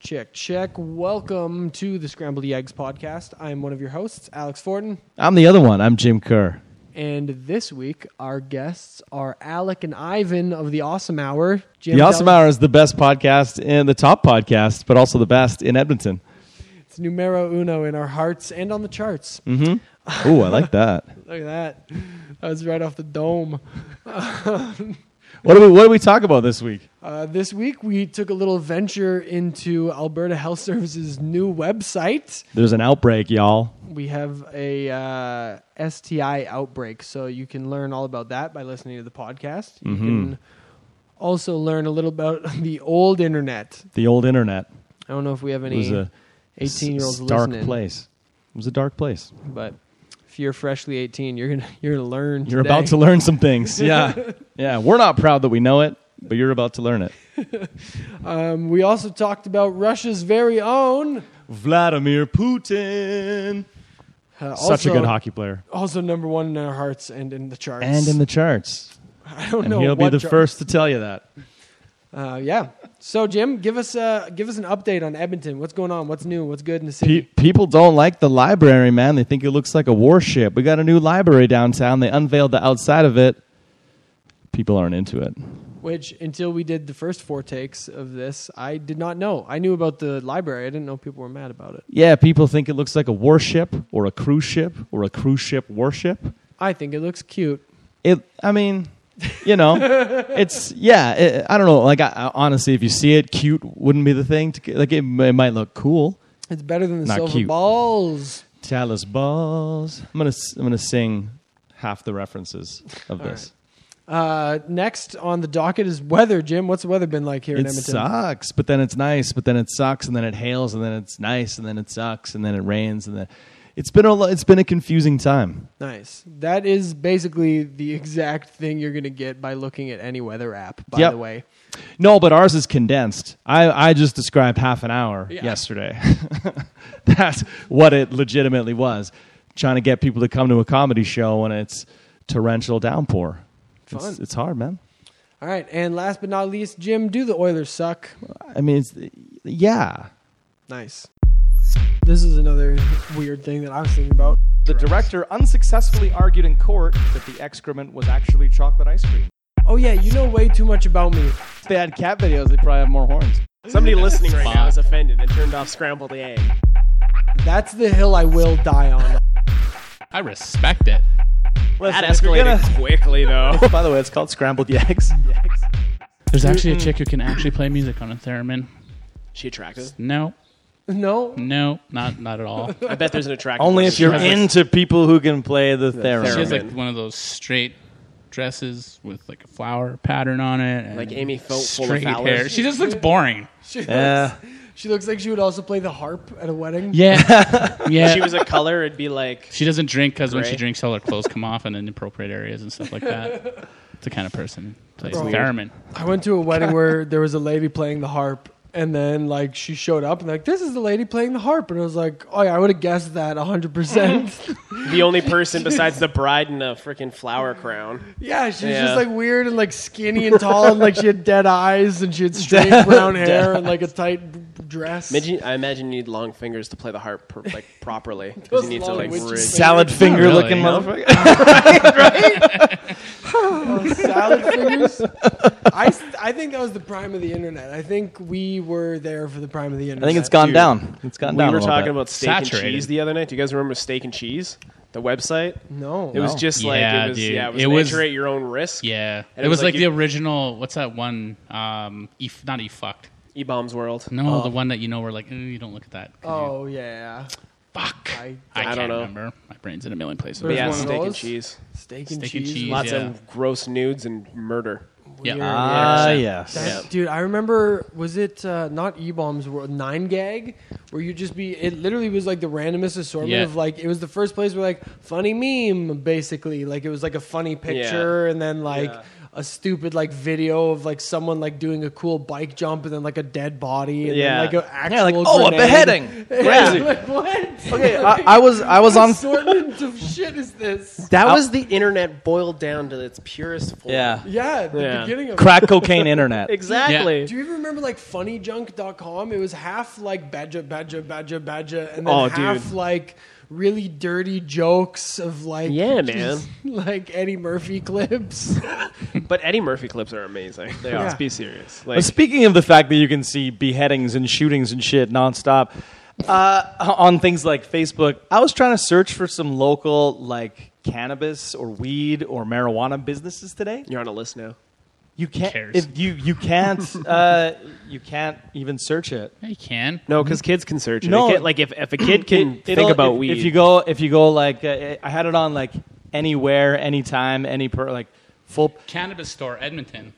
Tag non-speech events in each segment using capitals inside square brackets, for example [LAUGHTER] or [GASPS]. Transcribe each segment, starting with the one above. Check, check. Welcome to the Scrambled Eggs podcast. I am one of your hosts, Alex Forden. I'm the other one. I'm Jim Kerr. And this week, our guests are Alec and Ivan of the Awesome Hour. Jim, the tell Awesome us- Hour is the best podcast in the top podcast, but also the best in [LAUGHS] Edmonton. It's numero uno in our hearts and on the charts. Mm-hmm. Ooh, I like that. Look at that. That was right off the dome. What do we What do we talk about this week? Uh, this week, we took a little venture into Alberta Health Services' new website. There's an outbreak, y'all. We have a uh, STI outbreak, so you can learn all about that by listening to the podcast. You Mm-hmm. can also learn a little about [LAUGHS] the old internet. The old internet I don't know if we have was any a s- eighteen-year-olds dark listening, place. It was a dark place. but if you're freshly eighteen, you're gonna [LAUGHS] you're gonna learn. You're today. about to learn some [LAUGHS] things. Yeah, yeah. We're not proud that we know it, but you're about to learn it. Um, we also talked about Russia's very own. Vladimir Putin, uh, such a also- good hockey player, Also number one in our hearts and in the charts. and in the charts. [LAUGHS] I don't And know. he'll be what the chart- first to tell you that. Uh, yeah. So Jim, give us uh, give us an update on Edmonton. What's going on? What's new? What's good in the city? Pe- people don't like the library, man. They think it looks like a warship. We got a new library downtown. They unveiled the outside of it. People aren't into it. Which, until we did the first four takes of this, I did not know. I knew about the library. I didn't know people were mad about it. Yeah, people think it looks like a warship or a cruise ship or a cruise ship warship. I think it looks cute. It, I mean, you know, it's yeah. It, I don't know. Like I, I- honestly, if you see it, cute wouldn't be the thing. To, get- like it, m- it might look cool. It's better than the Not silver cute. balls. Talus balls. I'm gonna s- I'm gonna sing half the references of All this. Uh, next on the docket is weather, Jim. What's the weather been like here in it Edmonton? sucks but then it's nice but then it sucks and then it hails and then it's nice and then it sucks and then it rains and then it's been a lo- it's been a confusing time Nice. That is basically the exact thing you're going to get by looking at any weather app, by Yep. the way. no but ours is condensed i i just described half an hour Yeah. yesterday [LAUGHS] that's what it legitimately was trying to get people to come to a comedy show when it's torrential downpour It's, Fun. it's hard man All right. And last but not least, Jim, do the Oilers suck? i mean it's yeah Nice. This is another weird thing that I was thinking about. the director unsuccessfully argued in court that the excrement was actually chocolate ice cream Oh, yeah. You know way too much about me. If they had cat videos, they'd probably have more horns. Somebody listening right now is offended and turned off scrambled egg. That's the hill I will die on. I respect it. Listen, That if you're escalated quickly, though. gonna- [LAUGHS] By the way, it's called scrambled yaks. There's actually a chick who can actually play music on a theremin. [LAUGHS] She attractive? No, No, no, not not at all. I bet there's an attractive. Only one. if you're She has this- into people who can play the She theremin. has like one of those straight dresses with like a flower pattern on it, and Like Amy Fo- full of straight flowers. hair. She just looks boring. she looks, Yeah. she looks like she would also play the harp at a wedding. Yeah, [LAUGHS] yeah. If she was a color, it'd be like she doesn't drink because when she Gray. drinks, all her clothes come off in inappropriate areas and stuff like that. It's the kind of person who plays That's theremin. I went to a wedding where there was a lady playing the harp, and then like she showed up and like this is the lady playing the harp, and I was like, oh yeah, I would have guessed that hundred percent. [LAUGHS] the only person besides the bride in a freaking flower crown. Yeah, she was Yeah. just like weird and like skinny and tall, and like she had dead eyes and she had straight brown hair and like a tight b- dress. Imagine, I imagine you need long fingers to play the harp per, like properly because Those you need to long like witchy rig. Salad finger really, looking no. motherfucker. [LAUGHS] salad fingers. I, s- I think that was the prime of the internet. I think we were there for the prime of the internet. I think it's gone Dude. down. It's gone We down. were a little talking bit. about steak Saturated. and cheese the other night. Do you guys remember steak and cheese? The website. No, It was just like Yeah, it was. dude. Yeah, it was, It an was- enter at your own risk. Yeah, it, it was was, like, like the you- original. What's that one? Um, e not e fucked. E bombs world. No, the one that you know we're like, "Ooh, you don't look at that. 'cause you Oh yeah, Fuck. I- I, I can't don't know. remember. My brain's in a million places. There's one yeah, of steak and those. cheese. steak and Steak and cheese. cheese. was Lots Yeah. of gross nudes and murder. Yeah. weird. Ah, Yeah. yes. That's- Dude, I remember. Was it uh, not E bombs? Nine gag, where you just be. It literally was like the randomest assortment Yeah. of like. It was the first place where like funny meme, basically. Like it was like a funny picture, and then like a stupid like video of like someone like doing a cool bike jump and then like a dead body and Yeah. then, like an actual Yeah, like oh, a grenade. beheading. [LAUGHS] Yeah, Crazy. like, what? Okay, I, I [LAUGHS] was I was What on. assortment of shit is this? That I'll- was the internet boiled down to its purest form. Yeah, Yeah, the Yeah. beginning of crack cocaine internet. [LAUGHS] Exactly. Do you even remember like funnyjunk.com? It was half like badja, badja, badja, badja, and then Oh, half dude. like really dirty jokes of like Yeah, man. [LAUGHS] like Eddie Murphy [LAUGHS] clips. But Eddie Murphy clips are amazing. They are. are. Let's be serious. But Like, speaking of the fact that you can see beheadings and shootings and shit nonstop uh, on things like Facebook, I was trying to search for some local like cannabis or weed or marijuana businesses today. you're on a list now. You can't. cares? If you you can't [LAUGHS] uh, you can't even search it. Yeah, you can. No, because kids can search it. No. A kid- like if, if a [CLEARS THROAT] kid can It- it'll- think about if, weed, If you go, if you go, like uh, I had it on like anywhere, anytime, any per like full. Cannabis store, Edmonton.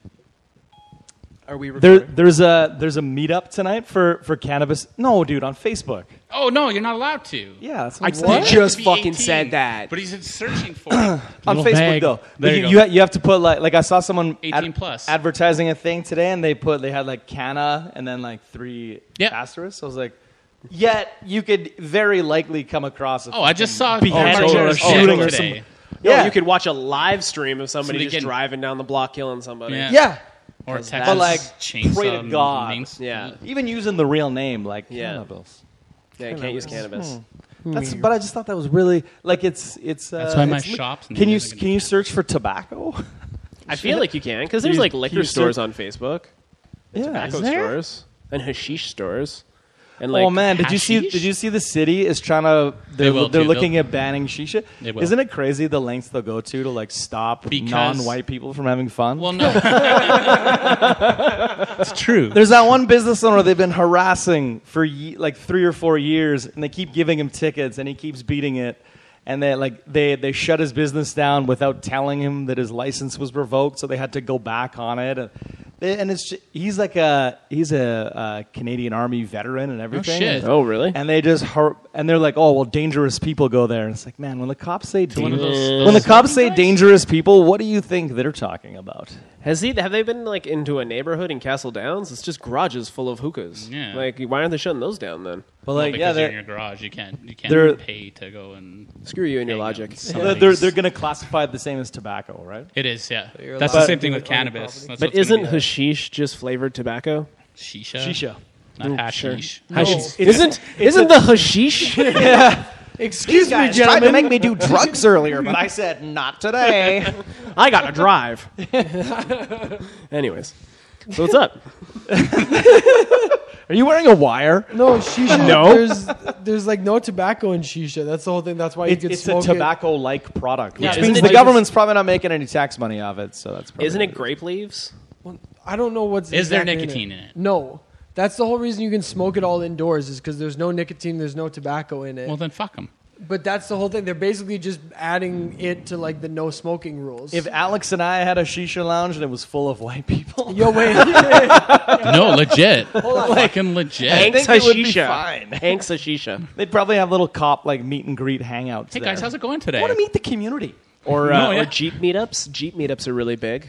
are we There, recording? there's a there's a meetup tonight for for cannabis. No, dude, on Facebook. Oh no, you're not allowed to. Yeah, that's I just- what? You have to Just be fucking 18, said that. But he's [CLEARS THROAT] searching for it. on Little Facebook bag. though. There But you you, go. you, ha- you have to put like like I saw someone 18 plus. advertising a thing today, and they put they had like canna and then like three Yeah. asterisks. I was like, yet you could very likely come across. A oh, I just saw Beheading a bunch or of shooting shit or today. No, yeah, you could watch a live stream of somebody, Somebody just getting- driving down the block killing somebody. Yeah. yeah. Or that- Texas But, like, chainsaw pray to God. meetings. Yeah. Even using the real name like Yeah. cannabis. Yeah, you can't use cannabis. That's, but I just thought that was really like it's it's. Uh, That's why my it's le- shops and Can you things are can you search for tobacco? [LAUGHS] I feel like you can because there's You- like you liquor search- stores on Facebook, yeah. tobacco stores, and hashish stores, and like oh man, did you see? hashish? Did you see the city is trying to? They're, They will, they're too. looking They'll- at banning shisha. They will. Isn't it crazy the lengths they'll go to to like stop Because- non-white people from having fun? [LAUGHS] Well, no. it's true. There's that one business owner they've been harassing for ye- like three or four years, and they keep giving him tickets, and he keeps beating it. And they like they they shut his business down without telling him that his license was revoked, so they had to go back on it. And, they- and it's ju- he's like a he's a, uh Canadian Army veteran and everything. shit. Oh, really? And they just har- and they're like, oh well, dangerous people go there. And it's like, man, when the cops say one danger- of those- when the those- cops say dangerous people, what do you think they're talking about? Has he? Have they been like into a neighborhood in Castle Downs? It's just garages full of hookahs. Yeah. Like, why aren't they shutting those down then? But Well, like, yeah, because you're in they're your garage. You can't. You They're- can't pay to go and. Screw you and your hang out logic. with they're, somebody. they're, they're going to classify it the same as tobacco, right? It is. Yeah. you're That's allowed the to same thing do with it on your cannabis. property. That's But what's gonna isn't be hashish just flavored tobacco? the- shisha? Shisha. Not hashish. Hashish. It's- isn't isn't the hashish? [LAUGHS] Excuse me, tried to gentlemen. make me do drugs earlier, but I said not [LAUGHS] today. I gotta drive. Anyways, so [LAUGHS] what's up? Are you wearing a wire? No, shisha. No. There's, there's like no tobacco in shisha. That's the whole thing. That's why you can it's a smoke tobacco-like product, Yeah, which isn't means it the like- government's probably not making any tax money off it. So that's probably Isn't it grape leaves? It. I don't know what's. Is there exactly nicotine in it? No. That's the whole reason you can smoke it all indoors is because there's no nicotine, there's no tobacco in it. Well, then fuck them. but that's the whole thing. They're basically just adding it to like the no smoking rules. If Alex and I had a shisha lounge and it was full of white people, Yo, [LAUGHS] wait. No, [LAUGHS] legit. on. Fucking legit. I Hank's think it would be hashisha. fine. [LAUGHS] Hank's hashisha. [LAUGHS] they'd probably have little cop like meet and greet hangouts. hey there. guys, how's it going I today? want to meet the community. Or, uh, No, yeah. or Jeep meetups. Jeep meetups are really big.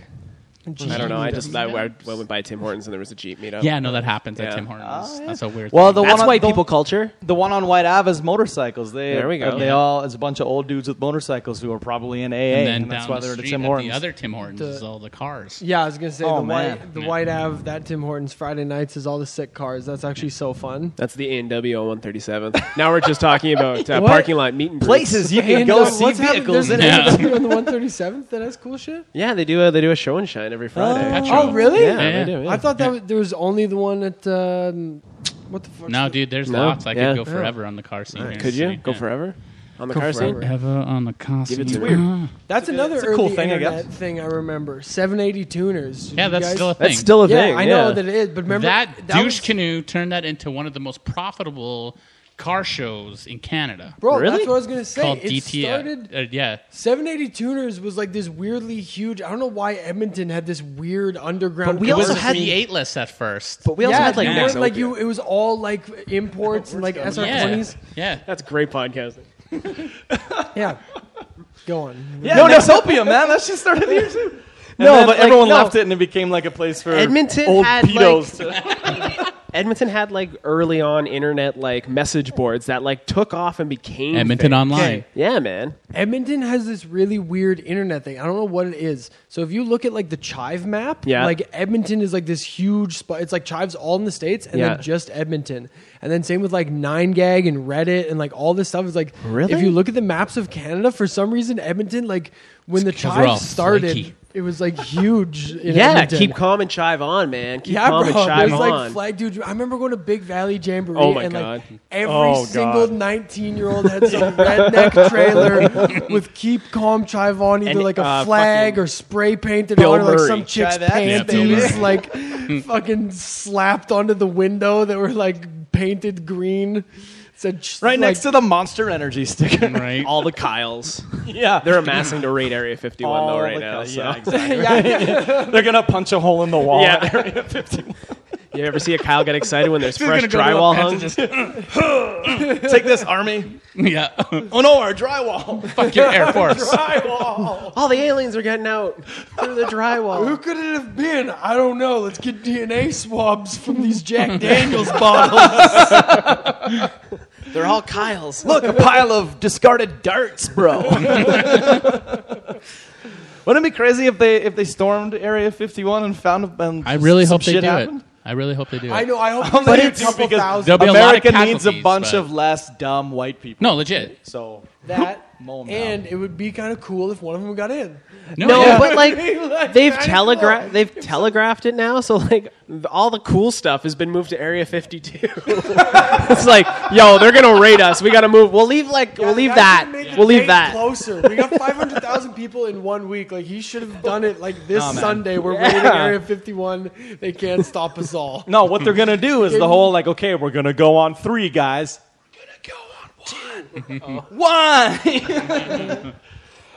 I don't know. I just I, I went by Tim Hortons and there was a Jeep meetup. Yeah, no, that happens Yeah. at Tim Hortons. Oh, That's a weird. Well, the thing. that's one on- white the- people culture. The one on White Ave is motorcycles. They, There we go. They all it's a bunch of old dudes with motorcycles who are probably in AA, and, and then down that's why the they're at street Tim at Hortons. the other Tim Hortons The- is all the cars. yeah, I was gonna say Oh, the man. white, the white Ave, that Tim Hortons Friday nights is all the sick cars. That's actually so fun. That's the ANW on 137th. now we're just talking about [LAUGHS] uh, What? parking lot meet and greets. places you can And, go uh, see what's happening- vehicles. There's in. an Yeah. AW on the 137th that has cool shit. [LAUGHS] Yeah, they do a they do a show and shine every Friday. Petrol. Oh, really? Yeah, Yeah, yeah. they do. yeah. I thought that was, there was only the one at um, what the fuck? No, dude, there's No? lots. I Oh. Yeah. could go forever on the car scene. here in Could the you city. go Yeah. forever on the Go car forever. scene? Forever on the car Give scene. it to me. Ah. That's another it's a cool early thing, I internet guess. thing I remember. 780 tuners. Did Yeah, you that's guys- still a thing. That's Oh, still a yeah, thing. I know yeah. that it is, but remember that, douche was- canoe turned that into one of the most profitable car shows in Canada. Bro, Really? that's what I was gonna say. called it DT. started. uh, yeah, 780 tuners was like this weirdly huge. I don't know why Edmonton had this weird underground. But we it car was also a scene. had- free eight list at first. But we also yeah, had like you yeah. weren't, Nexopia. like you. It was all like imports and like yeah, SR20s. yeah. That's great podcasting. Yeah. Go on. [LAUGHS] [LAUGHS] Yeah, no, no, man. That shit started here too. no, then, but like, everyone no. left it and it became like a place for Edmonton old had, like- pedos. [LAUGHS] to- Edmonton had like early on internet like message boards that like took off and became Edmonton things. Online. Yeah, man. Edmonton has this really weird internet thing. I don't know what it is. So if you look at like the Chive map, Yeah. like Edmonton is like this huge spot. It's like Chive's all in the states, and Yeah. then just Edmonton, and then same with like Nine Gag and Reddit and like all this stuff is like. Really? If you look at the maps of Canada, for some reason Edmonton, like when It's the 'cause Chive we're all started, flaky. it was like huge. In yeah, Edmonton. keep calm and chive on, man. Keep Yeah, calm bro. and chive There's on. like flag, dude. I remember going to Big Valley Jamboree. Oh my and God. Like, every Oh single God. 19 year old had [LAUGHS] some redneck trailer with "Keep Calm, Chive On" either And, like a uh, flag fucking or spray painted Bill on, or like Murray. some chick's Try that, Bill panties Murray. like [LAUGHS] fucking slapped onto the window that were like painted green. Said ch- right next to like, the Monster Energy sticker. right? all the Kyles. yeah, They're amassing to raid Area 51 All though right the now. Kyles, so. yeah, exactly. yeah, They're gonna punch a hole in the wall. [LAUGHS] Yeah. You ever see a Kyle get excited when there's fresh drywall hung? Take this, army. [LAUGHS] yeah. Oh no, our drywall. [LAUGHS] Fuck your Air Force. [LAUGHS] drywall. [LAUGHS] All the aliens are getting out through [LAUGHS] the Who drywall. could it have been? I don't know. Let's get DNA swabs from these [LAUGHS] Jack Daniels bottles. They're all Kyles. Look, a pile of discarded darts, [LAUGHS] bro. Wouldn't it be crazy if they if they stormed Area 51 and found and I really some hope they do shit happened? it. I really hope they do it. I know. I hope there's like a it's- couple because thousand. There'll be a lot of America needs a casualties, bunch but- of less dumb white people. No, legit. So that [LAUGHS] Mow 'em and it would be kind of cool if one of them got in No, No, yeah. but like [LAUGHS] Like, they've I know. telegraphed they've telegraphed it now, so like th- all the cool stuff has been moved to Area 52. [LAUGHS] it's like, yo, they're gonna raid us. We gotta move. We'll leave like we'll leave That would that. make the We'll leave date that. closer we [LAUGHS] got 500000 people in one week like he should have done it like this Nah, man. sunday we're raiding area 51 they can't stop us all [LAUGHS] no, what they're gonna do is the whole like, okay, we're gonna go on three guys. We're gonna go on one. [LAUGHS] One.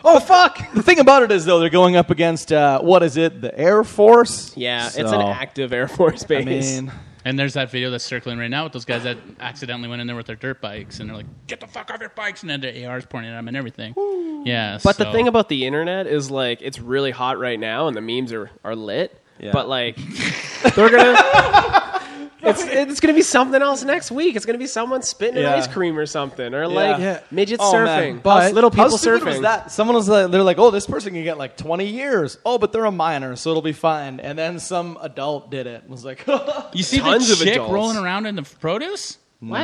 oh fuck! The thing about it is though, they're going up against uh, what is it? The Air Force. Yeah, it's So, an active Air Force I base. mean, And there's that video that's circling right now with those guys that accidentally went in there with their dirt bikes and they're like, get the fuck off your bikes. And then their AR's pointing at them and everything. Yeah. But the thing about the internet is like it's really hot right now, and the memes are are lit. Yeah. But like they're gonna. [LAUGHS] It's, it's gonna be something else next week. It's gonna be someone spitting Yeah. an ice cream or something, or like Yeah. midget Oh, man. surfing, But Us little how people stupid surfing. was that? Someone was like, they're like, oh, this person can get like 20 years. Oh, but they're a minor, so it'll be fine. And then some adult did it. and Was like, [LAUGHS] you see tons the of chick adults. rolling around in the produce? What?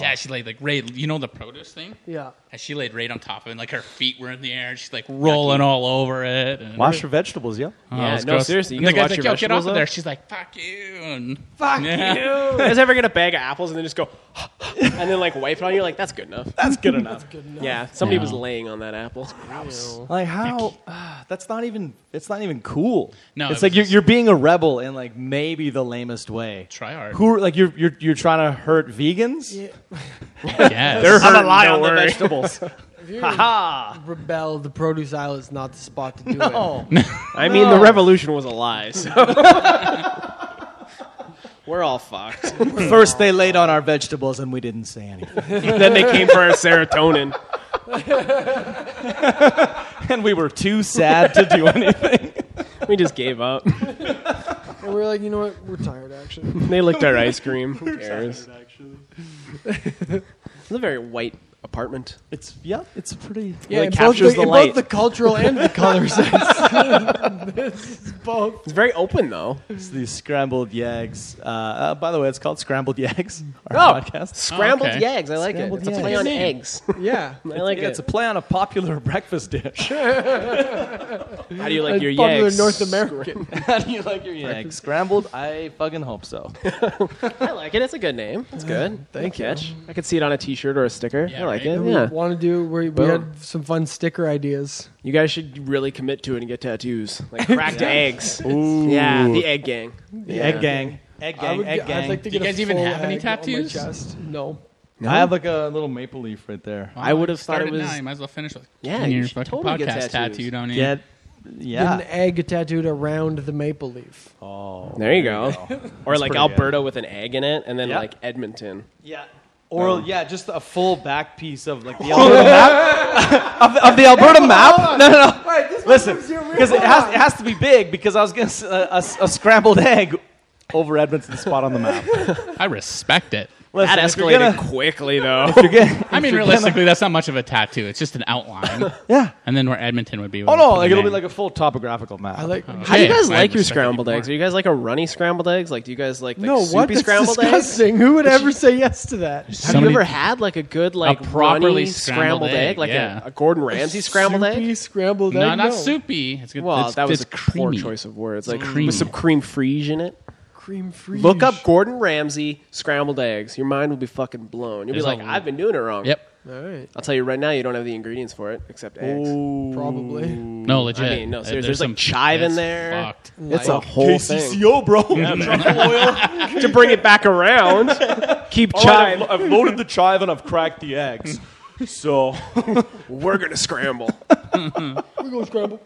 Yeah, she laid like raid. You know the produce thing? yeah And she laid right on top of it. And, like her feet were in the air. And she's like rolling all over it. And, wash your vegetables, yeah. Oh, Yeah, it was no, gross. seriously, you And the guys guy's wash like, your yo, get off vegetables, of there. though? She's like, fuck you. And fuck Yeah. you You guys ever get a bag of apples and then just go, [GASPS] and then like wipe it on you? Like that's good enough. [LAUGHS] That's good enough. Yeah, somebody Yeah. was laying on that apple. Like how? ah, [SIGHS] that's not even. It's not even cool. No, it's it like was you're, just- you're being a rebel in like maybe the lamest way. Try hard. Who are- like you're you're you're trying to hurt vegans? yes. They're I'm hurting, a lie don't on the worry. [LAUGHS] vegetables. if you Haha. rebel the produce aisle is not the spot to do it Oh, I mean, the No. revolution was a lie. So. [LAUGHS] We're all fucked. [LAUGHS] first they laid on our vegetables and we didn't say anything, [LAUGHS] then they came for our serotonin. [LAUGHS] and we were too sad to [LAUGHS] do anything. We just gave up. and we're like you know what we're tired actually They licked our ice cream. Who cares? It's a very white apartment. It's yeah, it's pretty. yeah Really in both, captures the, the in light. both the cultural and the [LAUGHS] color sense [LAUGHS] this is both It's very open though. It's the scrambled yeggs. Uh, uh, by the way, it's called scrambled [LAUGHS] yeggs. Our podcast. Scrambled okay. eggs. I like Scrambled it. It's a play yeggs. on eggs. yeah [LAUGHS] I like Yeah, it. it's a play on a popular [LAUGHS] breakfast dish. How do you like It's your popular yeggs? in North [LAUGHS] American. How do you like your yeggs? Scrambled? I fucking hope [LAUGHS] so. I like it. It's a good name. It's good. thank Good you. catch. I could see it on a T-shirt or a sticker. Yeah, I like right? it. We Yeah. want to do. We, we Boom. had some fun sticker ideas. You guys should really commit to it and get tattoos, [LAUGHS] like cracked eggs. Yeah, the egg gang. The egg gang. Egg gang. egg gang. I'd like to Do you get a guys even full have any egg on my tattoos? chest. No. I have like a little maple leaf right there. Well, I would have you started thought it was- Now. You might as well finish with Yeah, getting you your should fucking totally get podcast tattoos. tattooed on you. Get, Get yeah. an egg tattooed around the maple leaf. Oh, There you go. or like pretty Alberta with an egg in it, and then Yeah. like Edmonton. yeah. Or yeah, just a full back piece of like [LAUGHS] the Alberta map of, the, of the Alberta map. No, no, no. Wait, this Listen, one's zero because it has, it has to be big. Because I was gonna s- uh, a- a s- a scrambled [LAUGHS] egg over Edmonton's spot on the [LAUGHS] map. I respect it. Listen, that if you're escalated gonna- quickly, [LAUGHS] though. if you're gonna- I if mean, you're realistically, that's not much of a tattoo. It's just an [LAUGHS] outline, gonna- yeah. and then where Edmonton would be. Oh no, like it'll be like a full topographical map. I like. How do you Yeah, guys I like your respect it scrambled more. eggs? Are you guys like a runny scrambled eggs? Like, do you guys like, like no, soupy what? That's scrambled eggs? disgusting. Who would ever say yes to that? Have you ever had like a good like properly runny scrambled scrambled egg, egg, like yeah. a, a Gordon Ramsay scrambled Soupy egg? Scrambled egg. No, not no. soupy. It's good. Well, it's, that was it's a poor creamy. choice of words. Like creamy. with some cream frige in it. Cream free. Look up Gordon Ramsay scrambled eggs. Your mind will be fucking blown. You'll There's be like, a- I've been doing it wrong. Yep. All right. I'll tell you right now, you don't have the ingredients for it except eggs. Probably. No, legit. I mean, no, Uh, seriously, there's, like, chive in it's there. fucked. it's a Like whole thing. KCCO, bro. to bring it back [LAUGHS] around, keep Chive. chive. I've loaded the chive and I've cracked the eggs. [LAUGHS] So We're gonna scramble. We're going scramble.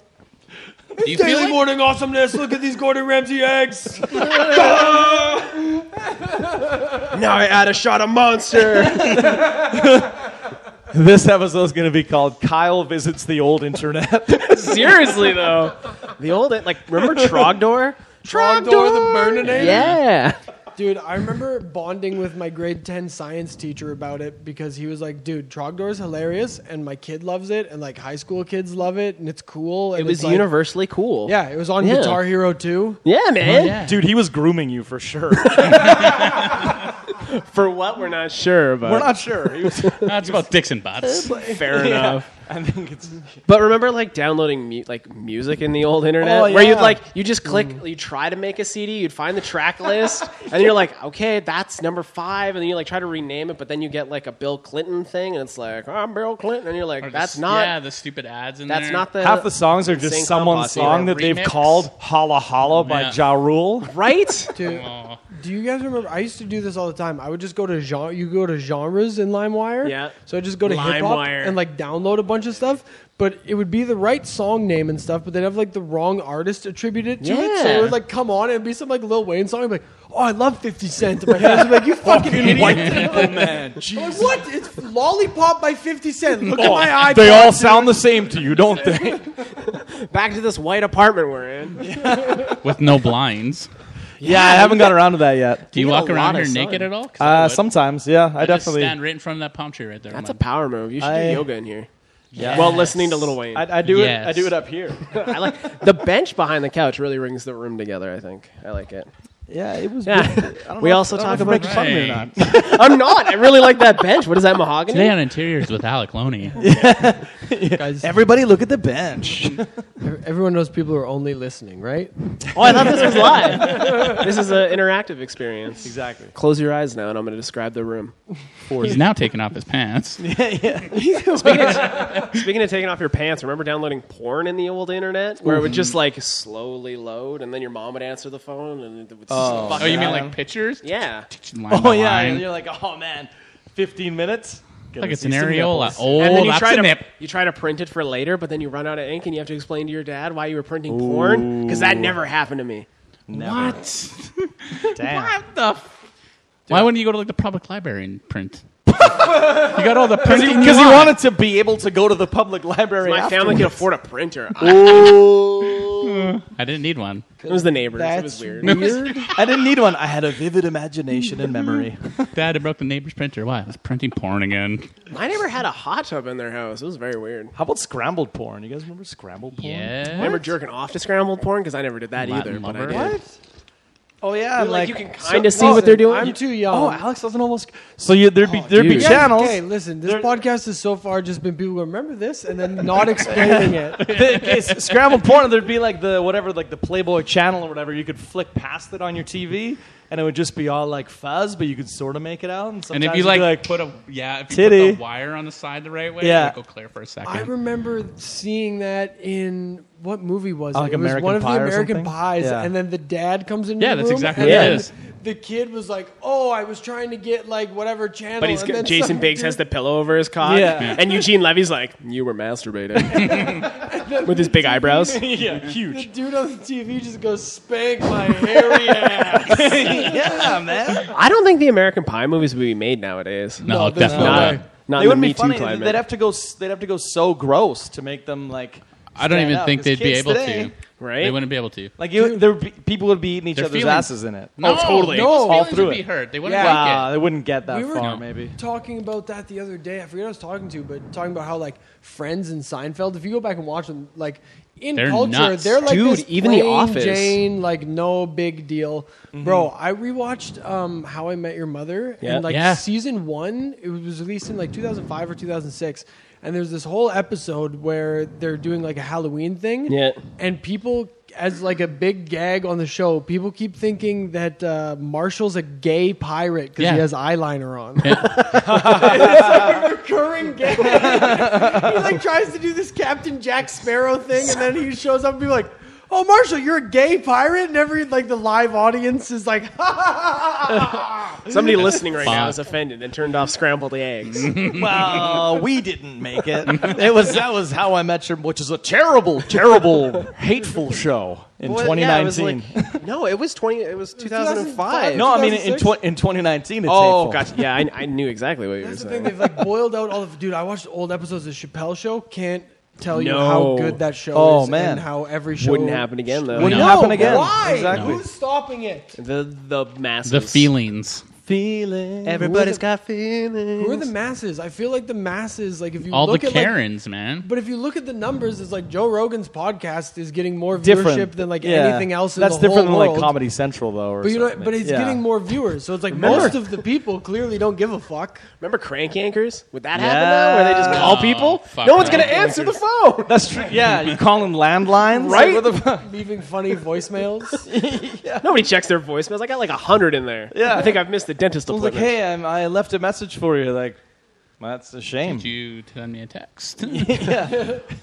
Do you feel [LAUGHS] like, morning awesomeness. Look at these Gordon Ramsay eggs. [LAUGHS] now I add a shot of monster. [LAUGHS] This episode is going to be called "Kyle Visits the Old Internet." [LAUGHS] Seriously though, the old like remember Trogdor? Trogdor the Burninator? Yeah. Dude, I remember bonding with my grade 10 science teacher about it because he was like, dude, Trogdor is hilarious and my kid loves it and like high school kids love it and it's cool. And It was it's, like- universally cool. Yeah, it was on Yeah. Guitar Hero 2. Yeah, man. Dude, he was grooming you for sure. For what we're not sure, but We're not sure. He was, no, it's about dicks and butts. fair enough. [LAUGHS] I think it's But remember, like downloading mu- like music in the old internet, Oh, where yeah. you'd like you just click, you try to make a CD, you'd find the track list, and you're like, okay, that's number five, and then you like try to rename it, but then you get like a Bill Clinton thing, and it's like I'm Bill Clinton, and you're like, Or the that's s- not, Yeah, the stupid ads in that's there. not the half the songs are Sync just up someone's Aussie song or that they've remix. called "Holla Holla" by Yeah. Ja [LAUGHS] Rule. [LAUGHS] right. Dude, Oh, do you guys remember? I used to do this all the time. I would just go to genre. You go to genres in LimeWire. Yeah. So I just go to hip hop LimeWire. and like download a bunch of stuff. But it would be the right song name and stuff, but they'd have like the wrong artist attributed to it. So Yeah. it would like come on and it'd be some like Lil Wayne song. I'd be like, oh, I love Fifty Cent. And my friends would be like, [LAUGHS] you fucking idiot. White people, man. [LAUGHS] I'm Jeez. like, what? It's Lollipop by Fifty Cent. Look Oh. at my iPod. They all sound the same to you, don't they? Back to this white apartment we're in. with [LAUGHS] no blinds. yeah, I haven't got around to that yet. Do you You get walk a around lot here of sun. naked at all? 'Cause I Uh, would. sometimes, yeah, I, I just definitely. stand right in front of that palm tree right there. That's a [LAUGHS] man. power move. You should I- do yoga in here Yes. while listening to Little Wayne. I, I, I do it. I Yes. do it up here. like the bench behind the couch really brings the room together. I think I like it. Yeah, it was. Yeah. weird. I don't We know also if- I talk don't know if about I'm making fun of me or not. I'm not. I really like that bench. What is that mahogany? Today on Interiors with [LAUGHS] Alec Loney. Guys, [LAUGHS] Everybody, look at the bench. everyone knows people are only listening, right? Oh, I thought this was live. [LAUGHS] this is an interactive experience. exactly. Close your eyes now, and I'm going to describe the [LAUGHS] room. He's now taking off his [LAUGHS] pants. Speaking of taking off your pants, remember downloading porn in the old internet, where it would just like slowly load, and then your mom would answer the phone, and it would just Oh. fucking Oh, you mean up. like pictures? yeah? Line by [LAUGHS] Oh yeah, line. and you're like, oh man, 15 minutes. Look, Gonna it's see an some areola. nipples. Oh, and then you that's try a to nip. you try to print it for later, but then you run out of ink, and you have to explain to your dad why you were printing porn because that never happened to me. What? [LAUGHS] Damn. Why wouldn't you go to like the public library and print? you got [LAUGHS] all the printing. Because he wanted to be able to go to the public library. My family could afford a printer. I, Ooh. I didn't need one. it was the neighbors. It was That's weird. weird. [LAUGHS] I didn't need one. I had a vivid imagination and memory. Dad, I broke the neighbor's printer. Why? I was printing porn again. I never had a hot tub in their house. It was very weird. How about scrambled porn? You guys remember scrambled porn? Yeah. I remember jerking off to scrambled porn because I never did that Latin either. But I lover. did. What? Oh yeah, But, like, you can kind of see Listen, what they're doing. I'm too young. Oh, Alex doesn't almost. Oh, So you, there'd be there'd be dude. channels. Okay, listen, this They're- podcast has so far just been people who remember this and then not explaining [LAUGHS] it. [LAUGHS] the, okay, s- scrambled porn. There'd be like the whatever, like the Playboy Channel or whatever. You could flick past it on your TV, and it would just be all like fuzz, but you could sort of make it out. And, And sometimes if you you'd like, be put a yeah, if you titty. put the wire on the side the right way, Yeah. yeah, go clear for a second. I remember seeing that in what movie was it? Oh, Like it was American one of Pie the or American something? Pies, Yeah. and then the dad comes in. Yeah, the that's room, exactly and what it then is. the kid was like, "Oh, I was trying to get like whatever channel." But he's and then Jason some Biggs dude- has the pillow over his cock, Yeah. and Eugene Levy's like, "You were masturbating," [LAUGHS] with his big eyebrows. [LAUGHS] yeah, The huge. dude on the TV just goes, "Spank my hairy ass." yeah, man. I don't think the American Pie movies would be made nowadays. No, No, there's definitely no not. way. Not They in the wouldn't Me be Too funny. climate. They'd have to go. s- They'd have to go so gross to make them like. I don't stand even out. think There's they'd be kids able today, to. right? They wouldn't be able to. Oh, Like you, there would be, people would be eating each Their other's feelings- asses in it. No, totally. people's No. feelings All through would it. be hurt. They wouldn't Yeah. Wow, like it. they wouldn't get that we were far. [LAUGHS] Maybe talking about that the other day. I forget who I was talking to, but talking about how like Friends and Seinfeld. If you go back and watch them, like in They're culture, nuts. they're like Dude, this even The plain Office. Jane, like no big deal, bro. I rewatched um, How I Met Your Mother, Yeah. and like Yeah. season one, it was released in like 2005 or 2006. And there's this whole episode where they're doing like a Halloween thing, Yeah. and people as like a big gag on the show, people keep thinking that uh, Marshall's a gay pirate because Yeah. he has eyeliner on. [LAUGHS] It's a recurring gag. he like tries to do this Captain Jack Sparrow thing, and then he shows up and be like, "Oh, Marshall, you're a gay pirate," and every like the live audience is like, [LAUGHS] Somebody listening right now Fuck. is offended and turned off scrambled eggs. well, we didn't make it. It was that was how I met your, which is a terrible, terrible, hateful show in Well, yeah, it was 2019. [LAUGHS] no, it was twenty. It was two thousand and 2005. five. no, I mean in 2006? tw- in 2019. It's Oh, hateful. gotcha. Yeah, I, I knew exactly what you were "That's the thing." They've saying. like boiled out all of. Dude, I watched old episodes of Chappelle Show. Can't tell you No. how good that show Oh, is, man. and how every show Wouldn't happen again though. Wouldn't No. happen again. Why? Exactly. Who's stopping it? The the masses. The feelings. Feeling. Everybody's got feelings. Who are the masses? I feel like the masses. Like if you All the look at like, Karens, man. But if you look at the numbers, it's like Joe Rogan's podcast is getting more viewership different than like Yeah. anything else. In That's the different whole than like world. Comedy Central though. Or But you know, something. what? but it's Yeah. getting more viewers, so it's like Remember- most of the people clearly don't give a fuck. Remember crank anchors? Would that Yeah. happen now? Where they just call [LAUGHS] No, people? fuck No one's crank gonna answer the phone. [LAUGHS] That's true. Yeah, you calling landlines, Right? Like, what the fuck? Leaving funny [LAUGHS] voicemails. Nobody checks their voicemails. I got like a hundred in there. Yeah. I think I've missed the dentist I was like, appointment. hey, I'm, I left a message for you. Like, that's a shame. Did you send me a [LAUGHS] text?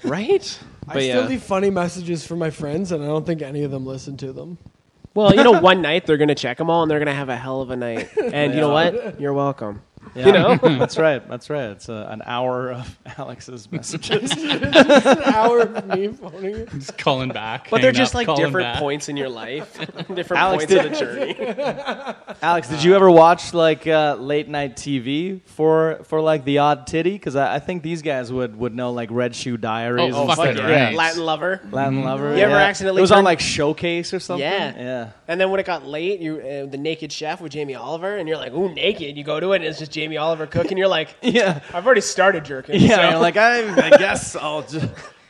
right? I But still yeah. leave funny messages for my friends, and I don't think any of them listen to them. [LAUGHS] Well, you know, [LAUGHS] one night they're gonna check them all, and they're gonna have a hell of a [LAUGHS] night. And you know what? You're welcome. You know, [LAUGHS] that's right. That's right. It's uh, an hour of [LAUGHS] Alex's [LAUGHS] messages. An hour of me phoning it. just calling back. But they're hanging just up, like calling different back. points in your [LAUGHS] life, different Alex points of did- the [LAUGHS] journey. Alex, did you ever watch like uh, late night TV for for like the odd titty? Because I, I think these guys would would know like Red Shoe Diaries. Oh, and fuck stuff. it, yeah. right. Latin lover. Latin Lover. You ever yeah. accidentally It was on turned- like Showcase or something. Yeah. yeah. And then when it got late, you uh, the Naked Chef with Jamie Oliver, and you're like, "Ooh, naked!" You go to it, and it's just Jamie Oliver cooking. You're like, [LAUGHS] Yeah, "I've already started jerking." yeah. so- you're Like I, I guess I'll. Just...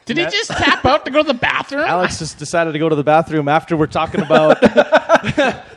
Did he just tap out to go to the bathroom? [LAUGHS] Alex just decided to go to the bathroom after we're talking about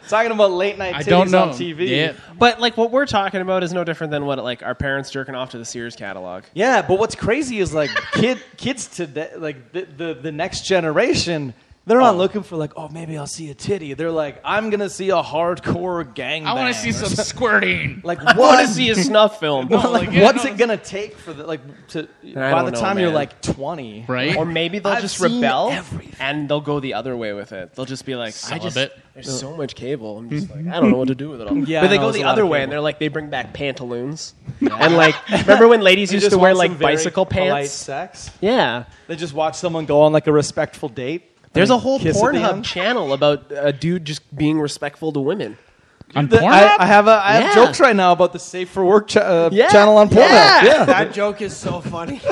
talking about late night. I titties don't know. on TV. Yeah. [LAUGHS] but like what we're talking about is no different than what like our parents jerking off to the Sears catalog. Yeah, but what's crazy is like kid kids today, like the, the the next generation, they're not looking for like, oh, maybe I'll see a titty. They're like, I'm gonna see a hardcore gang. I want to see [LAUGHS] some squirting. like I what want to is see a snuff film, [LAUGHS] well, like, yeah, what's no, it gonna take for the like to I by the don't know, time you're man. like 20, Right? or maybe they'll I've just seen rebel everything. and they'll go the other way with it. They'll just be like, "I just Celibate. there's so much cable. I'm just [LAUGHS] like, I don't know what to do with it all." Yeah, but they I know, go there's the a lot other of way, cable. and they're like, they bring back pantaloons [LAUGHS] and like, remember when ladies You used to wear want some like very bicycle polite pants? sex. Yeah. They just watch someone go on like a respectful date. There's and a whole kiss at the Pornhub end. channel about a dude just being respectful to women. On The- I, Pornhub? I have a, I have Yeah. jokes right now about the safe for work ch- uh, Yeah. channel on Pornhub. Yeah. yeah. That joke is so funny. [LAUGHS]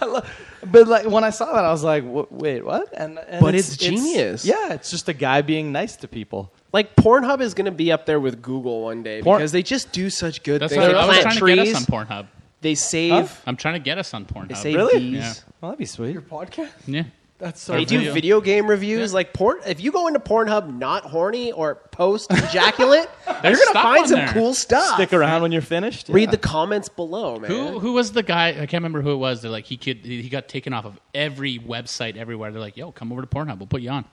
But like when I saw that, I was like, "Wha- "Wait, what?" And, and But it's genius. yeah, it's just a guy being nice to people. Like Pornhub is going to be up there with Google one day Porn- because they just do such good That's things. what They I was plant trying trees. to get us on Pornhub. They save. Huh? I'm trying to get us on Pornhub. They save Really? bees. Yeah. Well, that'd be sweet. Your podcast? Yeah. That's so. They do Video. video, game reviews. Like porn, if you go into Pornhub not horny or post ejaculate, [LAUGHS] you're There's gonna stuff find on some there. cool stuff. Stick around when you're finished. Read Yeah. the comments below, man. Who who was the guy? I can't remember who it was. They're like he could he got taken off of every website everywhere. They're like, yo, come over to Pornhub. We'll put you on.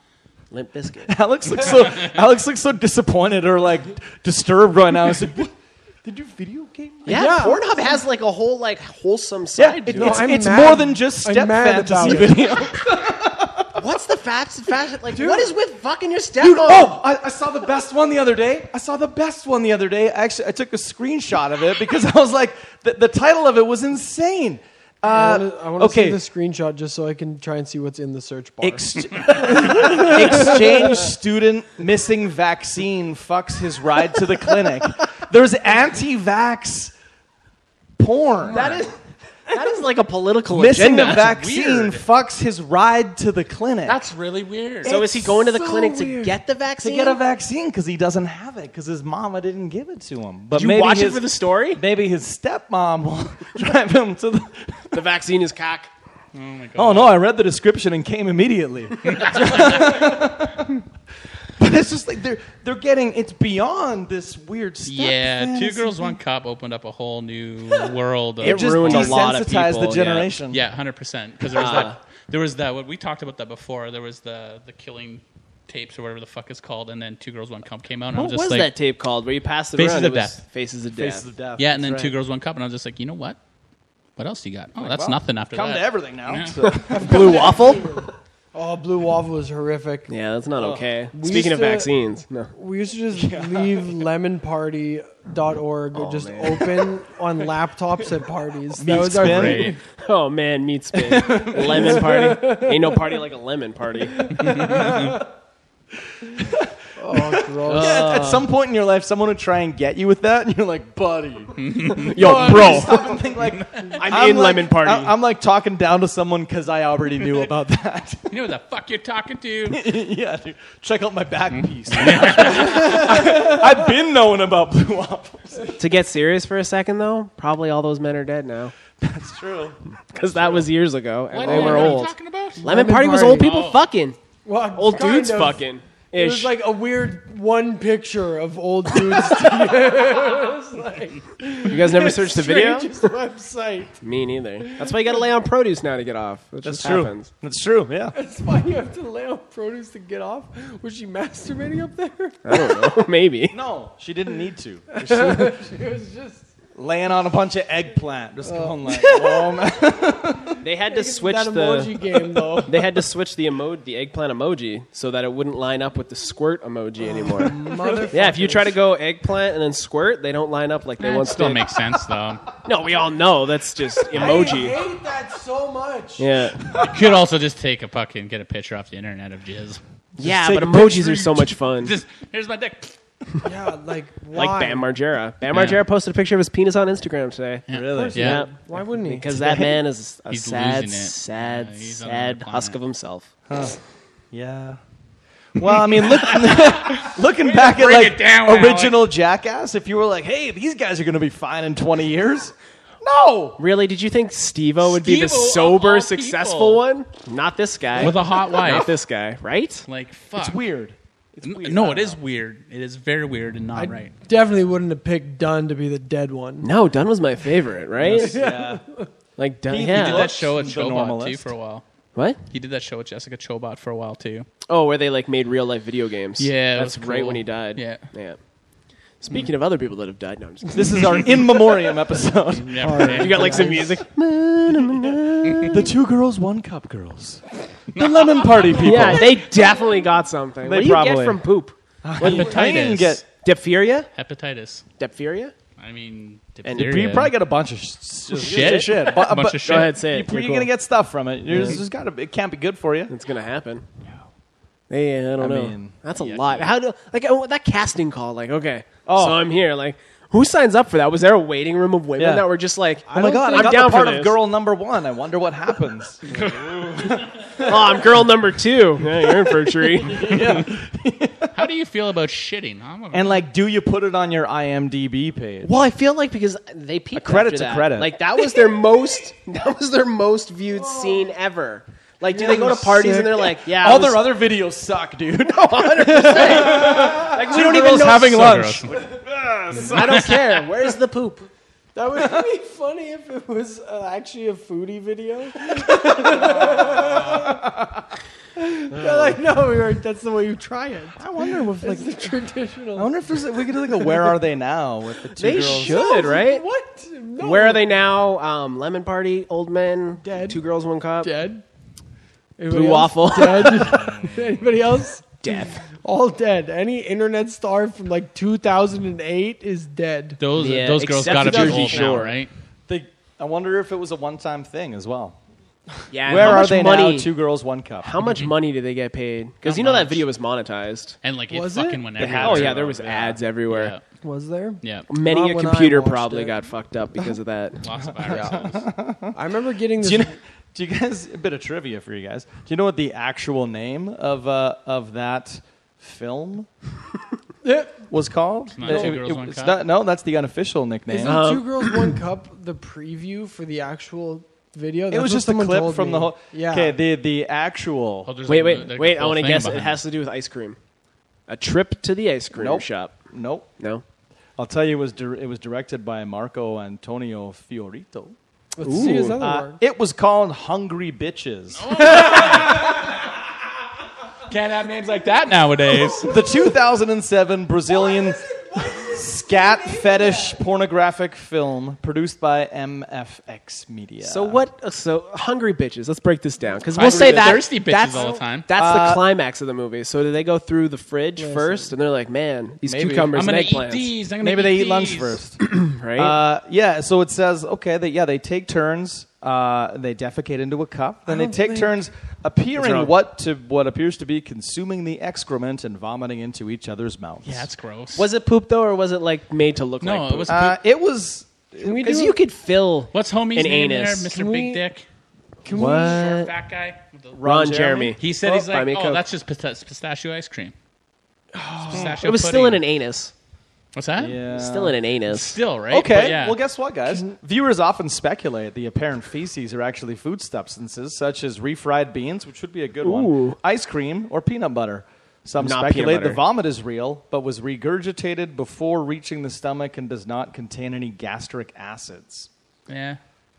Limp [LAUGHS] Biscuit. [LAUGHS] Alex looks so [LAUGHS] Alex looks so disappointed or like disturbed right now. He's like, "What? Did you video game? Yeah, Yeah. Pornhub has like a whole like wholesome side. it- to No, it's, I'm it's mad. more than just I'm step mad fantasy about it. video. it. What's the fast fashion? Like, what is with fucking your stepmom? Dude, oh, I, I saw the best one the other day. I saw the best one the other day. I actually, I took a screenshot of it because [LAUGHS] I was like, the, the title of it was insane. Uh, I wanna- I want to okay. see the screenshot just so I can try and see what's in the search bar. [LAUGHS] Ex- exchange student missing vaccine fucks his ride to the clinic. There's anti-vax porn. that is that is like a political missing agenda. the That's vaccine weird. fucks his ride to the clinic. That's really weird. So is he It's going to the so clinic to weird. get the to vaccine? get a vaccine because he doesn't have it because his mama didn't give it to him. But Did you maybe watch it his, for the story? Maybe his stepmom will [LAUGHS] drive him to the. the vaccine is cock. Oh no! I read the description and came immediately. [LAUGHS] but it's just like they're they're getting it's beyond this weird stuff. yeah, two girls, one cop opened up a whole [LAUGHS] new world. Of, It just ruined a lot of desensitized people, the yeah. generation. yeah, hundred percent. Because there was that. There was that. What we talked about that before. There was the the killing tapes or whatever the fuck it's called, and then two girls, one cop came out, and I What was was just like, that tape called? Where you passed it Faces around? of It was Death. Faces of Faces Death. of death. yeah, and that's then two right. girls, one cup, and I was just like, you know what? What else you got? Oh, that's Well, nothing after Come that. to everything now. Yeah. so. [LAUGHS] [LAUGHS] Blue waffle. Oh, Blue Waffle was horrific. Yeah, that's not okay. We used Speaking of to- vaccines, no. [LAUGHS] We used to [LAUGHS] just leave lemonparty.org just [LAUGHS] open on laptops at parties. That was our spin. thing. [LAUGHS] Great. Oh man, meat spin. lemon party. Ain't no party like a lemon [LAUGHS] party. [LAUGHS] Oh, gross. At Uh. some point in your life, someone would try and get you with that, and you're like, buddy, Yo, bro, stop and think like, I'm, I'm in like- lemon party. I- I'm like talking down to someone because I already knew about that. You know what the fuck you're talking [LAUGHS] to? [LAUGHS] yeah, dude, check out my back piece. [LAUGHS] I've been knowing about blue waffles. to get serious for a second though, probably all those men are dead now That's true. because that was years ago and What they the were hell are you old. talking about? Lemon Lemon party was Party. old people Oh. fucking. Well, [LAUGHS] Old kind dudes of. fucking. It was Ish. like a weird one picture of [LAUGHS] old dudes. to you guys never searched the video? strangest website. Me neither. That's why you got to lay on produce now to get off. That just happens. That's true. Yeah. That's why you have to lay out produce to get off. Was she masturbating up there? I don't know. [LAUGHS] Maybe. No, she didn't need [LAUGHS] to. It was just. Laying on a bunch of eggplant, just going like, oh man. They had to switch that emoji the. game though. [LAUGHS] They had to switch the emoji, the eggplant emoji, so that it wouldn't line up with the squirt emoji anymore. [LAUGHS] yeah, if you try to go eggplant and then squirt, they don't line up like they That once still did. makes sense though. no, we all know that's just I emoji. hate that so much. Yeah, Could also just take a fucking get a picture off the internet of jizz. yeah, take but a emojis picture. are so much fun. Just here's my dick. Yeah, like why? Like Bam Margera. Bam Yeah. Margera posted a picture of his penis on Instagram today. Really? Yeah. Why wouldn't he? Because [LAUGHS] that man is a He's sad, losing it. sad, Yeah, he's on sad another planet. husk of himself. Yeah. Well, I mean, look, [LAUGHS] looking back at bring like it down, original Jackass, if you were like, "Hey, these guys are going to be fine in 20 years," no, Really? Did you think Steve O would be the Steve-O of sober, all successful people. one? Not this guy. With a hot Not wife. this guy, right? like fuck. it's weird. N- No, it is weird. It is very weird and not right. Definitely wouldn't have picked Dunn to be the dead one. No, Dunn was my favorite, right? Yeah, Like Dunn. He- yeah. he Did that show at The Chobot too normalist. for a while. What? He did that show with Jessica Chobot for a while too. Oh, where they like made real life video games. Yeah, it that's was right cool. when he died. Yeah. Yeah. Speaking of other people that have died, no, I'm just kidding. this is our in memoriam episode. Never You got like [LAUGHS] some music. [LAUGHS] the two girls, one cup girls, the lemon party people. Yeah, they definitely got something. They what do you probably- get from poop? I didn't hepatitis. get. Diphtheria? hepatitis. Diphtheria? I mean, And diphtheria. You probably get a bunch of sh- sh- Shit. shit, [LAUGHS] A bunch of shit. Go ahead, say You, it. are gonna get stuff from it. You're just- just gotta. It can't be good for you. It's gonna happen. Yeah, I don't know. mean, That's a lot. How do like oh, that casting call? Like, okay, Oh. so I'm here. Like, who signs up for that? Was there a waiting room of women Yeah. that were just like, Oh my god! I'm I got down the part for of this. girl number one. I wonder what [LAUGHS] happens. Oh, I'm girl number two. Yeah, you're in for a treat. How do you feel about shitting? I'm a- and like, do you put it on your IMDb page? [LAUGHS] well, I feel like because they peaked A credit after to that. credit. Like that was their most [LAUGHS] that was their most viewed scene ever. Like, do they go to parties and they're like, yeah, All I was, their other videos suck, [LAUGHS] dude. like, we don't even girls know. having So lunch. gross. [LAUGHS] I don't care. Where's the poop? That would be funny if it was uh, actually a foodie video. They're like, no, we were, that's the way you try it. I wonder if like, It's the traditional. I wonder if there's we could do like a where are they now with the two They girls. should, right? What? No. Where are they now? Um, lemon party, old men, Dead. two girls, one cup. Dead. Anybody Blue [LAUGHS] else waffle. [LAUGHS] Dead. Anybody else? Death. All dead. Any internet star from like 2008 is dead. Those Yeah, those girls except got to for be Jersey old now, Shore. right? They, I wonder if it was a one-time thing as well. Yeah. and Where how are much they money, now? Two girls, one cup. How much money did they get paid? Because you know that video was monetized. And like it Was fucking it? went They everywhere. had- oh yeah, there was ads everywhere. Was there? Yeah, yeah. Many Not a when I computer watched probably it. got fucked up because of [LAUGHS] that. [LAUGHS] [LAUGHS] Lots of viruses. I remember getting this. [LAUGHS] Do you, know, do you guys a bit of trivia for you guys? Do you know what the actual name of uh, of that film was called? not Two Girls, One it's Cup? not- no, that's the unofficial nickname. Isn't Two Girls [CLEARS THROAT] One Cup the preview for the actual video? It That's was what just a someone clip told from me. the whole. Yeah. Okay, the the actual. Oh, there's Wait, like a- wait, like a wait! I whole want to thing guess. It behind has to do with ice cream. A trip to the ice cream Nope. shop. Nope. No. I'll tell you, it was dir- it was directed by Marco Antonio Fiorito. Let's see his other Uh, word. it was called Hungry Bitches. Can't have names like [LAUGHS] that nowadays. The 2007 Brazilian scat fetish pornographic film produced by MFX Media. So what? uh, So hungry bitches. Let's break this down because we'll Hungry say bitches. that Thirsty bitches that's, all the time. That's the climax of the movie. So do they go through the fridge first, and they're like, "Man, these Maybe. I'm cucumbers gonna and eat eggplants." these. I'm gonna Maybe they eat these. lunch [CLEARS THROAT] first. Right? Uh, yeah, so it says okay that yeah they take turns. Uh, they defecate into a cup, then they take turns appearing wrong. what to what appears to be consuming the excrement and vomiting into each other's mouths. Yeah, that's gross. was it poop though, or was it like made to look no, like? it was. uh, it was. because you could fill What's homie's an name anus. there? Mr. Can we- Big Dick, Can short uh, What? fat guy. with the- Ron Jeremy. He said Oh, he's buy like, me a oh, Coke. that's just pista- pistachio ice cream. It's pistachio It was still in pudding. an anus. What's that? Oh. Yeah. Still in an anus. Still right. Okay. But yeah. Well, guess what, guys? Viewers often speculate the apparent feces are actually food substances such as refried beans, which would be a good one, Ooh. ice cream, or peanut butter. Some Not peanut speculate the butter. vomit is real, but was regurgitated before reaching the stomach and does not contain any gastric acids. Yeah.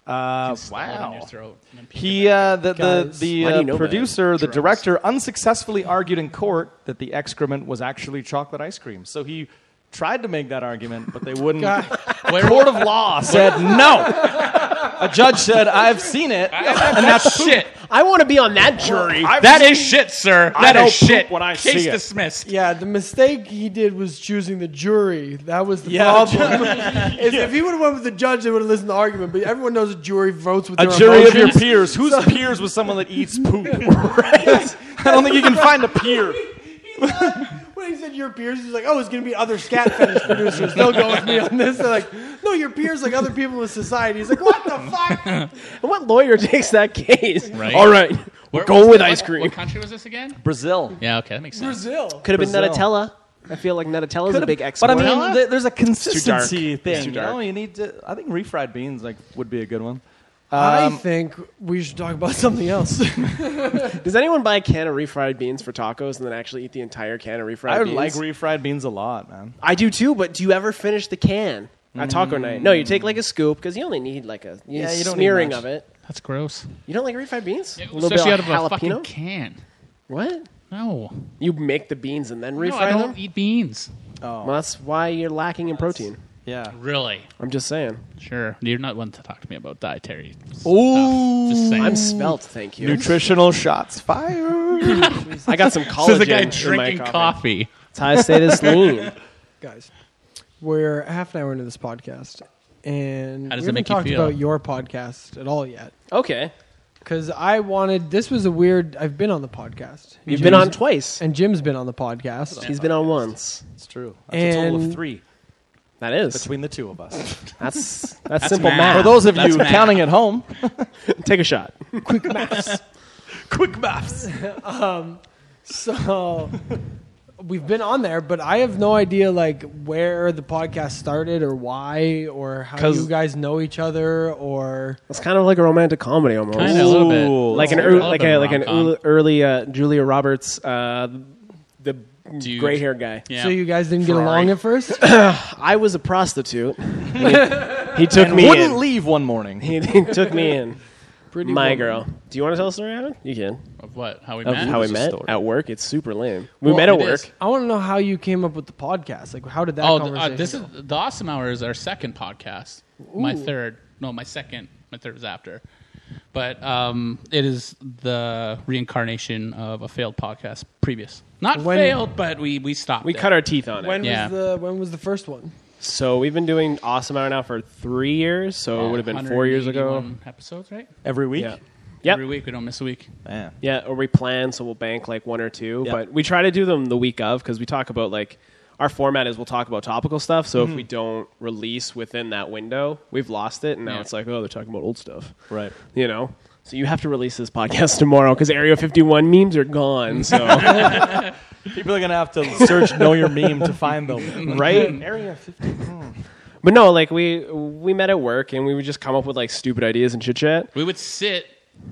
Uh, Wow. wow. your [LAUGHS] throat. and then puke it He, uh, the, the, Guys, the why do you uh, know producer, the Drugs. director, unsuccessfully argued in court that the excrement was actually chocolate ice cream. So he tried to make that argument, but they [LAUGHS] wouldn't. Where- Court of [LAUGHS] law said no. A judge said, I've seen it. back. And [LAUGHS] that's shit. I want to be on that jury. That is shit, sir. I That don't is shit. poop when I Case see it. dismissed. Yeah, the mistake he did was choosing the jury. That was the Yeah. problem. [LAUGHS] [LAUGHS] Is If he would have went with the judge, they would have listened to the argument. But everyone knows a jury votes with A their jury of your emotions. peers. Whose peers was someone that eats poop? [LAUGHS] I don't think you can find a peer. [LAUGHS] [LAUGHS] When he said your peers, he's like, oh, it's going to be other scat fetish producers. They'll go with me on this. They're like, no, your peers like other people in society. He's like, what the [LAUGHS] fuck? And what lawyer [LAUGHS] takes that case? Right. All right. Where- Go with what- ice cream. What country was this again? Brazil. Yeah. Okay, that makes sense. Brazil. Could have been Brazil. Nutella. I feel like Nutella's a big but I export. mean, th- there's a dark. consistency It's too thing. You dark. know, you need to. I think refried beans like would be a good one. I think we should talk about something else. [LAUGHS] Does anyone buy a can of refried beans for tacos and then actually eat the entire can of refried I would beans? like refried beans a lot, man. I do too, but do you ever finish the can on taco night? No, you take like a scoop because you only need like a you Yeah, need you don't need smearing much. of it. That's gross. You don't like refried beans? a little Especially bit out of of a jalapeno. fucking can. What? No. You make the beans and then refry No, I them? don't eat beans. Well, that's why you're lacking in protein. Oh, Yeah. Really? I'm just saying. Sure. You're not one to talk to me about dietary. Ooh. Just saying. I'm spelt, thank you. Nutritional shots fired. I got [LAUGHS] some this is collagen a guy in my drinking coffee. coffee. That's how I stay this lean. Guys, we're half an hour into this podcast, and How does we it make haven't talked you feel? about your podcast at all yet. [LAUGHS] Okay. Because I wanted, this was a weird, I've been on the podcast. You've been on twice. And Jim's been on the podcast. He's been on once. It's true. That's a total of And- three That is. between the two of us. That's that's, simple math. math. For those of That's you mad. counting at home, Take a shot. [LAUGHS] quick maths. So we've been on there, but I have no idea like where the podcast started or why or how 'Cause- you guys know each other or It's kind of like a romantic comedy almost. Kind of a little bit. Ooh. Like an It's a early, little like bit a of like an rom-com. early, early uh, Julia Roberts, uh, the Dude. gray hair guy. Yeah. so you guys didn't get Ferrari. along at first? [LAUGHS] I was a prostitute. he, he took me Wouldn't in. leave one morning. [LAUGHS] He, he took me in. Pretty My woman. girl. Do you want to tell a story, Adam? You can. Of what? How we Of met? how we a met story. at work. It's super lame. We Well, met at it work. is. I want to know how you came up with the podcast. Like how did that Oh, th- uh, conversation? this is the Awesome Hour is our second podcast. My third, no, my second. My third was after. But um, it is the reincarnation of a failed podcast previous. Not When- failed, but we, we stopped. We it. cut our teeth on it. When Yeah. was the when was the first one? so we've been doing Awesome Hour now for three years. So it would have been four years ago. 181 Episodes, right? every week. Yeah. Yep. Every week we don't miss a week. Man. Yeah, or we plan, so we'll bank like one or two. Yeah. But we try to do them the week of because we talk about like our format is we'll talk about topical stuff. So if we don't release within that window, we've lost it, and now Yeah. it's like, oh, they're talking about old stuff, Right. you know. So you have to release this podcast [LAUGHS] tomorrow because Area 51 memes are gone. So People are gonna have to search "Know Your Meme" to find them, right? Area fifty. But no, like we we met at work and we would just come up with like stupid ideas and chit chat. We would sit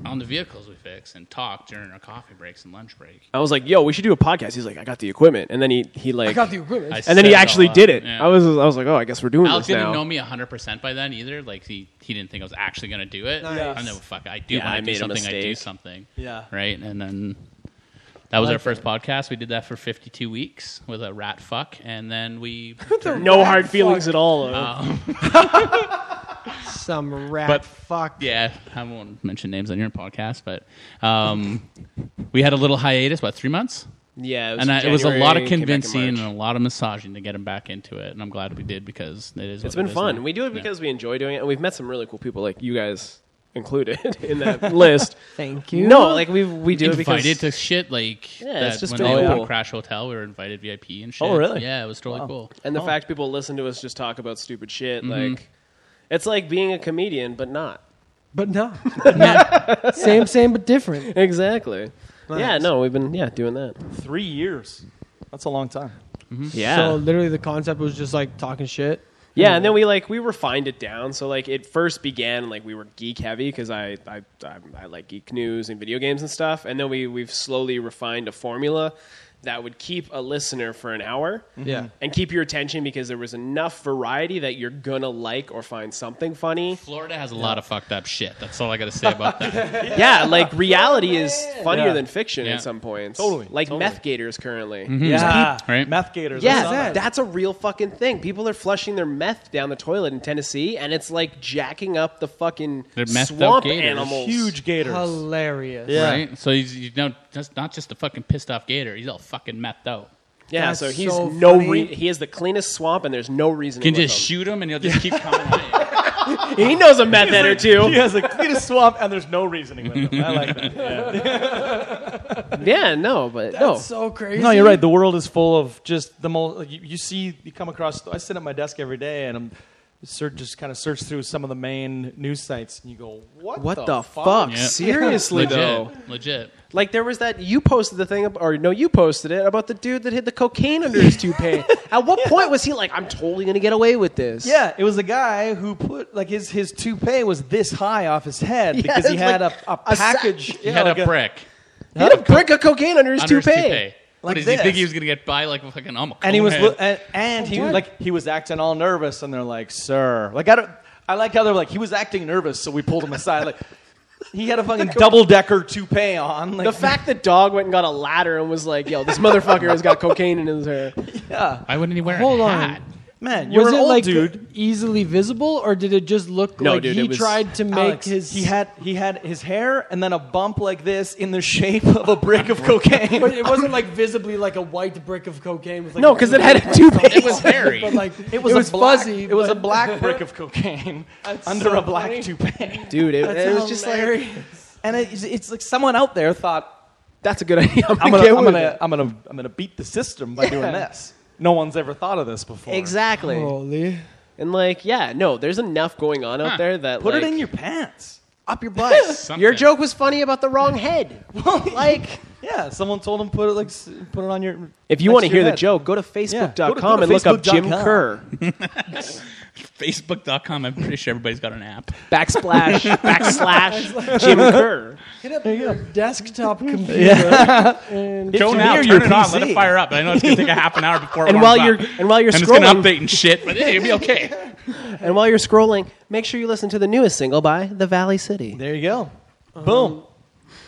on the vehicles we fix and talk during our coffee breaks and lunch break. I was like, "Yo, we should do a podcast." He's like, "I got the equipment," and then he he like, I got the equipment. I and then he set it all actually up. did it. Yeah. I was I was like, "Oh, I guess we're doing Alex this didn't now." know me 100% by then either. Like, he, he didn't think I was actually going to do it. Nice. I know, fuck, I do Yeah, I want to do made a something, I do mistake. something. Yeah. Right? And then that was our first podcast. We did that for 52 weeks with a rat fuck. And then we. [LAUGHS] no hard feelings at all. though. Uh, Some rat But- fuck. Yeah, I won't mention names on your podcast, but um, we had a little hiatus, what, three months? yeah, it was and I, it was a January, lot came of back in convincing uh, and March. a lot of massaging to get him back into it, and I'm glad we did because it is. It's been fun. We do it because we enjoy doing it, and we've met some really cool people, like you guys included [LAUGHS] in that list. Thank you. No, like we we do we it because invited to shit like Yeah, that it's just when really they cool. opened Crash Hotel, we were invited VIP and shit. Oh, really? Yeah, it was totally cool. and the fact people listen to us just talk about stupid shit, Mm-hmm. like it's like being a comedian but not. but no. [LAUGHS] same, same, but different. Exactly. Yeah, Nice. no, we've been yeah doing that. Three years. That's a long time. Yeah, So literally, the concept was just like talking shit. Mm-hmm. yeah, and then we like we refined it down. So like it first began like we were geek heavy because I I, I I like geek news and video games and stuff, and then we we've slowly refined a formula that would keep a listener for an hour. Mm-hmm. Yeah. And keep your attention because there was enough variety that you're gonna like or find something funny. Florida has a lot of fucked up shit. That's all I got to say [LAUGHS] about that. Yeah, like reality is funnier Yeah. than fiction Yeah. at some points. Totally. Like meth gators currently. Yeah, right? Meth gators. I saw Yeah, that. that's a real fucking thing. People are flushing their meth down the toilet in Tennessee, and it's like jacking up the fucking They're methed up swamp gators. that. animals. huge gators. Hilarious. Yeah. Right? So he's you know just not just a fucking pissed off gator. He's all fucking methed out. Yeah, That's so he's so no funny. re- he is the cleanest swamp, and there's no reason You to can lick just shoot him and he'll just keep coming. at [LAUGHS] you. him. He knows a meth head or two. He Yeah. has a clean swamp, and there's no reasoning with him. I like that. no, but That's no. so crazy. [LAUGHS] No, you're right. The world is full of just the most. Like, you, you see, you come across. I sit at my desk every day, and I'm search, just kind of search through some of the main news sites, and you go, "What? what the, fuck? Yeah. Seriously Legit. though, Legit. like there was that you posted the thing, ab- or no, you posted it about the dude that hid the cocaine under his toupee. At what point was he like, "I'm totally gonna get away with this"? Yeah, it was a guy who put like his his toupee was this high off his [LAUGHS] head Yeah, because he it's had like a, a a sack. package. He yeah, had like a brick he had a brick of cocaine under his under his toupee. toupee. Like what did he think this. he was gonna get by like a fucking almost? and he was lo- and, Oh, and he like he was acting all nervous, and they're like, "Sir, like I don't." I like how they're like he was acting nervous, so we pulled him aside. Like [LAUGHS] he had a fucking double decker toupee on. Like, The fact that dog went and got a ladder and was like, "Yo, this motherfucker has got cocaine in his hair." yeah, Why wouldn't he wear Hold a on. hat? man, you're Was an it old like dude. easily visible, or did it just look No, like dude, he it was- tried to make Alex, his? [LAUGHS] he had he had his hair and then a bump like this in the shape of a brick [LAUGHS] of cocaine. but it wasn't like visibly like a white brick of cocaine. With like No, a because it blue had a toupee. It [LAUGHS] was [LAUGHS] hairy. But [LAUGHS] like it was, it was a black, fuzzy. It was a but- [LAUGHS] black brick of cocaine under so a black funny. toupee. [LAUGHS] dude. It, That's it was just like, hilarious. And it, it's like someone out there [LAUGHS] thought "That's a good idea." [LAUGHS] I'm I'm gonna, gonna get I'm with gonna, it. I'm gonna I'm gonna beat the system by doing this. No one's ever thought of this before. Exactly. Oh. holy. And like, yeah, no, there's enough going on out Huh. there that Put like, it in your pants. Up your butt. Something. Your joke was funny about the wrong [LAUGHS] head. like, [LAUGHS] yeah, someone told him put it like s- put it on your. if you next want to your to hear the head. joke, go to facebook.com go to and look up Jim facebook.com. [LAUGHS] Kerr. Facebook.com. I'm pretty sure everybody's got an app. Backsplash, [LAUGHS] backslash, Jim Kerr. Hit up your desktop computer. And Go It's now. near Turn your it on. Let PC. it fire up. I know it's gonna take a half an hour before. It And warms while up. you're- and while you're and it's gonna scrolling- update and shit, but hey, it'll be okay. And while you're scrolling, make sure you listen to the newest single by The Valley City. There you go. Uh-huh. Boom.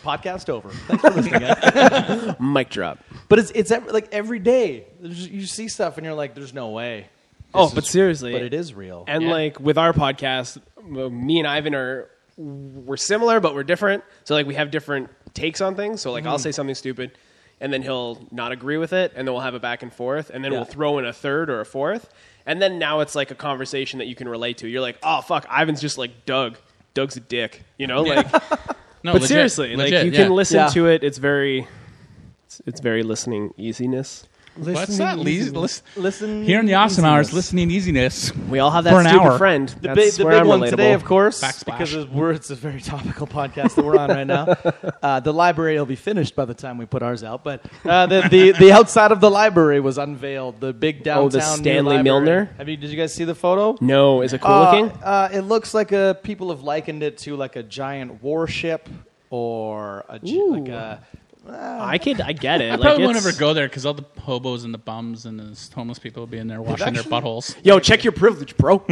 Podcast over. Thanks for listening. guys. Mic drop. [LAUGHS] But it's it's ev- like every day There's- you see stuff and you're like, "There's no way." Oh, This but is- seriously. but it is real. And Yeah. like with our podcast, m- me and Ivan are we're similar, but we're different. So like we have different takes on things. So like I'll say something stupid, and then he'll not agree with it, and then we'll have a back and forth, and then Yeah. we'll throw in a third or a fourth, and then now it's like a conversation that you can relate to. You're like, oh fuck, Ivan's just like Doug. Doug's a dick, you know. [LAUGHS] Like, No, but legit, seriously, like legit, you yeah. can listen Yeah. to it. It's very, it's, it's very listening easiness. What's that? Listen, listen, Listen here in the awesome hours, easiness. listening easiness. We all have For that an stupid hour. friend. The, big, That's the where big I'm one today, relatable. of course, Backsplash. because it's- we're, it's a very topical podcast that we're on right [LAUGHS] now. Uh, the library will be finished by the time we put ours out, but uh, the, the the outside of the library was unveiled. The big downtown. Oh, the new Stanley library. Milner? Have you? Did you guys see the photo? No, is it cool Uh, looking? Uh, it looks like a. People have likened it to like a giant warship or a gi- like a. I could, I get it. I Like, probably won't it's- ever go there because all the hobos and the bums and the homeless people will be in there washing their buttholes. Yo, check your privilege, bro.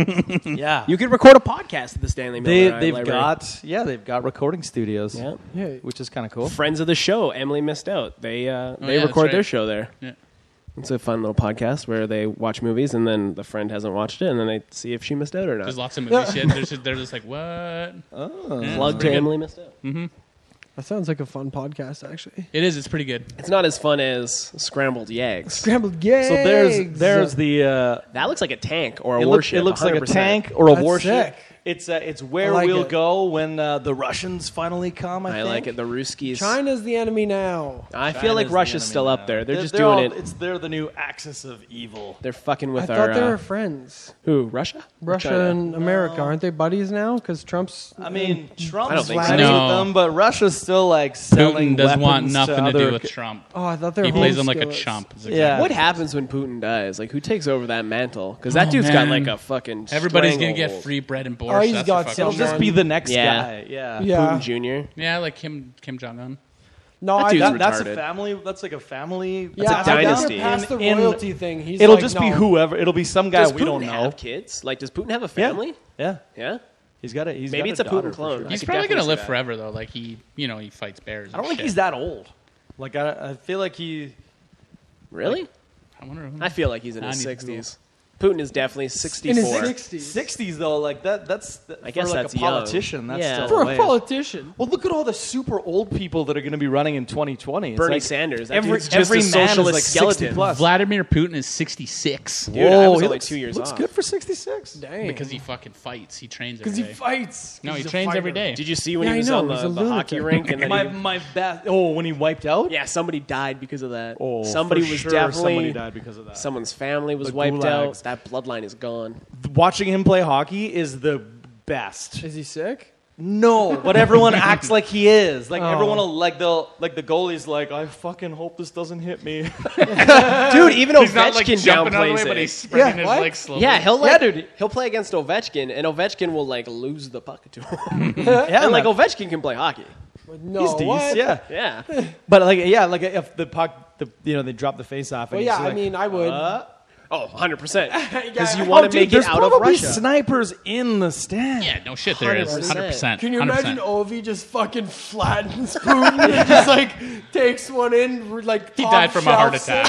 Yeah, you could record a podcast at the Stanley they Miller. they've Library. got yeah they've got recording studios. Yeah. Yeah. which is kind of cool. friends of the show. Emily missed out. They uh, they Oh, yeah, that's record their right. show there. Yeah. It's a fun little podcast where they watch movies and then the friend hasn't watched it and then they see if she missed out or There's not. lots of [LAUGHS] movie shit. They're just, they're just like, what? Oh. Mm. Plug to Emily missed out. That sounds like a fun podcast, actually. It is. It's pretty good. It's not as fun as scrambled yeggs. Scrambled yay. So there's there's the. Uh, That looks like a tank or a it looks, warship. it looks like a 100%. tank or a That's warship. sick. It's uh, it's where like we'll it. go when uh, the Russians finally come. I, I think. like it. The Ruskies. China's the enemy now. I feel like China's the Russia's enemy still now. up there. They're, just all- doing it. It's they're the new axis of evil. They're fucking I with thought our they uh, were friends. who Russia. Russia China. and America aren't they buddies now? Because Trump's. I mean, I don't Trump's think so. flatting No. with them, but Russia's still like selling Putin doesn't want weapons nothing to, to, do other- with Trump. oh, I thought they were. he plays him like a homeschoolers. chump. is Yeah. exactly- What happens when Putin dies? Like, who takes over that mantle? Because that Oh, dude's got man. like a fucking. Everybody's gonna get stranglehold. free bread and Oh, borscht. he's that's got for some- He'll fucking just sure. be the next Yeah. guy. Yeah. Yeah. Putin Jr. Yeah, like Kim Kim Jong Un. No, That I, dude's that, That- that's a retarded. family. That's like a family. yeah, a I think they're dynasty. Past the In- in- royalty thing. He's It'll like, just no. be whoever. It'll be some guy Does we Putin don't know. have kids? Like, does Putin have a Yeah. family? Yeah. Yeah. He's got a. He's Maybe got it's a Putin daughter for clone. sure. I He's could probably gonna definitely see live that. forever though. Like he, you know, he fights bears. I don't think he's that old. Like I, I feel like he. Really? I wonder. I feel like he's in his 90s. sixties. Putin is definitely in his sixty-four. 60s. 60s though, like that. That's th- I guess for, like, that's a politician. young. That's Yeah. still For a way. politician. Well, look at all the super old people that are going to be running in 2020. It's Bernie like Sanders. That Every dude's just every a man socialist is like 60 skeleton. plus. Vladimir Putin is 66 Dude, I was he only looks, two years looks off. good for 66. Dang. because he fucking fights. He trains every Because day. he fights. no, he He's a trains every fighter. day. Did you see when Yeah, he I was know, on he's the, a the hockey lunatic. rink and then My he, my best. Oh, when he wiped out. yeah, somebody died because of that. Oh, somebody for was sure definitely somebody died because of that. someone's family was The wiped out. gulags. That bloodline is gone. Watching him play hockey is the best. Is he sick? No, but [LAUGHS] everyone acts like he is. Like Oh. everyone will like they'll like the goalie's like I fucking hope this doesn't hit [LAUGHS] me. [LAUGHS] Dude, even He's not like Ovechkin jumping out of the way, downplays but it. he's spreading Yeah, his what? legs slowly. Yeah, he'll Yeah, like dude. he'll play against Ovechkin, and Ovechkin will like lose the puck to [LAUGHS] him. yeah, and like like "Oh, Ovechkin can play hockey. No, he's what? decent. Yeah, [LAUGHS] Yeah, but like yeah, like if the puck, the, you know, they drop the face off. And Well, you yeah, see, I like, mean, I would. uh, oh, [LAUGHS] 100 percent. Because you Oh, want to dude, make there's it out of probably Russia. Snipers in the stand. Yeah, no shit. There is 100%. 100. percent Can you imagine Ovi just fucking flattens Putin and just [LAUGHS] like takes one in like He top died from a heart shelf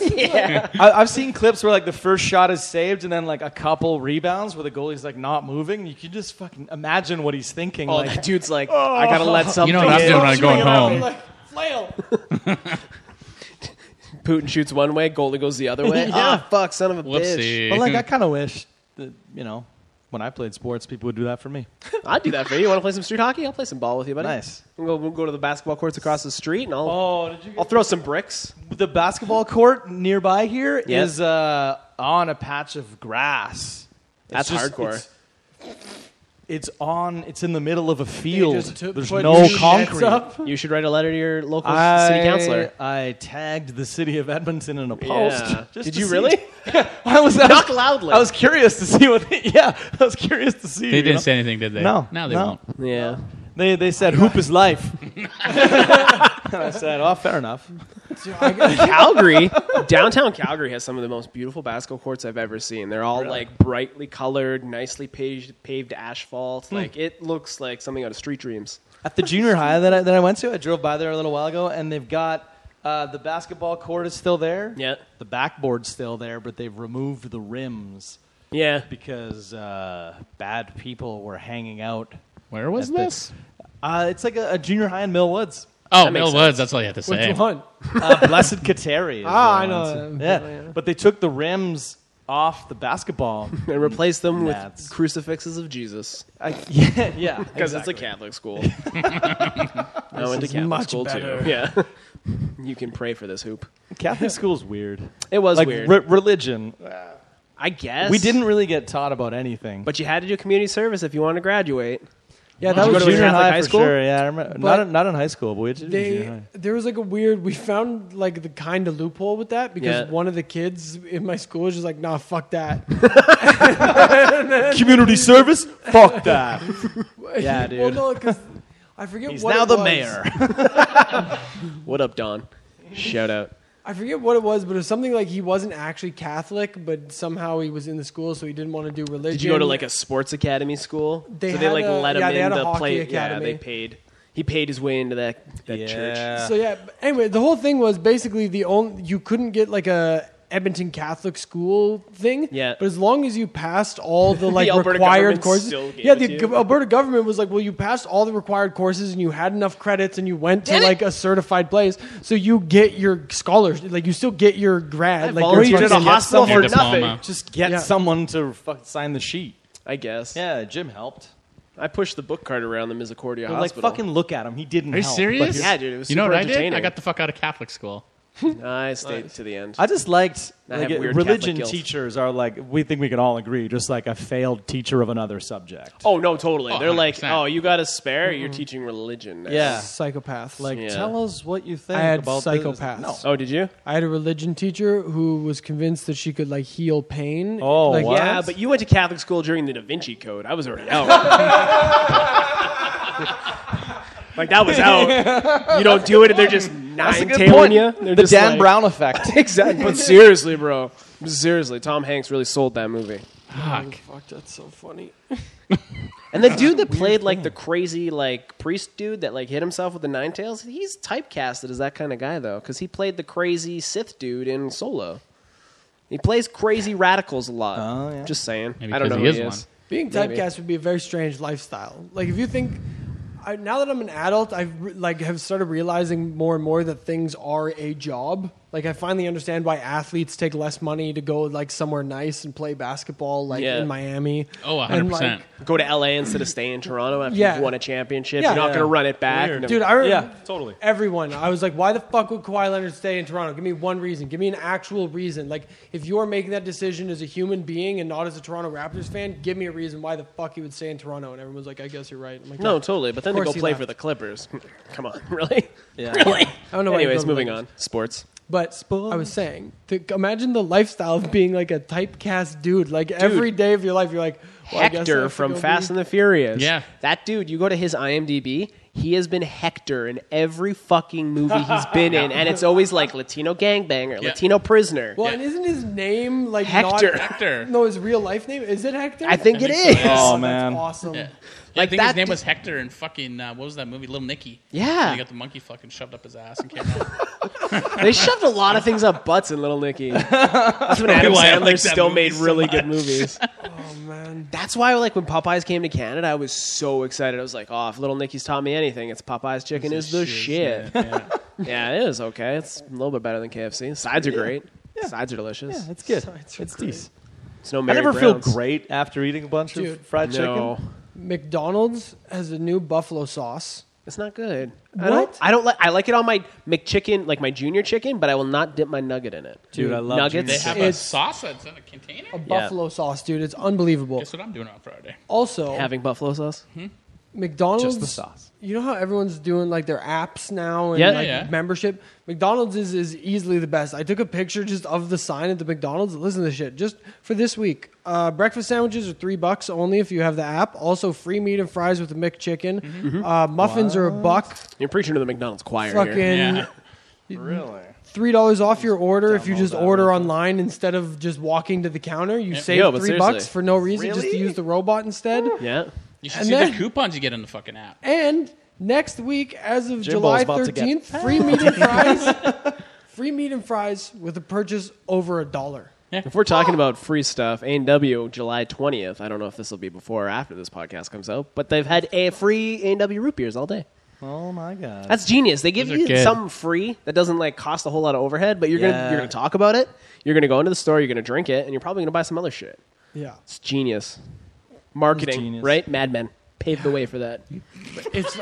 attack. [LAUGHS] I, I've seen clips where like the first shot is saved and then like a couple rebounds where the goalie's like not moving. You can just fucking imagine what he's thinking. Oh, like, that dude's like, I gotta let something. You know what I'm in." doing when I'm going shooting around, home. like, flail. [LAUGHS] Putin shoots one way, goalie goes the other [LAUGHS] way. Ah, fuck, son of a bitch. [LAUGHS] Whoopsie. But like I kind of wish that you know when I played sports, people would do that for me. I'd do that for you. You want to play some street hockey? I'll play some ball with you, buddy. Nice. We'll go, we'll go to the basketball courts across the street, and I'll Oh, did you? I'll throw some bricks. the basketball court nearby here is Yeah. uh, on a patch of grass. It's That's hardcore. It's, it's on. It's in the middle of a You field. just took- There's put no your nets concrete. up. You should write a letter to your local city I, councilor. I tagged the city of Edmonton in a post. Yeah. just Did to you see. really? [LAUGHS] I was, I Knock was- loudly. I was curious to see what. [LAUGHS] They, yeah, I was curious to see. They you know? didn't say anything, did they? No, Now they no. won't. yeah. They they said hoop is [LAUGHS] life. [LAUGHS] and I said, oh, fair enough. Calgary, downtown Calgary has some of the most beautiful basketball courts I've ever seen. They're all like brightly colored, nicely paved, paved asphalt. Like it looks like something out of Street Dreams. At the junior high that I, that I went to, I drove by there a little while ago, and they've got uh, the basketball court is still there. Yeah. The backboard's still there, but they've removed the rims Yeah. because uh, bad people were hanging out Where was That's this? Uh, it's like a, a junior high in Mill Woods. Oh, That makes Bill sense. Woods. That's all you had to say. Which one? [LAUGHS] Uh, Blessed Kateri. is Ah, the I one. know. Yeah. But they took the rims off the [LAUGHS] basketball. and replace them That's- with crucifixes of Jesus I, [LAUGHS] yeah, yeah. because it's a Catholic school. I went to is Catholic much school better. too. Yeah, [LAUGHS] you can pray for this hoop. Catholic school's weird. It was like weird. re- religion. I guess We didn't really get taught about anything. but you had to do community service if you want to graduate. Yeah, Did that you was go to junior junior Catholic high, high for school? sure. Yeah, I remember. Not, But- in- not in high school, but we did. in junior They high. there was like a weird. We found like the kind of loophole with that because Yeah. one of the kids in my school was just like, "Nah, fuck that." Community service? Fuck that. [LAUGHS] [LAUGHS] Yeah, well, dude. no, because I forget. He's what now it the was. mayor. What up, Don? Shout out. I forget what it was, but it was something like he wasn't actually Catholic, but somehow he was in the school, so he didn't want to do religion. Did you go to like a sports academy school? They so they had like a- let him yeah, in they had a the hockey play. academy. Yeah, they paid. He paid his way into that that church. So yeah. but Anyway, the whole thing was basically the only you couldn't get like a Edmonton Catholic school thing. Yeah. But as long as you passed all [LAUGHS] the like Alberta required government courses. still gave yeah. it The to you. go- Alberta government was like, well, you passed all the required courses and you had enough credits and you went to like a certified place, so you get your scholarship. Like you still get your grad. like your volunteered at a fucking- hospital Your for diploma. nothing. Just get Yeah. someone to fuck, sign the sheet. I guess. Yeah, Jim helped. I pushed the book cart around the Misericordia But, Like Hospital. fucking look at him. He didn't. Are you help, serious? but- Yeah, dude, it was You know super what I did? entertaining. I got the fuck out of Catholic school. I stayed to the end. I just liked I like, have weird Catholic religion guilt. teachers are like we think we can all agree just like a failed teacher of another subject. oh no, totally. Oh, They're like, 100%. oh, you got a spare? You're teaching religion. Now. Yeah. Psychopath. Like Yeah. Tell us what you think I had about psychopaths. This. Oh, did you? I had a religion teacher who was convinced that she could like heal pain. Oh, like, what? Yeah, but you went to Catholic school during the Da Vinci Code. I was already [LAUGHS] out. like that was [LAUGHS] out. You don't do it, and they're just nine No. Good point. tailing you. They're The just Dan like- Brown [LAUGHS] effect. Exactly. But seriously, bro. Seriously, Tom Hanks really sold that movie. Fuck. Oh, Fuck, that's so funny. [LAUGHS] And the dude that played like the crazy like priest dude that like hit himself with the nine tails, he's typecasted as that kind of guy though, because he played the crazy Sith dude in Solo. He plays crazy radicals a lot. Oh, yeah. Just saying. Maybe I don't 'cause know who he is he one. is. Being Maybe. typecast would be a very strange lifestyle. Like if you think, I, now that I'm an adult, I re- like have started realizing more and more that things are a job. Like I finally understand why athletes take less money to go like somewhere nice and play basketball, like Yeah. in Miami. Oh, And, 100%. like, Go to LA instead of staying in Toronto after Yeah. you've won a championship. Yeah. You're not Yeah. gonna run it back. Weird. No. Dude, I remember Yeah, totally. everyone. I was like, why the fuck would Kawhi Leonard stay in Toronto? Give me one reason. Give me an actual reason. Like, if you're making that decision as a human being and not as a Toronto Raptors fan, give me a reason why the fuck he would stay in Toronto. And everyone was like, I guess you're right. I'm like, no, totally. But then Of they go course he play left. for the Clippers. [LAUGHS] Come on, really? Yeah. really? Oh, I don't know why you Anyways, go to moving Lakers. on. Sports. But I was saying, to imagine the lifestyle of being like a typecast dude. Like every day of your life, you're like well, I guess I Hector have to from go Fast be- and the Furious. Yeah. That dude, you go to his IMDb, he has been Hector in every fucking movie he's been [LAUGHS] in. And it's always like Latino gangbanger, Yeah. Latino prisoner. Well, and isn't his name like Hector. Not, Hector. no, his real life name is it Hector? I think I it think so, is. yeah. Oh That's man. awesome. Yeah. Yeah, I Like think his that name d- was Hector and fucking uh, what was that movie? Little Nicky. Yeah. And he got the monkey fucking shoved up his ass and came out. Oh. They shoved a lot of things up butts in Little [LAUGHS] Nicky. That's when Adam why I Sandler like that still movie made so really good [LAUGHS] movies. Oh man. That's why, like, when Popeyes came to Canada, I was so excited. I was like, oh, if Little Nicky's taught me anything, it's Popeyes chicken is the shit. Yeah. [LAUGHS] Yeah, it is okay. It's a little bit better than KFC. Sides are great. Sides are delicious. Yeah, it's good. Sides are It's great. decent. It's no I Mary never Brown's. feel great after eating a bunch Dude, of fried No, chicken. McDonald's has a new buffalo sauce. it's not good. What? I don't. I don't like. I like it on my McChicken, like my junior chicken, but I will not dip my nugget in it. Dude, I love nuggets. They have It's- a sauce that's in a container. A buffalo sauce, dude. It's unbelievable. Guess what I'm doing on Friday? Also, having buffalo sauce. McDonald's Just the sauce. You know how everyone's doing like their apps now and Yeah, like yeah. membership? McDonald's is, is easily the best. I took a picture just of the sign at the McDonald's. Listen to this shit. Just for this week. Uh, breakfast sandwiches are three bucks only if you have the app. Also free meat and fries with the McChicken. Mm-hmm. Uh, muffins are a buck. You're preaching to the McDonald's choir Fucking here. Yeah. Really? three dollars off your order if you Download just that order online instead of just walking to the counter. You save Yo, but three seriously. bucks for no reason just to Really? use the robot instead. Yeah. You should And see then- the coupons you get in the fucking app. And next week, as of Jimbo's July about to get- [LAUGHS] 13th, free meat and fries. free meat and fries with a purchase over a dollar. If we're talking about free stuff, A&W July 20th, I don't know if this will be before or after this podcast comes out, but they've had a free A&W root beers all day. Oh my god. That's genius. They give Those are you good. something free that doesn't like cost a whole lot of overhead, but you're Yeah. gonna you're gonna talk about it. You're gonna go into the store, you're gonna drink it, and you're probably gonna buy some other shit. Yeah. It's genius. Marketing, genius. right? Mad Men paved the way for that. [LAUGHS] It's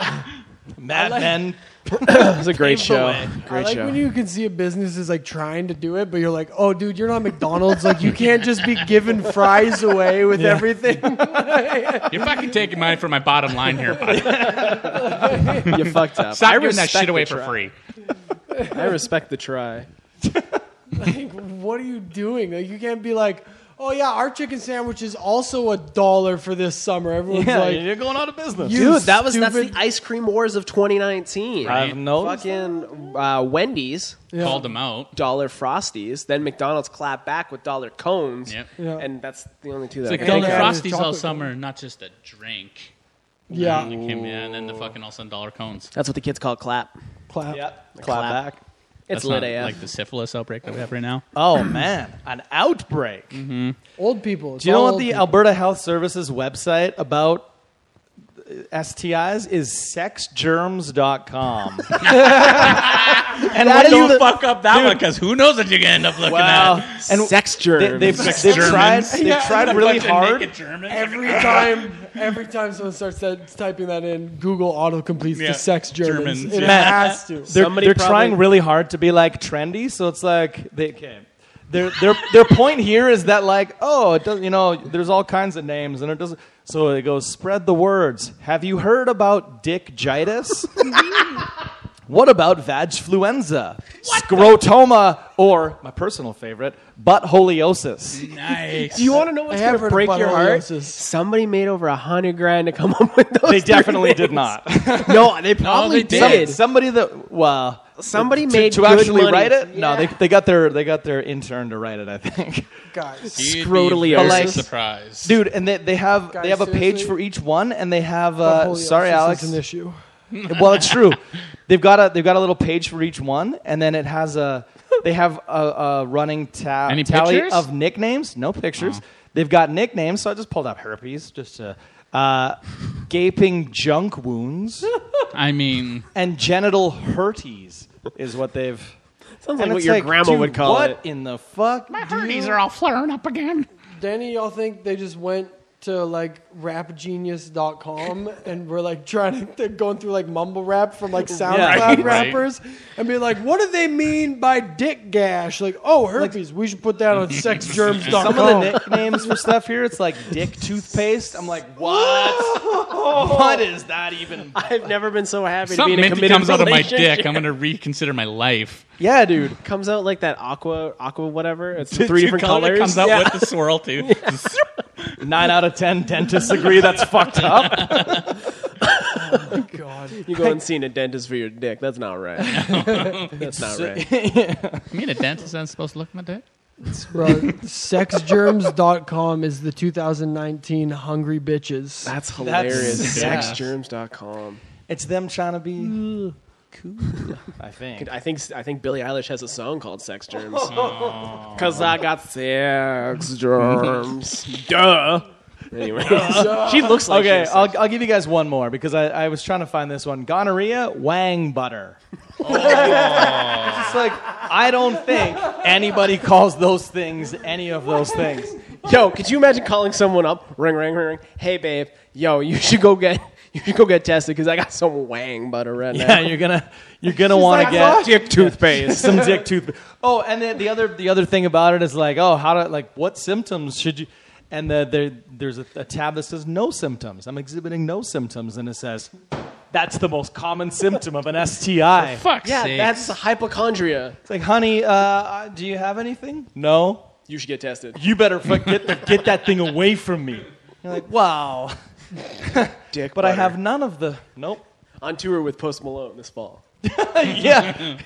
Mad like- Men. It was a great show. I Great like show. when you can see a business is like trying to do it, but you're like, oh, dude, you're not McDonald's. Like, you can't just be giving fries away [LAUGHS] with everything. [LAUGHS] You're fucking taking mine for my bottom line here, buddy. you fucked up. Stop I giving that respect shit away the for try. free. I respect the try. Like, what are you doing? Like, you can't be like, oh, yeah, our chicken sandwich is also a dollar for this summer. Everyone's [LAUGHS] Yeah, like, you're going out of business. you Dude, that was that's the stupid- ice cream wars of 2019. I've noticed. Fucking uh, Wendy's, Yeah. Called them out. dollar frosties, then McDonald's clapped back with dollar cones, Yep. Yeah. and that's the only two that. It's like I Dollar Dollar can Frosties think of. Frosties all all chocolate. summer, not just a drink. Yeah. And, like, yeah, and then the fucking all of a sudden dollar cones. That's what the kids call clap. Clap. Clap, back. It's That's lit not AF. like the syphilis outbreak that we have right now. Oh man, an outbreak. Old people. It's Do you know all what old the people. Alberta Health Services website about uh, STIs is sexgerms.com. and why Don't fuck up that one because who knows what you're gonna end up looking Wow. at? And Sex they, germs. they've, Sex they've Germans. tried, they've Yeah, tried A really bunch of hard. naked Germans. Every time, every time someone starts that, typing that in, Google auto completes Yeah. to sex Germans. Germans, It yeah. has to. They're, Somebody they're probably- trying really hard to be like trendy, so it's like they can. Their, their, their point here is that like oh it does you know there's all kinds of names and it doesn't so it goes spread the words have you heard about [LAUGHS] dickgitis what about vagfluenza scrotoma or my personal favorite buttholiosis nice. Do you want to know what's I have going to heard break of your heart? butteroliosis. Somebody made over a hundred grand to come [LAUGHS] up with those. they three definitely [LAUGHS] names. did not [LAUGHS] No, they probably they Some- did. somebody that well Somebody to, made to good actually money. write it no they, Yeah. they got their they got their intern to write it i think [LAUGHS] Guys. You'd be Scrotaliosis. very Like- surprised. dude and they, they have Guys, they have a page seriously? for each one and they have uh, sorry This is alex an issue. well it's true they've got a they've got a little page for each one and then it has a they have a, a running ta- Any tally pictures? of nicknames no pictures they've got nicknames so i just pulled up herpes just to uh, gaping junk wounds I mean, and genital herpes is what they've Sounds and like what it's your grandma dude, would call what it. in the fuck my herpes are all flaring up again. Danny, y'all think they just went to like rapgenius.com and we're like trying to they're going through like mumble rap from like SoundCloud Right. rappers and be like, what do they mean by dick gash? Like, oh, herpes. we should put [LAUGHS] that on sexgerms.com. Some of the nicknames for stuff here, it's like dick toothpaste. I'm like, what? what [LAUGHS] is that even? I've never been so happy to be in Something a minty committed comes out of my relationship. dick. I'm gonna reconsider [LAUGHS] my life. Yeah, dude. Comes out like that aqua, aqua whatever. It's the three Two different color that colors. comes out Yeah. with the swirl too. [LAUGHS] Nine out of ten dentists agree that's fucked up. Oh, God. You go and seeing a dentist for your dick. That's [LAUGHS] not right. [LAUGHS] That's not right. Me and a dentist aren't supposed to look at my dick. Bro, sexgerms.com is the 2019 hungry bitches. That's hilarious. [LAUGHS] hilarious. yeah. Sexgerms.com. It's them trying to be cool. I think. I think I think Billie Eilish has a song called Sex [LAUGHS] Germs. Oh. Cause I got sex germs. Duh. [LAUGHS] Anyway, she looks like Oh, Okay, she has I'll, I'll give you guys one more because I, I was trying to find this one. Gonorrhea, wang [LAUGHS] butter. Oh. it's just like, I don't think anybody calls those things any of those things. sex. Yo, could you imagine calling someone up? Ring, ring, ring, ring. Hey, babe. Yo, you should go get [LAUGHS] you should go get tested because I got some wang butter right Yeah, now. you're gonna you're gonna want to I get got dick [LAUGHS] toothpaste. some dick tooth. Oh, and then the other the other thing about it is like, oh, how do like what symptoms should you? And the, there there's a, a tab that says no symptoms. I'm exhibiting no symptoms, and it says that's the most common symptom of an STI. Fuck yeah, that's hypochondria. It's like, honey, uh, uh, do you have anything? No. You should get tested. You better fuck, get the, get that thing away from me. You're like, wow, Dick, but I have none of the. Nope. on tour with Post Malone this fall. Yeah.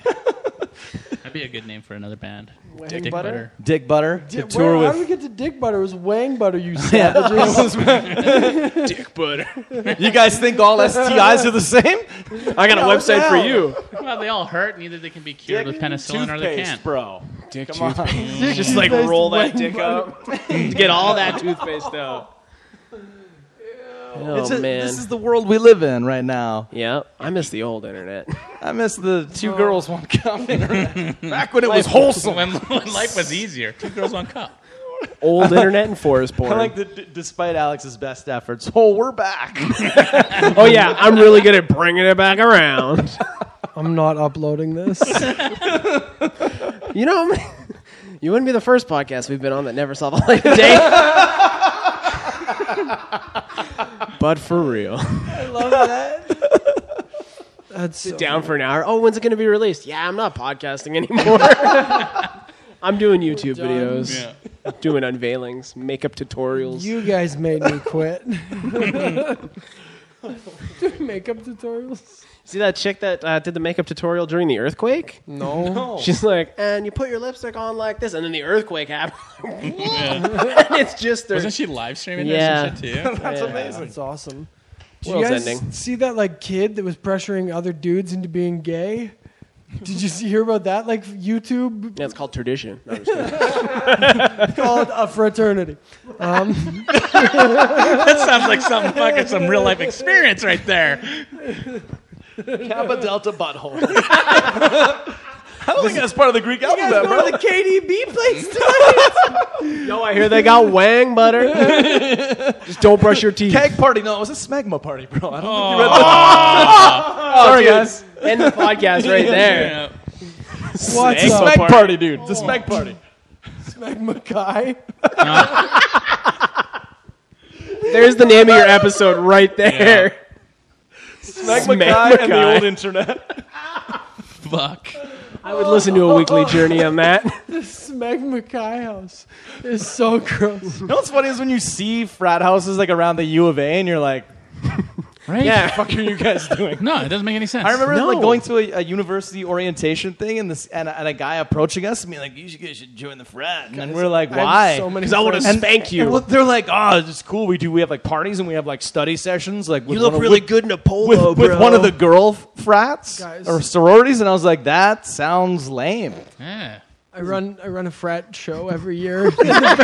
That'd be a good name for another band. Wang Butter? Dick Butter to Did, where, tour with. how do we get to Dick Butter? It was Wang Butter, [LAUGHS] you [LAUGHS] savages. Dick Butter. you guys think all STIs are the same? I got a website for you. Well, they all hurt, and either they can be cured with penicillin or they Toothpaste, can't. bro. Dick Come Just like roll that dick up to [LAUGHS] get all that toothpaste out. [LAUGHS] Oh It's a- man. This is the world we live in right now. yeah, I miss the old internet. I miss the two girls [LAUGHS] one cup. internet. Back when it was So wholesome. when, when life was easier, two girls, one cup. [LAUGHS] old internet and forest porn. I like the d- despite Alex's best efforts. Oh, we're back. oh yeah, I'm really good at bringing it [LAUGHS] back around. I'm not uploading [LAUGHS] this. You know, you wouldn't be the first podcast we've been on that never saw the light of day. [LAUGHS] but for real, That's so, down for an hour. Oh, when's it going to be released? Yeah, I'm not podcasting [LAUGHS] anymore. I'm doing YouTube done. videos, Yeah. doing unveilings, makeup tutorials. you guys made me quit. [LAUGHS] Makeup tutorials? See that chick that uh, did the makeup tutorial during the earthquake? No. [LAUGHS] She's like, and you put your lipstick on like this, and then the earthquake happened. [LAUGHS] it's just their Wasn't she live streaming Yeah. or some shit too? That's amazing. That's awesome. Did you World's guys ending. see that like kid that was pressuring other dudes into being gay? Did you see- hear about that? Like YouTube Yeah, it's called tradition. No, I'm just kidding. called a [LAUGHS] fraternity. that sounds like some fucking some real life experience right there. Kappa Delta [LAUGHS] butthole. I don't think that's part of the Greek alphabet, bro. the KDB place. no, I hear they got wang butter. just don't brush your teeth. Keg party? No, it was a smegma party, bro. I don't Oh, Sorry, guys. End the podcast right there. [LAUGHS] Yeah. What's think up, smeg party, dude. The smeg party. Smegma guy? There's the name of your episode right there. Smegma Smegma guy and guy. the old internet. Fuck. I would listen to a weekly journey on [LAUGHS] that. Smegma guy house is so gross. [LAUGHS] You know what's funny is when you see frat houses like around the U of A, and you're like, Right? "What the fuck are you guys doing?" No, it doesn't make any sense. I remember No. like going to a, a university orientation thing, and this and a, and a guy approaching us and being like, "You guys should join the frat," and we're like, I have "Why?" So many Because I want to friends. spank And you. what- they're like, "Oh, it's cool. We do. We have like parties, and we have like study sessions. Like, with one of- with- good in a polo, with, with one of the girl f- frats Guys. or sororities, and I was like, that [LAUGHS] sounds lame. Yeah. I run I run a frat show every [LAUGHS] year. Shout out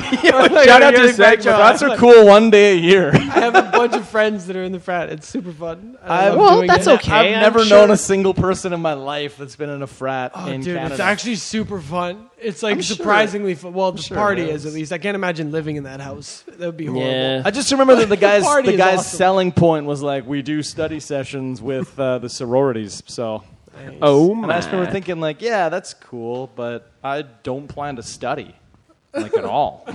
to the Smegma. Smegma. Frats are cool one day a year. I have a bunch of friends that are in the frat. It's super fun. [LAUGHS] I, I- love well, doing that's it. okay. I've I'm never sure- known a single person in my life that's been in a frat Oh, in dude, Canada. it's actually super fun. It's like I'm sure- surprisingly fun. Well, the sure it party is. is at least. I can't imagine living in that house. That would be horrible. Yeah. I just remember [LAUGHS] that the guy's party the, is guy's awesome. selling point was like we do study sessions with uh, the sororities. So Oh and I just remember thinking like, yeah, that's cool, but I don't plan to study like [LAUGHS] at all.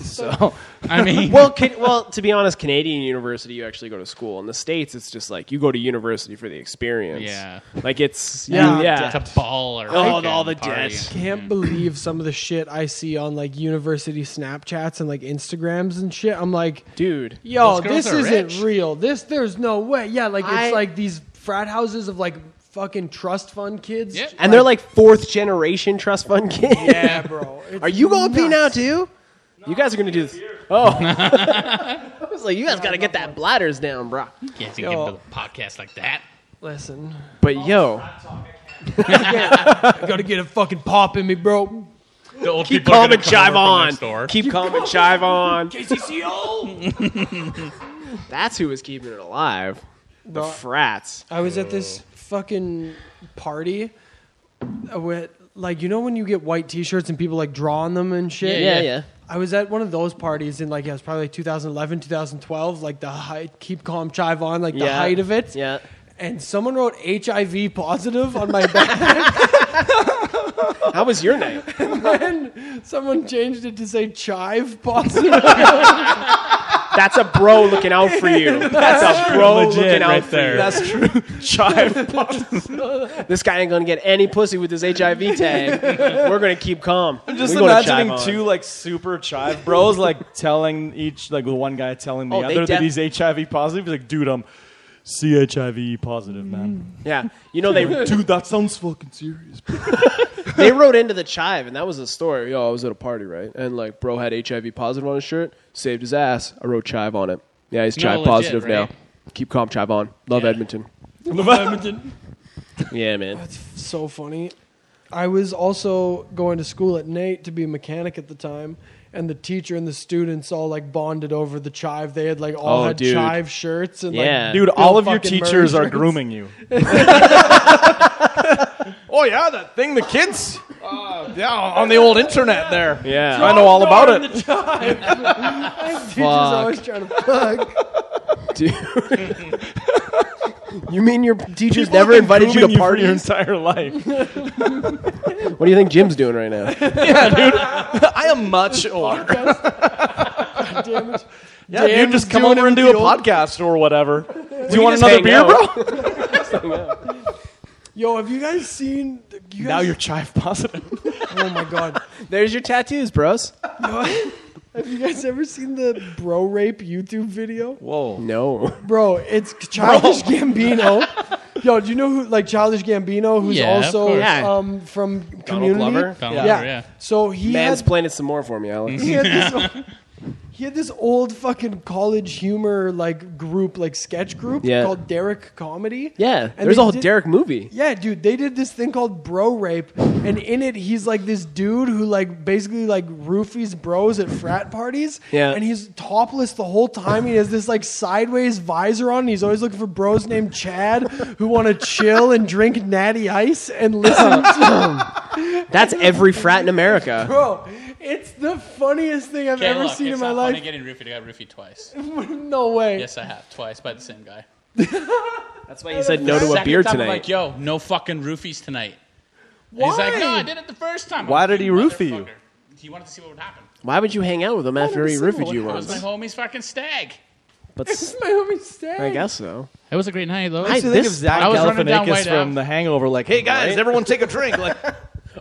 so I [LAUGHS] mean, Well, can, well, to be honest, Canadian university you actually go to school. In the states, it's just like you go to university for the experience. Yeah. like it's Yeah. yeah, yeah. it's a ball or Oh, and all fucking the party. debt. Can't believe some of the shit I see on like university Snapchats and like Instagrams and shit. I'm like, dude. yo, Those girls this are isn't rich. real. This there's no way. Yeah, like I- it's like these frat houses of like fucking trust fund kids. Yep. And they're like fourth generation trust fund kids. yeah, bro. It's [LAUGHS] Are you going to pee now nuts. too? you guys are going to do this. Oh. [LAUGHS] I was like, you guys got to get that bladders down, bro. Can't you get into the podcast like that? Listen, But yo, I gotta get a fucking pop in me, bro. The old keep people calm are gonna and chive over from on. next door. Keep calm and chive on. [LAUGHS] That's who was keeping it alive. The No. frats. I was at this fucking party uh, with like you know when you get white T-shirts and people like draw on them and shit. Yeah, yeah. I was at one of those parties in like yeah, it was probably like 2011, 2012, like the height. Keep calm, chive on, like the Yeah. height of it. Yeah. And someone wrote HIV positive on my back. [LAUGHS] How was your night? and someone changed it to say chive positive. That's a bro looking out for you. That's a bro looking out right for there. you. that's true. Chive. This guy ain't going to get any pussy with his HIV tag. We're going to keep calm. I'm [LAUGHS] just imagining two like super chive bros like telling each like the one guy telling the Oh, they other that def- he's HIV positive. He's like, dude, I'm CHIV positive, man. Yeah, you know they Dude, that sounds fucking [LAUGHS] serious. bro. they wrote into the chive, and that was the story. Yo, I was at a party, right? And like, bro had HIV positive on his shirt, saved his ass. I wrote chive on it. Yeah, he's No, chive legit, positive right? now. Keep calm, chive on. Love Yeah. Edmonton. Yeah, man. so funny. I was also going to school at Nate to be a mechanic at the time, and the teacher and the students all like bonded over the chive. They had like all Oh, had dude. chive shirts and Yeah. like Dude, Bill all of your fucking teachers Murray are shirts. grooming you. oh yeah, that thing the kids uh, yeah, on the old internet there. [LAUGHS] [LAUGHS] Yeah. I know all about it. [LAUGHS] Teachers always trying to fuck. Dude. you mean your teachers People have never been invited you grooming to for your parties? entire life. what do you think Jim's doing right now? [LAUGHS] I am much older. Damn it. Yeah, you Dan's just come doing over it and with do a the old- podcast or [LAUGHS] whatever. Do you want just another hang beer, out. bro? Yo, have you guys seen? You guys, now you're chive positive. Oh my god. There's your tattoos, bros. Have you guys ever seen the bro rape YouTube video? [LAUGHS] Whoa. [LAUGHS] No. Bro, it's Childish Gambino. Yo, do you know who like Childish Gambino, who's Yeah, of also course. Yeah. um, from Community? Glover? Found Yeah. out, yeah. So he had, Mm-hmm. Mansplain it some more for me, [LAUGHS] Alex. he had this. He had this old fucking college humor like group, like sketch group Yeah. called Derek Comedy. Yeah, And there's they a whole did- Derek movie. Yeah, dude, they did this thing called bro rape, and in it, he's like this dude who like basically like roofies bros at frat parties. Yeah. and he's topless the whole time. He has this like sideways visor on. And he's always looking for bros named Chad who want to chill and drink natty ice and [LAUGHS] listen to That's every frat in America. bro. It's the funniest thing I've ever seen in my Funny life. getting roofied. I got roofied twice. [LAUGHS] no way. yes, I have twice by the same guy. That's why he said no to a Second beer time, I'm tonight. like, yo, no fucking roofies tonight. And He's like, no, I did it the first time. I'm Why like, did he "You roofie you? motherfucker." He wanted to see what would happen. Why would you hang out with him after he Whatever, roofied you That was once? my homie's fucking stag. [LAUGHS] But This is my homie Stan. I guess so. It was a great night, though. I- So think of This- Zach I was running down Galifianakis White from Ave. The Hangover, like, "Hey guys, everyone take a [LAUGHS] drink." Like,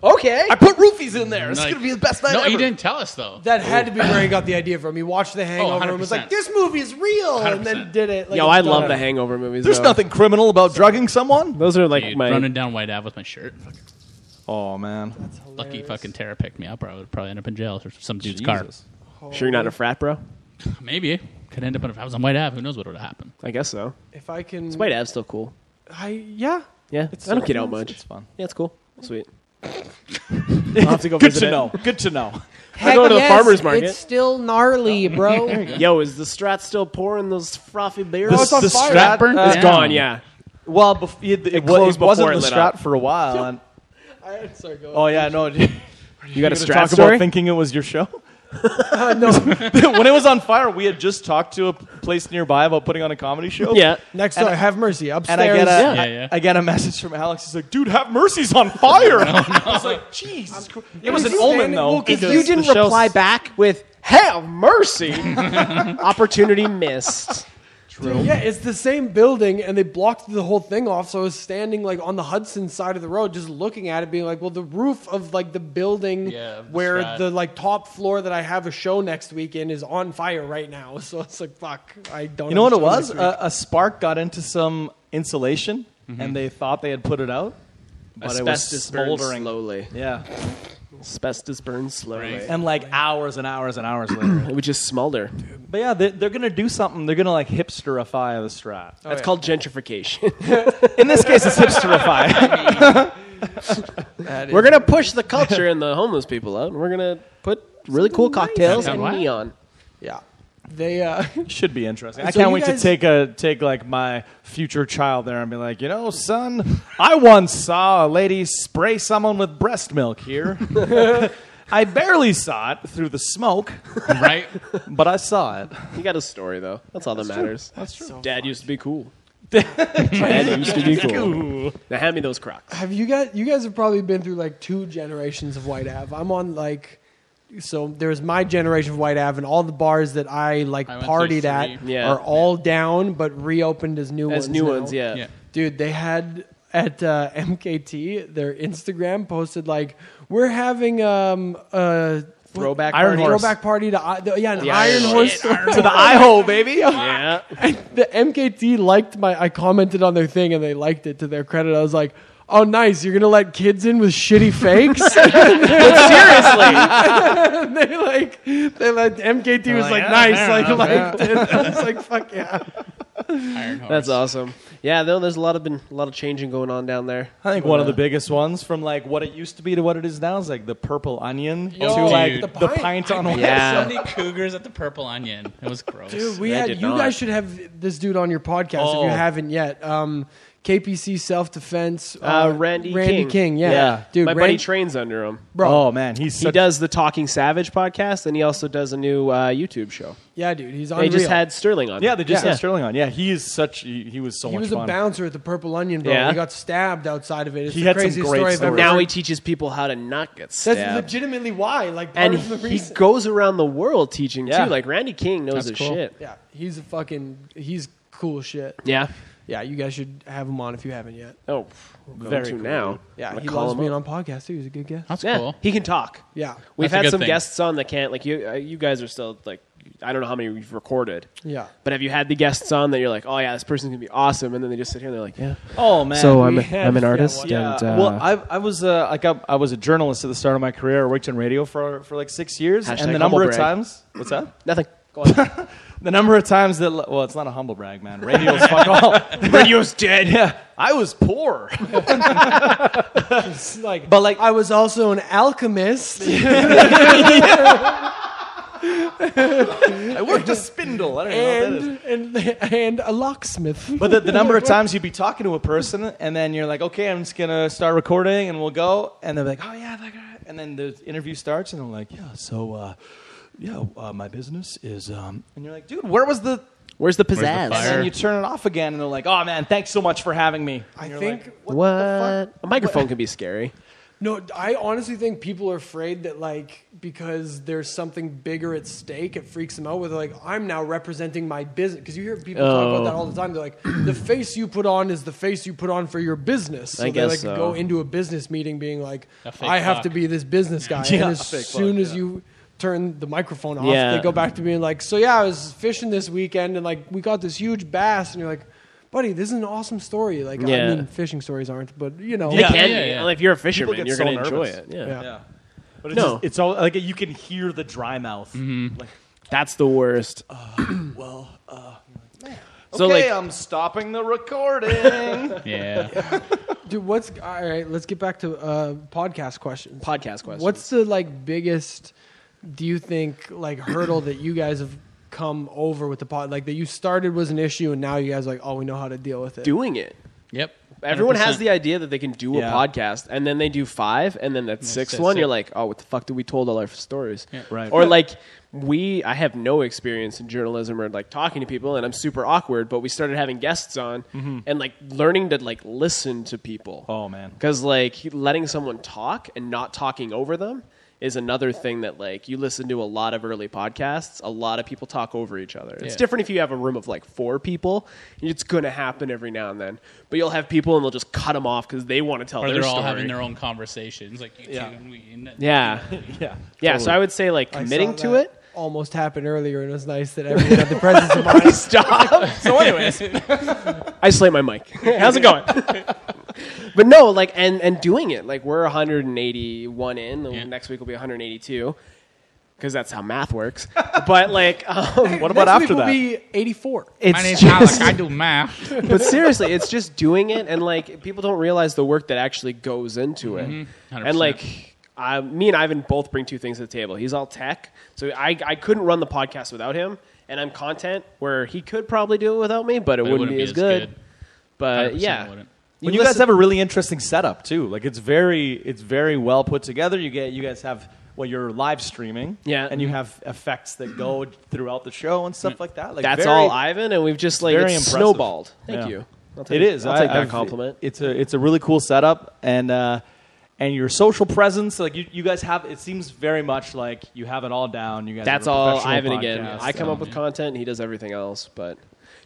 Okay. I put roofies in there. It's Like- gonna be the best night no, ever. he didn't tell us though. [LAUGHS] That had to be where he got the idea from. He watched Oh, The Hangover and was like, 100%. "This movie is real," and then 100%. did it. Like, Yo, it's I done. love the Hangover movies. There's though. nothing criminal about drugging someone. Those are like Dude, my. running down White Ave with my shirt. Fuck, Oh man, Lucky fucking Tara picked me up, or I would probably end up in jail or some dude's Jesus. Sure, you're not a frat, bro. car. Maybe could end up. In, if I was on White Ave, who knows what would have happened? [LAUGHS] I guess so. If I can, White Ab's still cool. I yeah. Yeah, I don't get out much. It's [LAUGHS] fun. Yeah, it's cool. Sweet. I'll have to go Good visit to it. know. Good to [LAUGHS] know. Heck go to the yes, farmer's market. It's still [LAUGHS] gnarly, bro. Yo, is the Strat still pouring those frothy beers? it's on the fire. Strat Burnt uh, down. gone. Yeah, Well, bef- it, it, wa- closed it wasn't before it the lit Strat up. for a while. [LAUGHS] and- I, sorry, go. oh yeah, no. [LAUGHS] You you got gonna a Strat talk story. about thinking it was your [LAUGHS] show. Uh, no, [LAUGHS] when it was on fire, we had just talked to a place nearby about putting on a comedy show. yeah, next And door, I- have mercy. Upstairs, And I get a, Yeah. Yeah, yeah. I, I get a message from Alex. He's like, "Dude, have mercy's on fire." [LAUGHS] I was like, "Jesus." Christ. It was an omen, though. If because you didn't the show's- reply back with [LAUGHS] "Have mercy," opportunity missed. yeah, it's the same building, and they blocked the whole thing off. So I was standing like on the Hudson side of the road, just looking at it, being like, "Well, the roof of like the building Yeah, of the where Strat. the like top floor that I have a show next weekend is on fire right now." [LAUGHS] So it's like, fuck, I don't. You know what have a it show was? next week. A, a spark got into some insulation, Mm-hmm. and they thought they had put it out, [LAUGHS] but it was Asbestos burns smoldering. slowly. Yeah, Asbestos burns slowly. and like hours and hours and hours later. [CLEARS THROAT] It would just smolder. but yeah, they're, they're gonna do something. They're gonna like hipsterify the strat. That's called gentrification. In this case, it's [LAUGHS] hipsterify. Uh, we're gonna push the culture and the homeless people out, and we're gonna put really cool cocktails Sound and what? neon. yeah. They uh, Should be interesting. I So can't you wait guys- to take a take like my future child there and be like, you know, son, I once saw a lady spray someone with breast milk here. I barely saw it through the smoke, Right? but I saw it. You got a story though. That's all that matters. That's true. Dad used to be cool. Dad used to be cool. Now hand me those Crocs. Have you guys? You guys have probably been through like two generations of White Ave. I'm on like, so there's my generation of White Ave, and all the bars that I like I went through partied three. at Yeah. are all down, but reopened as new ones. As new now. ones, yeah. Yeah. Dude, they had at uh, MKT their Instagram posted like, "We're having um, a Throwback Iron party. Horse. Throwback party to I- the, yeah, an The Iron, Iron Horse. to the eye hole, baby. Yeah. the MKT liked my. I commented on their thing and they liked it. To their credit, I was like, "Oh, nice! You're gonna let kids in with shitty [LAUGHS] fakes." Seriously. and [LAUGHS] they like, they like MKT was Oh, like, yeah, "Nice!" fair Like, enough, liked it. I was like, "Fuck yeah!" Iron [LAUGHS] Horse. That's awesome. Yeah, though there's a lot of been a lot of changing going on down there. I think one of the biggest ones from like what it used to be to what it is now is like the purple onion Yo, to like dude. the, pint, on [LAUGHS] one. Yeah. So many cougars at the Purple Onion. It was [LAUGHS] gross. Dude, we I had did you not. guys should have this dude on your podcast if Oh. you haven't yet. Um, KPC self defense. Uh, Randy Randy King. King. Yeah, Yeah. dude. My buddy Randy, trains under him. bro. Oh man, he's He such- does the Talking Savage podcast, and he also does a new uh, YouTube show. Yeah, dude. He's on. They just had Sterling on. Yeah, they just yeah. had Sterling on. Yeah, he is such. He, he was so He much was a fun. bouncer at the Purple Onion, bro. Yeah. He got stabbed outside of it. It's He the had some craziest great story I've ever. stories. Now heard. he teaches people how to not get That's stabbed. legitimately why. Like, part and of the he reason. goes around the world teaching Yeah. too. Like Randy King knows That's his cool. shit. yeah, he's a fucking. He's cool as shit. Yeah. Yeah, you guys should have him on if you haven't yet. Oh, we're going Very to cool. now. Yeah, I'm gonna he call loves him being up. on podcasts too. He's a good guest. That's Yeah, cool. he can talk. Yeah, We've That's a had good some thing. guests on that can't. Like you, uh, you guys are still like, I don't know how many we've recorded. yeah. But have you had the guests on that you're like, oh yeah, this person's gonna be awesome, and then they just sit here and they're like, yeah. Oh man. so we I'm, had- I'm an artist, Yeah. and uh, well, I, I was uh, like I, I was a journalist at the start of my career. I worked in radio for for like six years, Hashtag and the humble number of brag. times. What's that? nothing. Go on. The number of times that well, it's not a humble brag, man. Radio's fuck [LAUGHS] all. Radio's dead. Yeah, I was poor. [LAUGHS] like, But, like- I was also an alchemist. I worked a spindle. I don't even know what that is. and, and and a locksmith. But the, the number of times you'd be talking to a person, and then you're like, okay, I'm just gonna start recording, and we'll go, and they're like, oh yeah, like, all right." and then the interview starts, and I'm like, yeah, so, uh, yeah, uh, my business is, um, and you're like, dude, where was the? Where's the the pizzazz? fire? And then you turn it off again, and they're like, oh man, thanks so much for having me. I And you're think like, what? A microphone can be scary. no, I honestly think people are afraid that like because there's something bigger at stake, it freaks them out. With like, I'm now representing my business because you hear people talk about that all the time. They're like, the face you put on is the face you put on for your business. So I they guess like so. go into a business meeting being like, A fake I have fuck. to be this business guy. Yeah, and a as fake fuck, soon as yeah. you turn the microphone off, Yeah. they go back to being like, so yeah, I was fishing this weekend and like we got this huge bass, and you're like. Buddy, this is an awesome story. Like, Yeah. I mean, fishing stories aren't, but you know, It can yeah, be. yeah. Well, If you're a fisherman, get you're so gonna enjoy nervous. it. Yeah. Yeah. yeah, but it's, No. just, it's all like you can hear the dry mouth. Like, That's the worst. [CLEARS THROAT] uh, well, uh, So, okay, like- I'm stopping the recording. Yeah. Dude, what's all right? Let's get back to uh, podcast questions. Podcast question. What's the like biggest? Do you think like hurdle that you guys have come over with the pod? Like that you started was an issue, and now you guys are like, oh, we know how to deal with it. doing it? Yep. Everyone has 100%. the idea that they can do Yeah. a podcast, and then they do five, and then that sixth that's one, it. you're like, "Oh, what the fuck did we told all our stories?" Right. Or like, we, I have no experience in journalism or like talking to people, and I'm super awkward. But we started having guests on, and like learning to like listen to people. [LAUGHS] Oh, man. because like letting someone talk and not talking over them is another thing that like you listen to a lot of early podcasts a lot of people talk over each other it's Yeah. different if you have a room of like four people it's going to happen every now and then but you'll have people and they'll just cut them off because they want to tell Or their they're story all having their own conversations, like you Yeah. two and we. And [LAUGHS] yeah yeah, yeah so i would say like I saw committing to that it almost happened earlier, and it was nice [LAUGHS] that everyone had the presence of mind. stop so [LAUGHS] anyways isolate my mic how's it going but no like and and doing it like we're 181 in Yeah. next week will be 182 because that's how math works but like um, What about Next after week will that? be eighty-four. My name's it's Alex. just, I [LAUGHS] do math. but seriously it's just doing it and like people don't realize the work that actually goes into it and 100%. like I, me and ivan both bring two things to the table he's all tech so I, I couldn't run the podcast without him and i'm content where he could probably do it without me but it, But wouldn't, be as, good, but 100% yeah wouldn't. Well, you, guys have a really interesting setup too. Like it's very, it's very well put together. You get, you guys have well, you're live streaming, Yeah. and you have effects that go throughout the show and stuff like that. Like that's very- all Ivan, and we've just like very it's impressive. snowballed. Thank Yeah. you. I'll It take, is. I'll I- take that I've- compliment. It's a, it's a really cool setup, and uh, and your social presence. Like you, you guys have. It seems very much like you have it all down. You guys. That's have a all professional Ivan again. podcast, I come um, up with content, he does everything else. But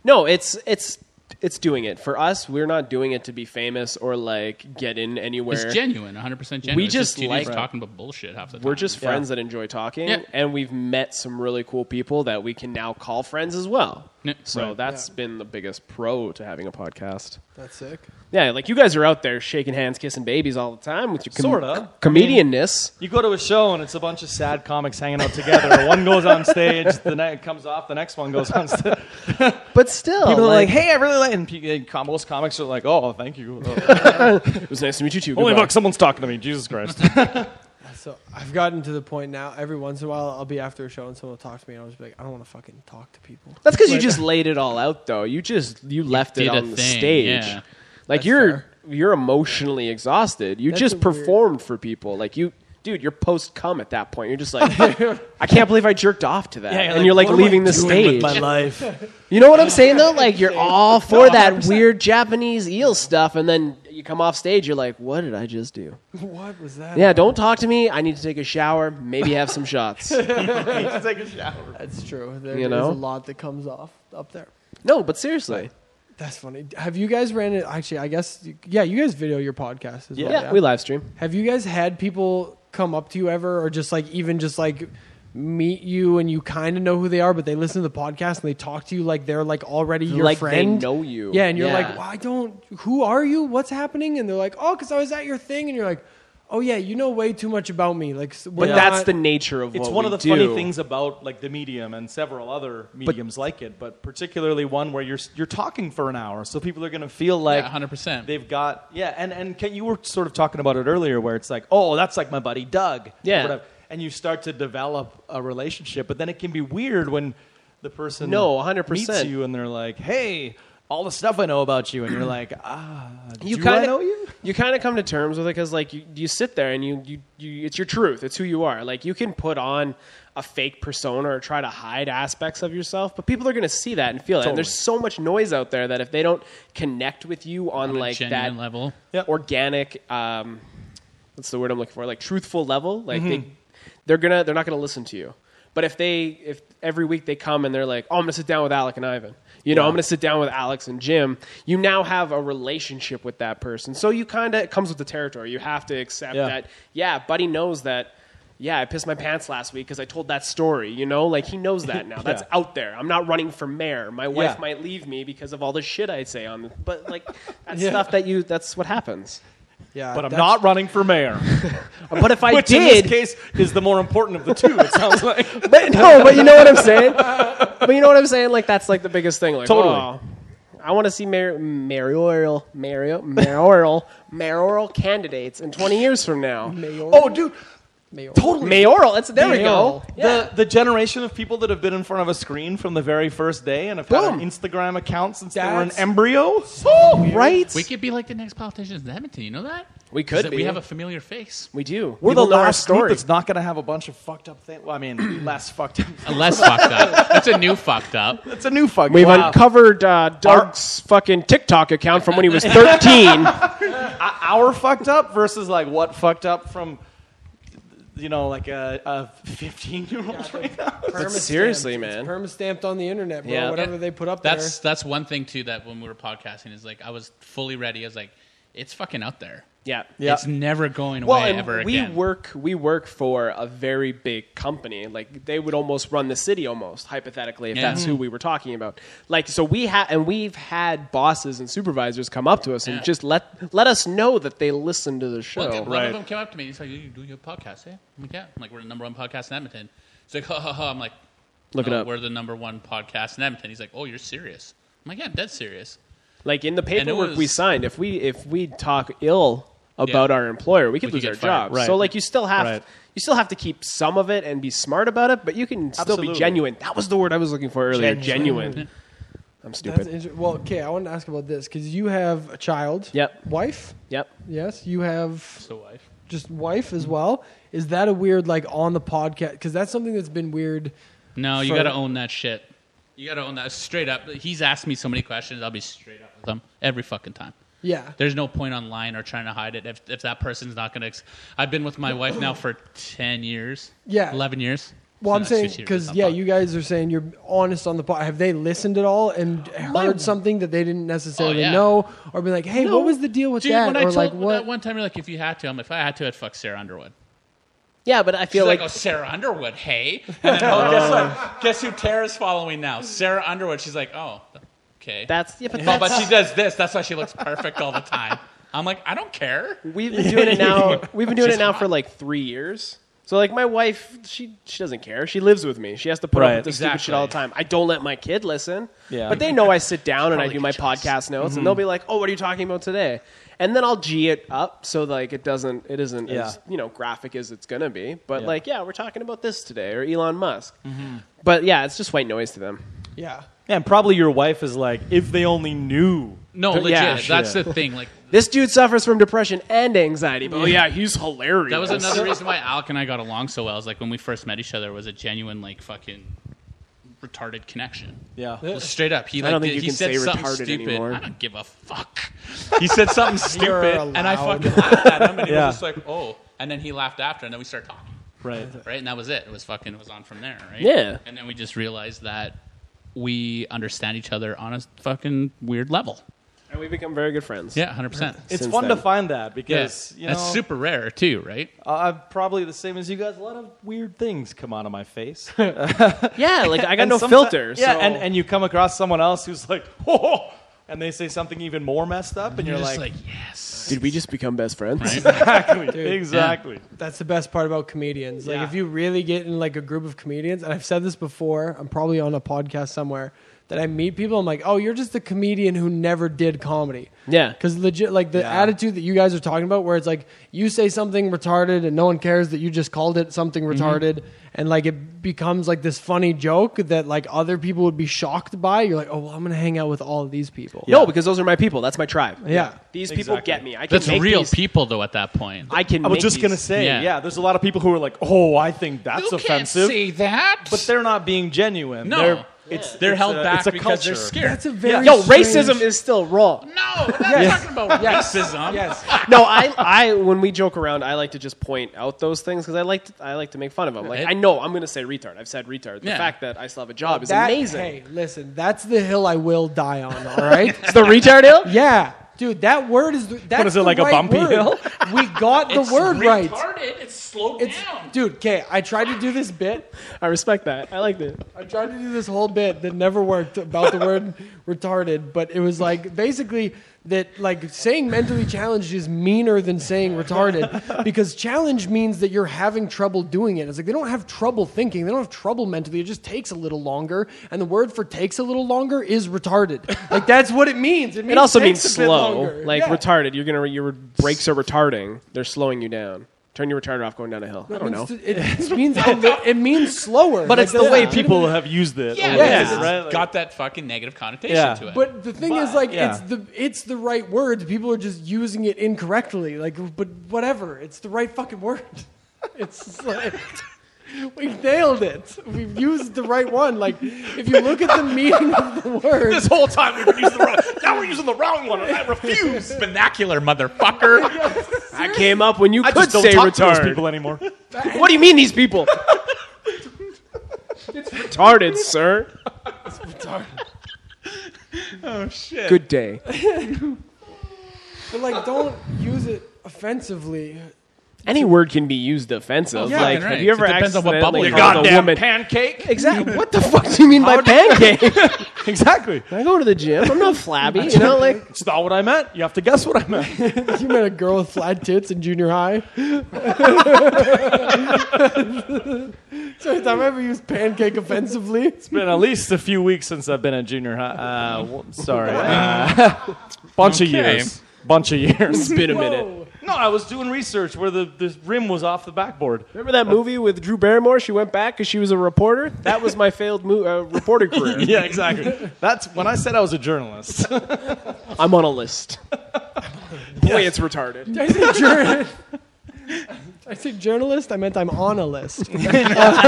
no, it's it's it's doing it for us. We're not doing it to be famous or like get in anywhere. It's genuine, 100 percent genuine. We It's just two dudes like- talking about bullshit half the time. We're just friends that enjoy talking, Yeah. and we've met some really cool people that we can now call friends as well. Yeah. So Right. that's been the biggest pro to having a podcast. That's sick. Yeah, like you guys are out there shaking hands, kissing babies all the time with your com- Sorta. comedianness. You go to a show and it's a bunch of sad comics hanging out together. [LAUGHS] one goes on stage, the next comes off, the next one goes on [LAUGHS] stage. But still, People are like, "Hey, I really like." And pe- uh, com- most comics are like, "Oh, thank [LAUGHS] you." Oh, it was nice to meet you too. Holy Goodbye." fuck, someone's talking to me. Jesus Christ. So I've gotten to the point now. Every once in a while, I'll be after a show and someone will talk to me, and I'll just be like, I don't want to fucking talk to people. That's because you just laid it all out, though. You just you left it did a on the thing, stage. yeah. Like That's you're fair. you're emotionally exhausted. You That's a just weird- performed for people. Like you, dude. You're post cum at that point. You're [LAUGHS] just like, I can't believe I jerked off to that. Yeah, you're and like, you're like what am I leaving the stage. life. You know what I'm saying though? [LAUGHS] Like you're all for that weird Japanese eel stuff, and then you come off stage. You're like, what did I just do? [LAUGHS] What was that? Yeah, don't talk to me. I need to take a shower. Maybe have [LAUGHS] some shots. That's true. There You is a know? lot that comes off up there. no, but seriously, That's funny. Have you guys ran it? Actually, I guess yeah. You guys video your podcast as yeah, well. we live stream. Have you guys had people come up to you ever, or just like even just like meet you and you kind of know who they are, but they listen to the podcast and they talk to you like they're like already your like friend? they know you. Yeah, and you're like, Yeah. well, I don't. Who are you? What's happening? And they're like, oh, because I was at your thing, and you're like, oh yeah, you know way too much about me. Like, But that's the nature of it's what one we of the do. funny things about like the medium and several other mediums like it, but particularly one where you're s- you're talking for an hour, so people are going to feel like Yeah, 100%. they've got yeah. And and can, you were sort of talking about it earlier, where it's like, oh, that's like my buddy Doug, or Yeah. whatever. and you start to develop a relationship, but then it can be weird when the person No, 100%. meets you and they're like, hey. All the stuff I know about you, and you're like, ah, you do kind I of know you? kind of come to terms with it because like you, you sit there and you, you you it's your truth it's who you are like you can put on a fake persona or try to hide aspects of yourself but people are going to see that and feel it and there's so much noise out there that if they don't connect with you on, on a like genuine that level. organic um what's the word i'm looking for like truthful level like they they're gonna they're not gonna listen to you but if they if every week they come and they're like oh i'm gonna sit down with alec and ivan you know i'm gonna sit down with alex and jim you now have a relationship with that person so you kind of it comes with the territory you have to accept Yeah. that yeah buddy knows that yeah, I pissed my pants last week because I told that story. You know, like he knows that now. That's out there. I'm not running for mayor. My wife Yeah. might leave me because of all the shit I say on. The, but like that's stuff that you. That's what happens. yeah, But I'm that's- not running for mayor. But if [LAUGHS] I Which in did, this case is the more important of the two. It [LAUGHS] sounds like. but [LAUGHS] no, but you know what I'm saying. but you know what I'm saying. Like that's like the biggest thing. Like Totally. oh, I want to see mayor, mayoral, mayor, mayoral, mayoral candidates in 20 years from now. Oh, dude, Mayor. totally. Mayoral. It's there we go. Mayoral. Yeah. The the generation of people that have been in front of a screen from the very first day and have had an Boom. Instagram account since they were an That's embryo. Oh, right. We could be like the next politicians in Edmonton. You know that? We 'Cause could We be. have a familiar face. we do. We're People the know our last group story. that's not going to have a bunch of fucked up things. Well, I mean, [CLEARS THROAT] less fucked up. [LAUGHS] A less fucked up. That's a new [LAUGHS] fucked up. It's a new fuck. We've wow. uncovered uh, Doug's fucking TikTok account from when he [LAUGHS] was 13. our fucked up versus like what fucked up from, you know, like a fifteen year old right now. Perma-stamped. seriously, man. it's perma stamped on the internet, bro. Yeah. Whatever they put up That's there. that's one thing too that when we were podcasting is like I was fully ready. I was like, it's fucking out there. yeah. It's never going away Well, and ever we again. work we work for a very big company. Like they would almost run the city, almost hypothetically, if Yeah. Mm-hmm. that's who we were talking about. Like so, we have and we've had bosses and supervisors come up to us and Yeah. just let let us know that they listen to the show. Well, one right. of them came up to me. He's like, "You do your podcast, eh?" I'm like, "Yeah." I'm like, "We're the number one podcast in Edmonton." He's like, [LAUGHS] "Ha ha ha!" I'm like, Look it "No, up. We're the number one podcast in Edmonton. He's like, "Oh, you're serious?" I'm like, "Yeah, I'm dead serious." Like in the it paperwork we was- signed, if we if we talk ill about Yeah. our employer, we could We could lose get our fired. job. Right. So like you still have Right. you still have to keep some of it and be smart about it, but you can still Absolutely. be genuine. That was the word I was looking for earlier. Genuine. I'm That's stupid. interesting. Well, okay, I wanted to ask about this because you have a child. Yep. Wife. Yep. Yes, you have So wife. just wife as well. Is that a weird like on the podcast? Because that's something that's been weird. No, you For- got to own that shit. You got to own that straight up. He's asked me so many questions. I'll be straight up with him every fucking time. Yeah, There's no point online or trying to hide it if, if that person's not going to. Ex- I've been with my wife now for 10 years. Yeah. 11 years. Well, I'm not saying sushi or because not yeah, pot. you guys are saying you're honest on the pot. Have they listened at all [GASPS] and heard something that they didn't necessarily Oh, yeah. know, or been like, "Hey, what was the deal with Dude, that?" when or I told like, that "What?" one time, you're like, if you had to, I'm like, if I had to, I'd fuck Sarah Underwood. Yeah, but I She's feel like, like, oh, Sarah Underwood, hey. [LAUGHS] And then, oh, guess what? Guess who Tara's following now? Sarah Underwood. She's like, oh, okay. that's yeah, but Oh, but that's she does this. That's why she looks perfect all the time. I'm like, I don't care. We've been doing it now. We've been doing She's it now hot. for like three years. So like my wife, she she doesn't care. She lives with me. She has to put Right. up with this stupid shit Exactly. all the time. I don't let my kid listen. Yeah. But they know I sit down and I Probably do my good choice. podcast notes, and they'll be like, "Oh, what are you talking about today?" And then I'll g it up so like it doesn't it isn't Yeah. as you know graphic as it's gonna be. But like yeah, we're talking about this today or Elon Musk. But yeah, it's just white noise to them. yeah, Yeah, and probably your wife is like, if they only knew. No, legit. yeah, that's the thing. Like This dude suffers from depression and anxiety. But oh yeah, he's hilarious. that was another reason why Alec and I got along so well. Is like when we first met each other, it was a genuine like fucking retarded connection. Yeah. Well, straight up, he like I don't think you did- he can said say something retarded stupid. anymore. I don't give a fuck. He said something [LAUGHS] You're stupid. allowed. And I fucking laughed at him, and he Yeah. was just like, "Oh!" And then he laughed after, and then we started talking, Right. right? And that was it. It was fucking. It was on from there, right? Yeah. And then we just realized that we understand each other on a fucking weird level. and we become very good friends. Yeah, hundred percent. It's Since fun to then. find that because, you know, that's super rare too, right? I- I'm probably the same as you guys. A lot of weird things come out of my [LAUGHS] face. Yeah, like I got And no someti- filter. Yeah, so- and, and you come across someone else who's like, [LAUGHS] oh, and they say something even more messed up, and you're, You're just like, like, yes. Did we just become best friends? exactly, [LAUGHS] exactly. that's the best part about comedians. Like, Yeah. if you really get in like a group of comedians, and I've said this before, I'm probably on a podcast somewhere that I meet people. I'm like, "Oh, you're just a comedian who never did comedy." Yeah. Because legit, like the attitude that you guys are talking about, where it's like you say something retarded and no one cares that you just called it something Mm-hmm. retarded, and like it becomes like this funny joke that like other people would be shocked by. You're like, oh well, I'm gonna hang out with all of these people. No, because those are my people. That's my tribe. Yeah. These people Exactly. get me. I can That's make real these- people though. At that point, I can. I was make just these. going to say, Yeah. yeah. there's a lot of people who are like, oh, I think that's you can't offensive. say that. But they're not being genuine. no, They're, it's they're held a- back it's a because they're culture. scared. That's a very Yo, strange- racism is still [LAUGHS] wrong. no, we're not talking about racism. Yes. No, I, I, when we joke around, I like to just point out those things because I like, to, I like to make fun of them. Like Right. I know I'm going to say retard. I've said retard. The Yeah. fact that I still have a job is That- amazing. Hey, listen, that's the hill I will die on. All [LAUGHS] right. It's the [LAUGHS] retard hill. yeah. Dude, that word is the, that's What is it, the like a right bumpy word. hill? We got [LAUGHS] the It's word retarded. right. It's slowed It's down. dude. Okay, I tried to do this bit. I respect that. I like that. I tried to do this whole bit that never worked about the word [LAUGHS] retarded, but it was like basically that like saying mentally challenged is meaner than saying [LAUGHS] retarded because challenge means that you're having trouble doing it. It's like they don't have trouble thinking, they don't have trouble mentally. It just takes a little longer, and the word for takes a little longer is retarded. Like that's what it means. It, It also means takes a bit slow, longer. like Yeah. retarded. You're gonna, your brakes are retarding. They're slowing you down. Turn your retarder off going down a hill. I don't know. It's- It, means a li- it means slower. But Like, it's the that's way legitimately- people have used it. Yeah, Yeah. over because the it's years, right? Like- got that fucking negative connotation Yeah. to it. But the thing is, like, yeah. it's the it's the right word. People are just using it incorrectly. Like, but whatever, it's the right fucking word. [LAUGHS] It's like we nailed it. We've used the right one. Like, if you look [LAUGHS] at the meaning of the word, This whole time we've been using the wrong. Now we're using the wrong one, and I You refuse. [LAUGHS] vernacular motherfucker. [LAUGHS] I came up when you I could just don't say talk to those retard. people anymore. [LAUGHS] What do you mean these people? it's retarded, sir. It's retarded. Oh shit. Good day. but like, don't use it offensively. Any word can be used offensive. Yeah, like, right. have you ever It depends on what accidentally bubble you're called Goddamn a woman? pancake. [LAUGHS] exactly. What the fuck do you mean by pancake? exactly. I go to the gym. "Oh, I'm not flabby. You know, like It's not what I meant. You have to guess what I meant. [LAUGHS] You met a girl with flat tits in junior [LAUGHS] high. [LAUGHS] so every time I ever used pancake offensively, It's been at least a few weeks since I've been at junior high. Uh, w- sorry. Uh, [LAUGHS] bunch of Okay. years. Bunch of [LAUGHS] years. it's been a minute. no, I was doing research where the, the rim was off the backboard. [LAUGHS] Remember that movie with Drew Barrymore? She went back because she was a reporter. That was my failed mo- uh, reporter [LAUGHS] career. Yeah, exactly. That's when I said I was a journalist. I'm on a list. Boy, it's retarded. Did I say journalist? [LAUGHS] I say journalist. I meant I'm on a list. [LAUGHS]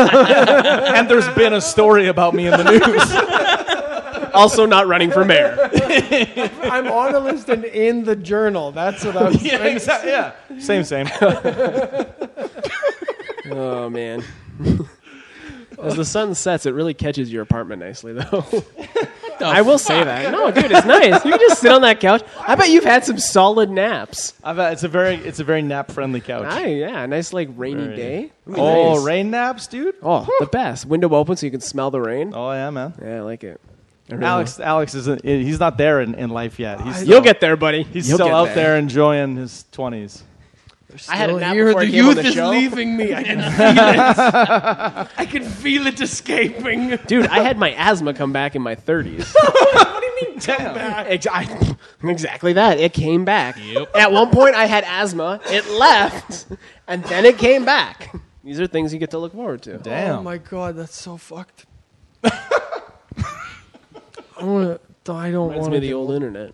and there's been a story about me in the news. also not running for mayor. I'm on a list and in the journal. That's what I was. [LAUGHS] yeah, exactly. Yeah. Same, same. Oh man. As the sun sets, it really catches your apartment nicely, though. I will say that. No, dude, it's nice. You can just sit on that couch. I bet you've had some solid naps. [LAUGHS] I've, uh, it's a very it's a very nap friendly couch. Aye, yeah, a nice like rainy Very- day. Ooh, Oh, nice. rain naps, dude. Oh, the best. Window open so you can smell the rain. Oh yeah, man. Yeah, I like it. I really Alex, Alex isn't. He's not there in, in life yet. He's like- still, you'll get there, buddy. He's Oh. You'll still get out there. enjoying his twenties. [LAUGHS] I had a Still nap here, before the I came on youth the is show. leaving me. I can I can feel it escaping. Dude, I had my asthma come back in my [LAUGHS] 30s. Ex- I- exactly that. It came back. Yep. At one point, I had asthma. It left, and then it came back. These are things you get to look forward to. Damn. Oh [LAUGHS] my god, that's so fucked. [LAUGHS] I want to. I don't Reminds want me to. of [LAUGHS] the old internet.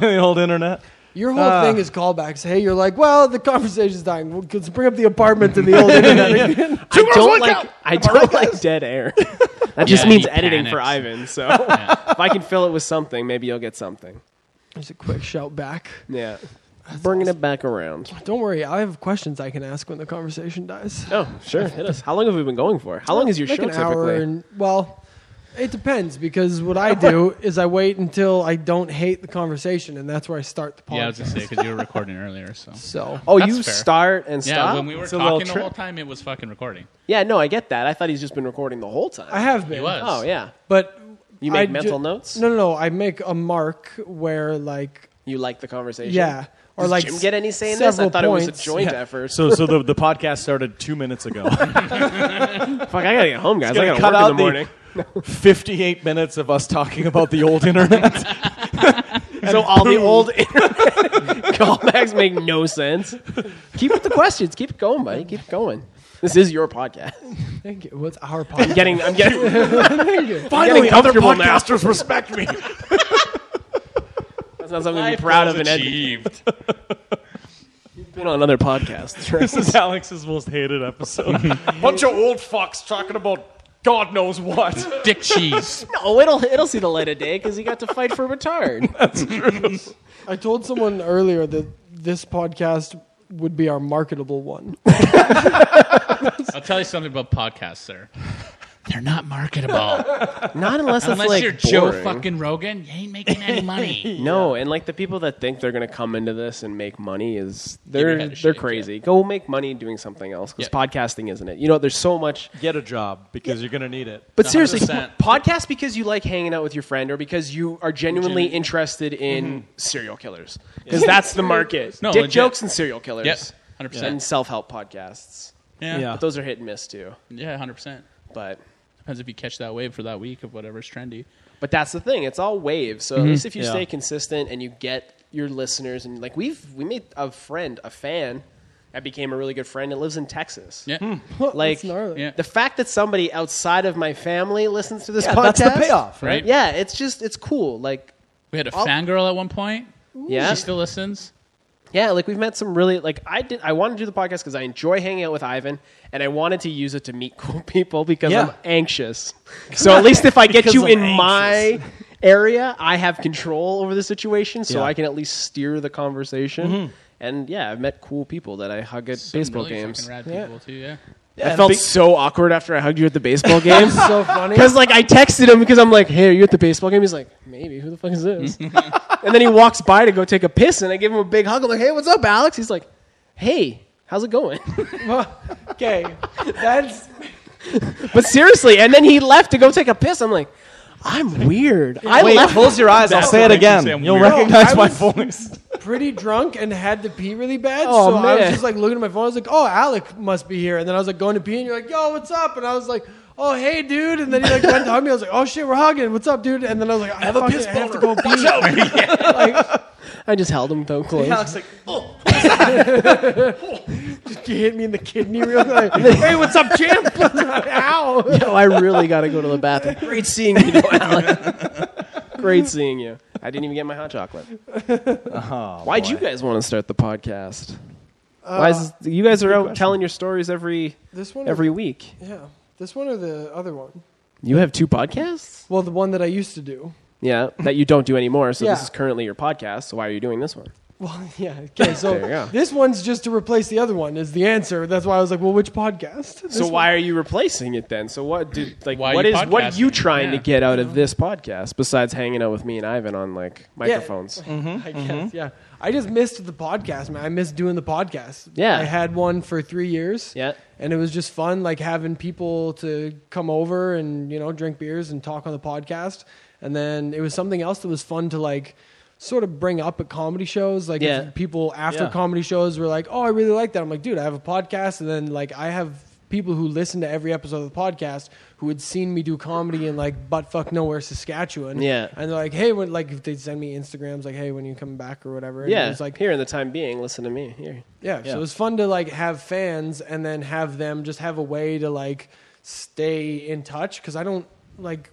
the old internet. Your whole thing is callbacks. Hey, you're like, well, the conversation's dying. Well, let's bring up the apartment and the old internet again. [LAUGHS] I don't like I don't like [LAUGHS] dead air. That just Yeah, means he editing for panics. Ivan. [LAUGHS] So if I can fill it with something, maybe you'll get something. There's a quick shout back. Yeah, bringing it back around. Don't worry, I have questions I can ask when the conversation dies. Oh, sure. Hit us. How long have we been going for? How long is your like show an hour typically? and well it depends because what i [LAUGHS] do is i wait until i don't hate the conversation and that's where i start the podcast Yeah, I was gonna say because you were recording earlier, so so oh, That's you fair. start and yeah. stop. When we a were little talking the whole trip. time, it was fucking recording. Yeah, no, I get that. I thought he's just been recording the whole time. i have been It was. oh yeah, but You make I mental notes? no no no i make a mark where like you like the conversation. yeah or Does like Jim s- get any say in this? I several thought it was a points. joint effort. So, so the, the podcast started two minutes ago. [LAUGHS] Fuck, I gotta get home, [LAUGHS] guys. I gotta cut work out in the morning. [LAUGHS] Fifty-eight minutes of us talking about the old internet. [LAUGHS] so all [LAUGHS] the old internet callbacks make no sense. Keep with the questions. Keep it going, buddy. Keep it going. This is your podcast. thank you what's our I'm podcast getting, I'm [LAUGHS] getting. Thank you. [LAUGHS] Finally, other comfortable now. podcasters respect me. That's not something to be proud of. And Ed, [LAUGHS] achieved. been on other podcasts. this is Alex's most hated episode. [LAUGHS] Bunch of old fucks talking about God knows what. Dick cheese. [LAUGHS] no, it'll it'll see the light of day because he got to fight for [LAUGHS] retard. i told someone earlier that this podcast would be our marketable [LAUGHS] one [LAUGHS] I'll tell you something about podcasts, sir. [LAUGHS] They're not marketable Not unless it's [LAUGHS] unless like you're Joe boring. fucking Rogan. You ain't making any money. [LAUGHS] No, and like the people that think they're going to come into this and make money is your they're head a they're shake, yeah. crazy. Go make money doing something else because Yeah. podcasting isn't it. You know, there's so much. Get a job because you're gonna need it. But seriously, 100%. podcast because you like hanging out with your friend or because you are genuinely interested in serial killers because that's the market. Mm-hmm. No, Dick legit. jokes and serial killers. Yep, 100%. And self help podcasts. Yeah, Yeah. But those are hit and miss too. yeah, hundred percent. But Depends if you catch that wave for that week of whatever's trendy. But that's the thing; it's all waves. Mm-hmm. So at least if you Yeah. stay consistent and you get your listeners, and like we've we made a friend, a fan that became a really good friend, and lives in Texas. Yeah, Like gnarly. Yeah. Hmm. the fact that somebody outside of my family listens to this podcast. that's the payoff, right? Yeah, it's just it's cool. Like we had a fangirl at one point. yeah, She still listens. yeah. Like we've met some really like I did. I wanted to do the podcast because I enjoy hanging out with Ivan, and I wanted to use it to meet [LAUGHS] cool people because Yeah. I'm [LAUGHS] anxious. So at least if I get Because you I'm in anxious. my area, I have control over the situation, so Yeah. Mm-hmm. I can at least steer the conversation. And yeah, I've met cool people that I hug at Some baseball really games. fucking Rad people too. Yeah. I felt so awkward after I hugged you at the [LAUGHS] baseball game. so funny Because like I texted him because I'm like, hey, are you at the baseball game? He's like, maybe. Who the fuck [LAUGHS] is this? and then he walks by to go take a piss, and I give him a big hug. I'm like, hey, what's up, Alex? He's like, hey, how's it going? [LAUGHS] okay that's but seriously, and then he left to go take a piss. I'm like, I'm weird. I Wait, left. [LAUGHS] close your eyes. I'll say it what makes you again. sound You'll weird. recognize No, my I voice. pretty drunk and had to pee really bad. Oh, so I was man. just like looking at my phone. I was like, oh, Alec must be here. And then I was like going to pee and you're like, yo, what's up? And I was like, oh, hey, dude. And then he like went to hug me. I was like, oh, shit, we're hugging. What's up, dude? And then I was like, I, have, I have to go pee. like, I just held him so close. he [LAUGHS] hit me in the kidney real [LAUGHS] quick. Like, hey, what's up, champ? [LAUGHS] Ow. Yo, I really got to go to the bathroom. [LAUGHS] Great seeing you, though, Alex. [LAUGHS] Great seeing you. I didn't even get my hot chocolate. Oh, Why'd you guys want to start the podcast? Why is you guys are out telling your stories every This one. every week? yeah. This one or the other one? You have two podcasts? Well, the one that I used to do. Yeah, [LAUGHS] that you don't do anymore. So Yeah. this is currently your podcast. So why are you doing this one? Well, [LAUGHS] yeah. Okay, so you go. this one's just to replace the other one is the answer. That's why I was like, well, which podcast? This So why are you replacing it then? So what? Do, like Why are what you is what are you podcasting? trying to Yeah. get out of this podcast besides hanging out with me and Ivan on like microphones? I guess. Mm-hmm. Yeah. I just missed the podcast, man. I missed doing the podcast. Yeah. I had one for three years. Yeah. And it was just fun, like having people to come over and, you know, drink beers and talk on the podcast. And then it was something else that was fun to, like, sort of bring up at comedy shows. Like, if Yeah. people after Yeah. comedy shows were like, oh, I really like that. I'm like, dude, I have a podcast. And then, like, I have people who listen to every episode of the podcast who had seen me do comedy in, like, butt fuck nowhere, Saskatchewan. Yeah. And they're like, hey, when like if they send me Instagrams, like, hey, when you coming back or whatever. And Yeah, It's like, here in the time being, listen to me here. yeah. So it was fun to like have fans and then have them just have a way to like stay in touch because I don't like.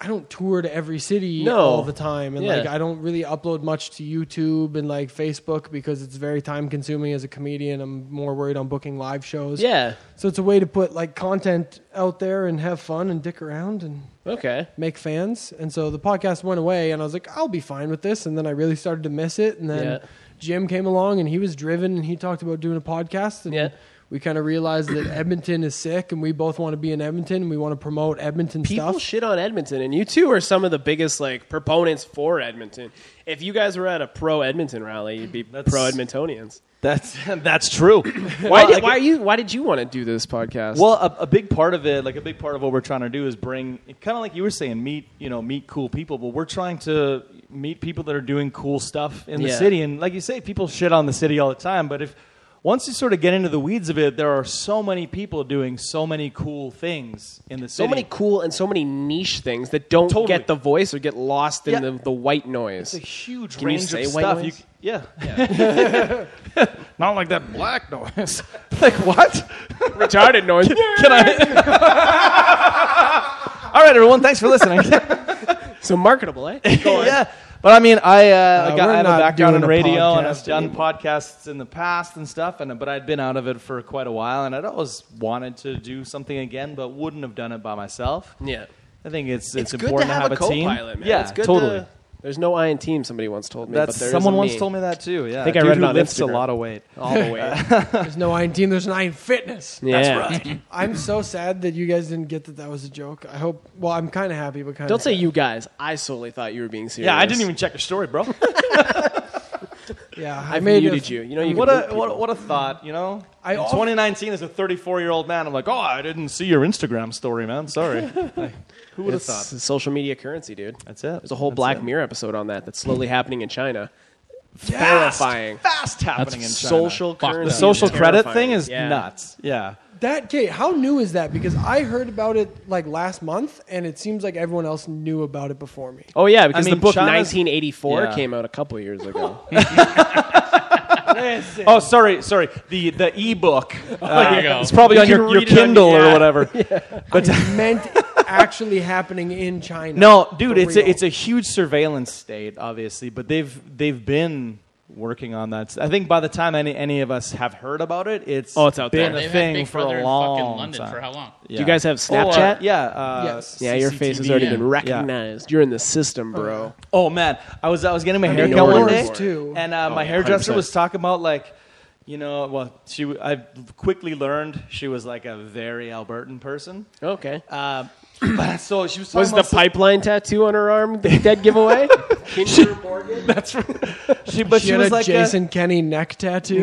I don't tour to every city No. all the time, and Yeah. like I don't really upload much to YouTube and like Facebook because it's very time consuming as a comedian. I'm more worried on booking live shows. Yeah. So it's a way to put like content out there and have fun and dick around and Okay. make fans. And so the podcast went away, and I was like, I'll be fine with this. And then I really started to miss it. And then Yeah. Jim came along, and he was driven, and he talked about doing a podcast. And Yeah. we kind of realized [COUGHS] that Edmonton is sick, and we both want to be in Edmonton, and we want to promote Edmonton People stuff. shit on Edmonton, and you two are some of the biggest like proponents for Edmonton. If you guys were at a pro Edmonton rally, you'd be pro Edmontonians. [LAUGHS] That's that's true. Why Well, did like- why you why did you want to do this podcast? Well, a, a big part of it, like a big part of what we're trying to do, is bring kind of like you were saying, meet you know, meet cool people. But we're trying to meet people that are doing cool stuff in the Yeah. city. And like you say, people shit on the city all the time. But if once you sort of get into the weeds of it, there are so many people doing so many cool things in the so city. many cool and so many niche things that don't Totally. get the voice or get lost in Yeah. the, the white noise. It's a huge Can you range say of white stuff. noise? c- yeah. Not like that black noise. [LAUGHS] like what? Retarded [LAUGHS] noise. Can [LAUGHS] I? All right, everyone. Thanks for listening. so marketable, eh? [LAUGHS] yeah. But I mean, I, uh, I got, we're I have a not background in doing a radio, and I've podcast done podcasts in the past and stuff. And but I'd been out of it for quite a while, and I'd always wanted to do something again, but wouldn't have done it by myself. Yeah. I think it's it's, good important to have, a, team. co-pilot, man. Yeah, it's good totally. To, there's no I in team. Somebody once told me. That's but there is someone in once me. told me that too. Yeah, think I Dude read who it on lifts Instagram. a lot of weight. all the [LAUGHS] way. There's no I in team. There's an I in fitness. yeah. I'm so sad that you guys didn't get that. That was a joke. I hope. Well, I'm kind of happy, but kind of Don't say you guys. I solely thought you were being serious. Yeah, I didn't even check your story, [LAUGHS] bro. Yeah, I, I made muted it. you. You know you what can a mute what, what a thought, you know. I In al- 2019 as a 34 year old man, I'm like, oh, I didn't see your Instagram story, man. Sorry. Like, who would people. have It's thought? social media currency, dude. That's it. There's a whole That's Black it. Mirror episode on that that's slowly happening in China. Fast, Terrifying. Fast happening in China. Social Fuck, the currency. The is social credit terrifying. thing is Yeah. nuts. Yeah. That okay? How new is that? Because I heard about it like last month, and it seems like everyone else knew about it before me. Oh yeah, because mean, the book China's- 1984 Yeah. came out a couple years ago. [LAUGHS] Oh, sorry, sorry. The the ebook. uh, there you go. It's probably on You your, can your read it on- Kindle or yeah. whatever. But meant [LAUGHS] actually happening in China. no, dude, For it's a, real. it's a huge surveillance state, obviously. But they've they've been working on that. I think by the time any any of us have heard about it, it's Oh, it's out been there. a They've had thing Big for Brother a in long fucking London time. for how long? Yeah. Do you guys have Snapchat? Oh, uh, yeah. Uh, Yes. Yeah, your face has CCTV, already yeah. been recognized. You're in the system, bro. Oh man, I was I was getting my hair mean, cut one yours day, too. and uh, my Oh, yeah, hairdresser 100%. was talking about like, you know, well, she w- I quickly learned she was like a very Albertan person. Okay. Uh, [CLEARS THROAT] but so she was talking Was the about some- pipeline tattoo on her arm the dead giveaway? [LAUGHS] Kinder Morgan? She, but She, she had was a like, a- Jason Kenny neck tattoo.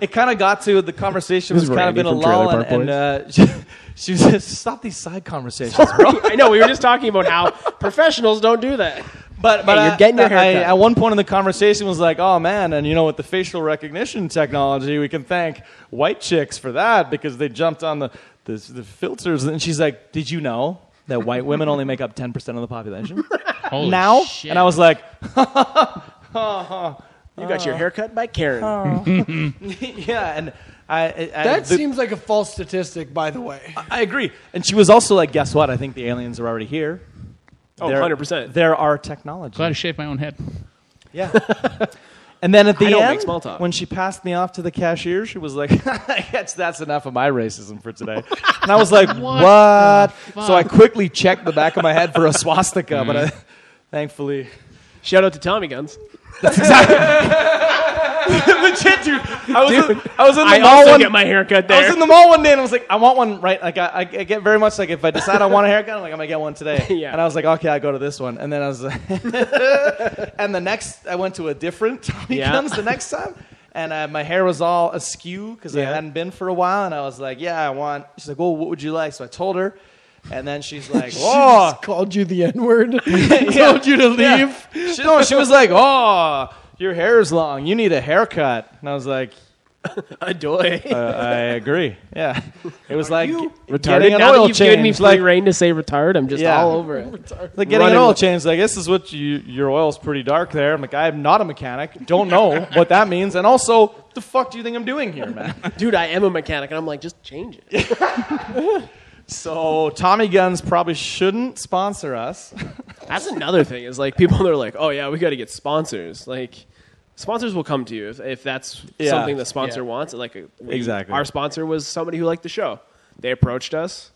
it kind of got to the conversation was This is kind Randy of in a from Trailer lull, Park and, and Boys. uh, [LAUGHS] she, she was just stop these side conversations, bro. I know we were just talking about how professionals don't do that. But but Hey, you're I- getting your I- haircut. at one point in the conversation was like, oh man, and you know with the facial recognition technology, we can thank white chicks for that because they jumped on the the, the filters. And she's like, did you know that white women only make up ten percent of the population [LAUGHS] Holy now? shit. And I was like, [LAUGHS] You got your haircut by Karen. yeah, and I, I I- that the- seems like a false statistic, by the way. I agree. And she was also like, guess what? I think the aliens are already here. Oh, There- 100%. There are technology. Glad I shaved my own [LAUGHS] head. Yeah. and then at the I don't end, make small talk. when she passed me off to the cashier, she was like, [LAUGHS] I guess that's enough of my racism for today. [LAUGHS] And I was like, what? fuck? So I quickly Mm-hmm. checked the back of my head for a swastika, but I, thankfully. [LAUGHS] Shout out to Tommy Guns. That's exactly. [LAUGHS] Legit, dude. I was, in, I was in the I mall also one. get my haircut I there. was in the mall one day and I was like, I want one right. Like I, I get very much like if I decide I want a haircut, I'm like I'm gonna get one today. Yeah. And I was like, okay, I will go to this one. And then I was, [LAUGHS] like and the next I went to a different [LAUGHS] Tommy Yeah. Guns the next time, and uh, my hair was all askew because I Yeah. hadn't been for a while. And I was like, yeah, I want. She's like, well, what would you like? So I told her, and then she's like, oh, Called you the N word. told you to leave. She, no, she was like, "Oh, your hair is long. You need a haircut." And I was like, [LAUGHS] Adoy. uh, "I agree." Yeah, it was like Retarded. getting an Now that oil you've given me change. free Like, reign to say retard, I'm just Yeah. all over it. like getting an running oil with- change. Like this is what you your oil's pretty dark there. I'm like, I'm not a mechanic. Don't [LAUGHS] know what that means. And also, what the fuck do you think I'm doing here, man? [LAUGHS] Dude, I am a mechanic, and I'm like, just change [LAUGHS] it. So Tommy Guns probably shouldn't sponsor us. That's another thing. Is like people [LAUGHS] are like, oh yeah, we got to get sponsors. Like. Sponsors will come to you if, if that's Yeah. something the sponsor Yeah. wants. Like we- Exactly. our sponsor was somebody who liked the show. They approached us.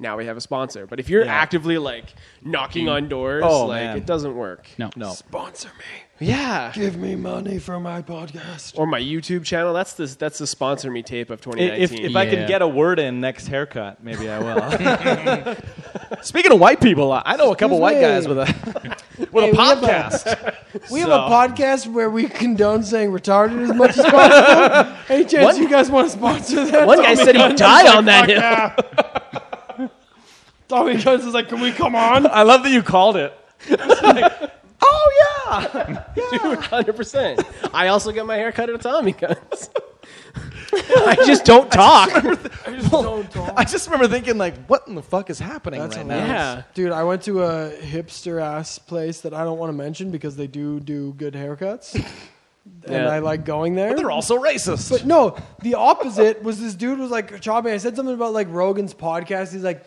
Now we have a sponsor. But if you're actively like knocking on doors, Oh, like man. it doesn't work. No. No. Sponsor me. Yeah. Give me money for [LAUGHS] my podcast. [LAUGHS] or my YouTube channel. That's the that's the sponsor me tape of If, 2019. if I can Yeah. get a word in next haircut, maybe I will. [LAUGHS] [LAUGHS] Speaking of white people, I I know a couple Excuse white me. guys with a [LAUGHS] with Hey, a we have a- podcast. We have a podcast where we condone saying retarded as much as [LAUGHS] possible. Any chance you guys want to sponsor that? one guy said [LAUGHS] he'd die on that hill. Tommy Guns is like, can we come on? I love that you called it. oh yeah, Dude, 100%. I also got my hair cut at a Tommy Guns. [LAUGHS] I just don't [LAUGHS] talk. I just remember thinking like, what in the fuck is happening That's right now? hilarious. Yeah. Dude, I went to a hipster ass place that I don't want to mention because they do do good [LAUGHS] haircuts, and Yeah. I like going there. They're also racist. But [LAUGHS] no, the opposite was this dude was like chopping. I said something about like Rogan's podcast. He's like,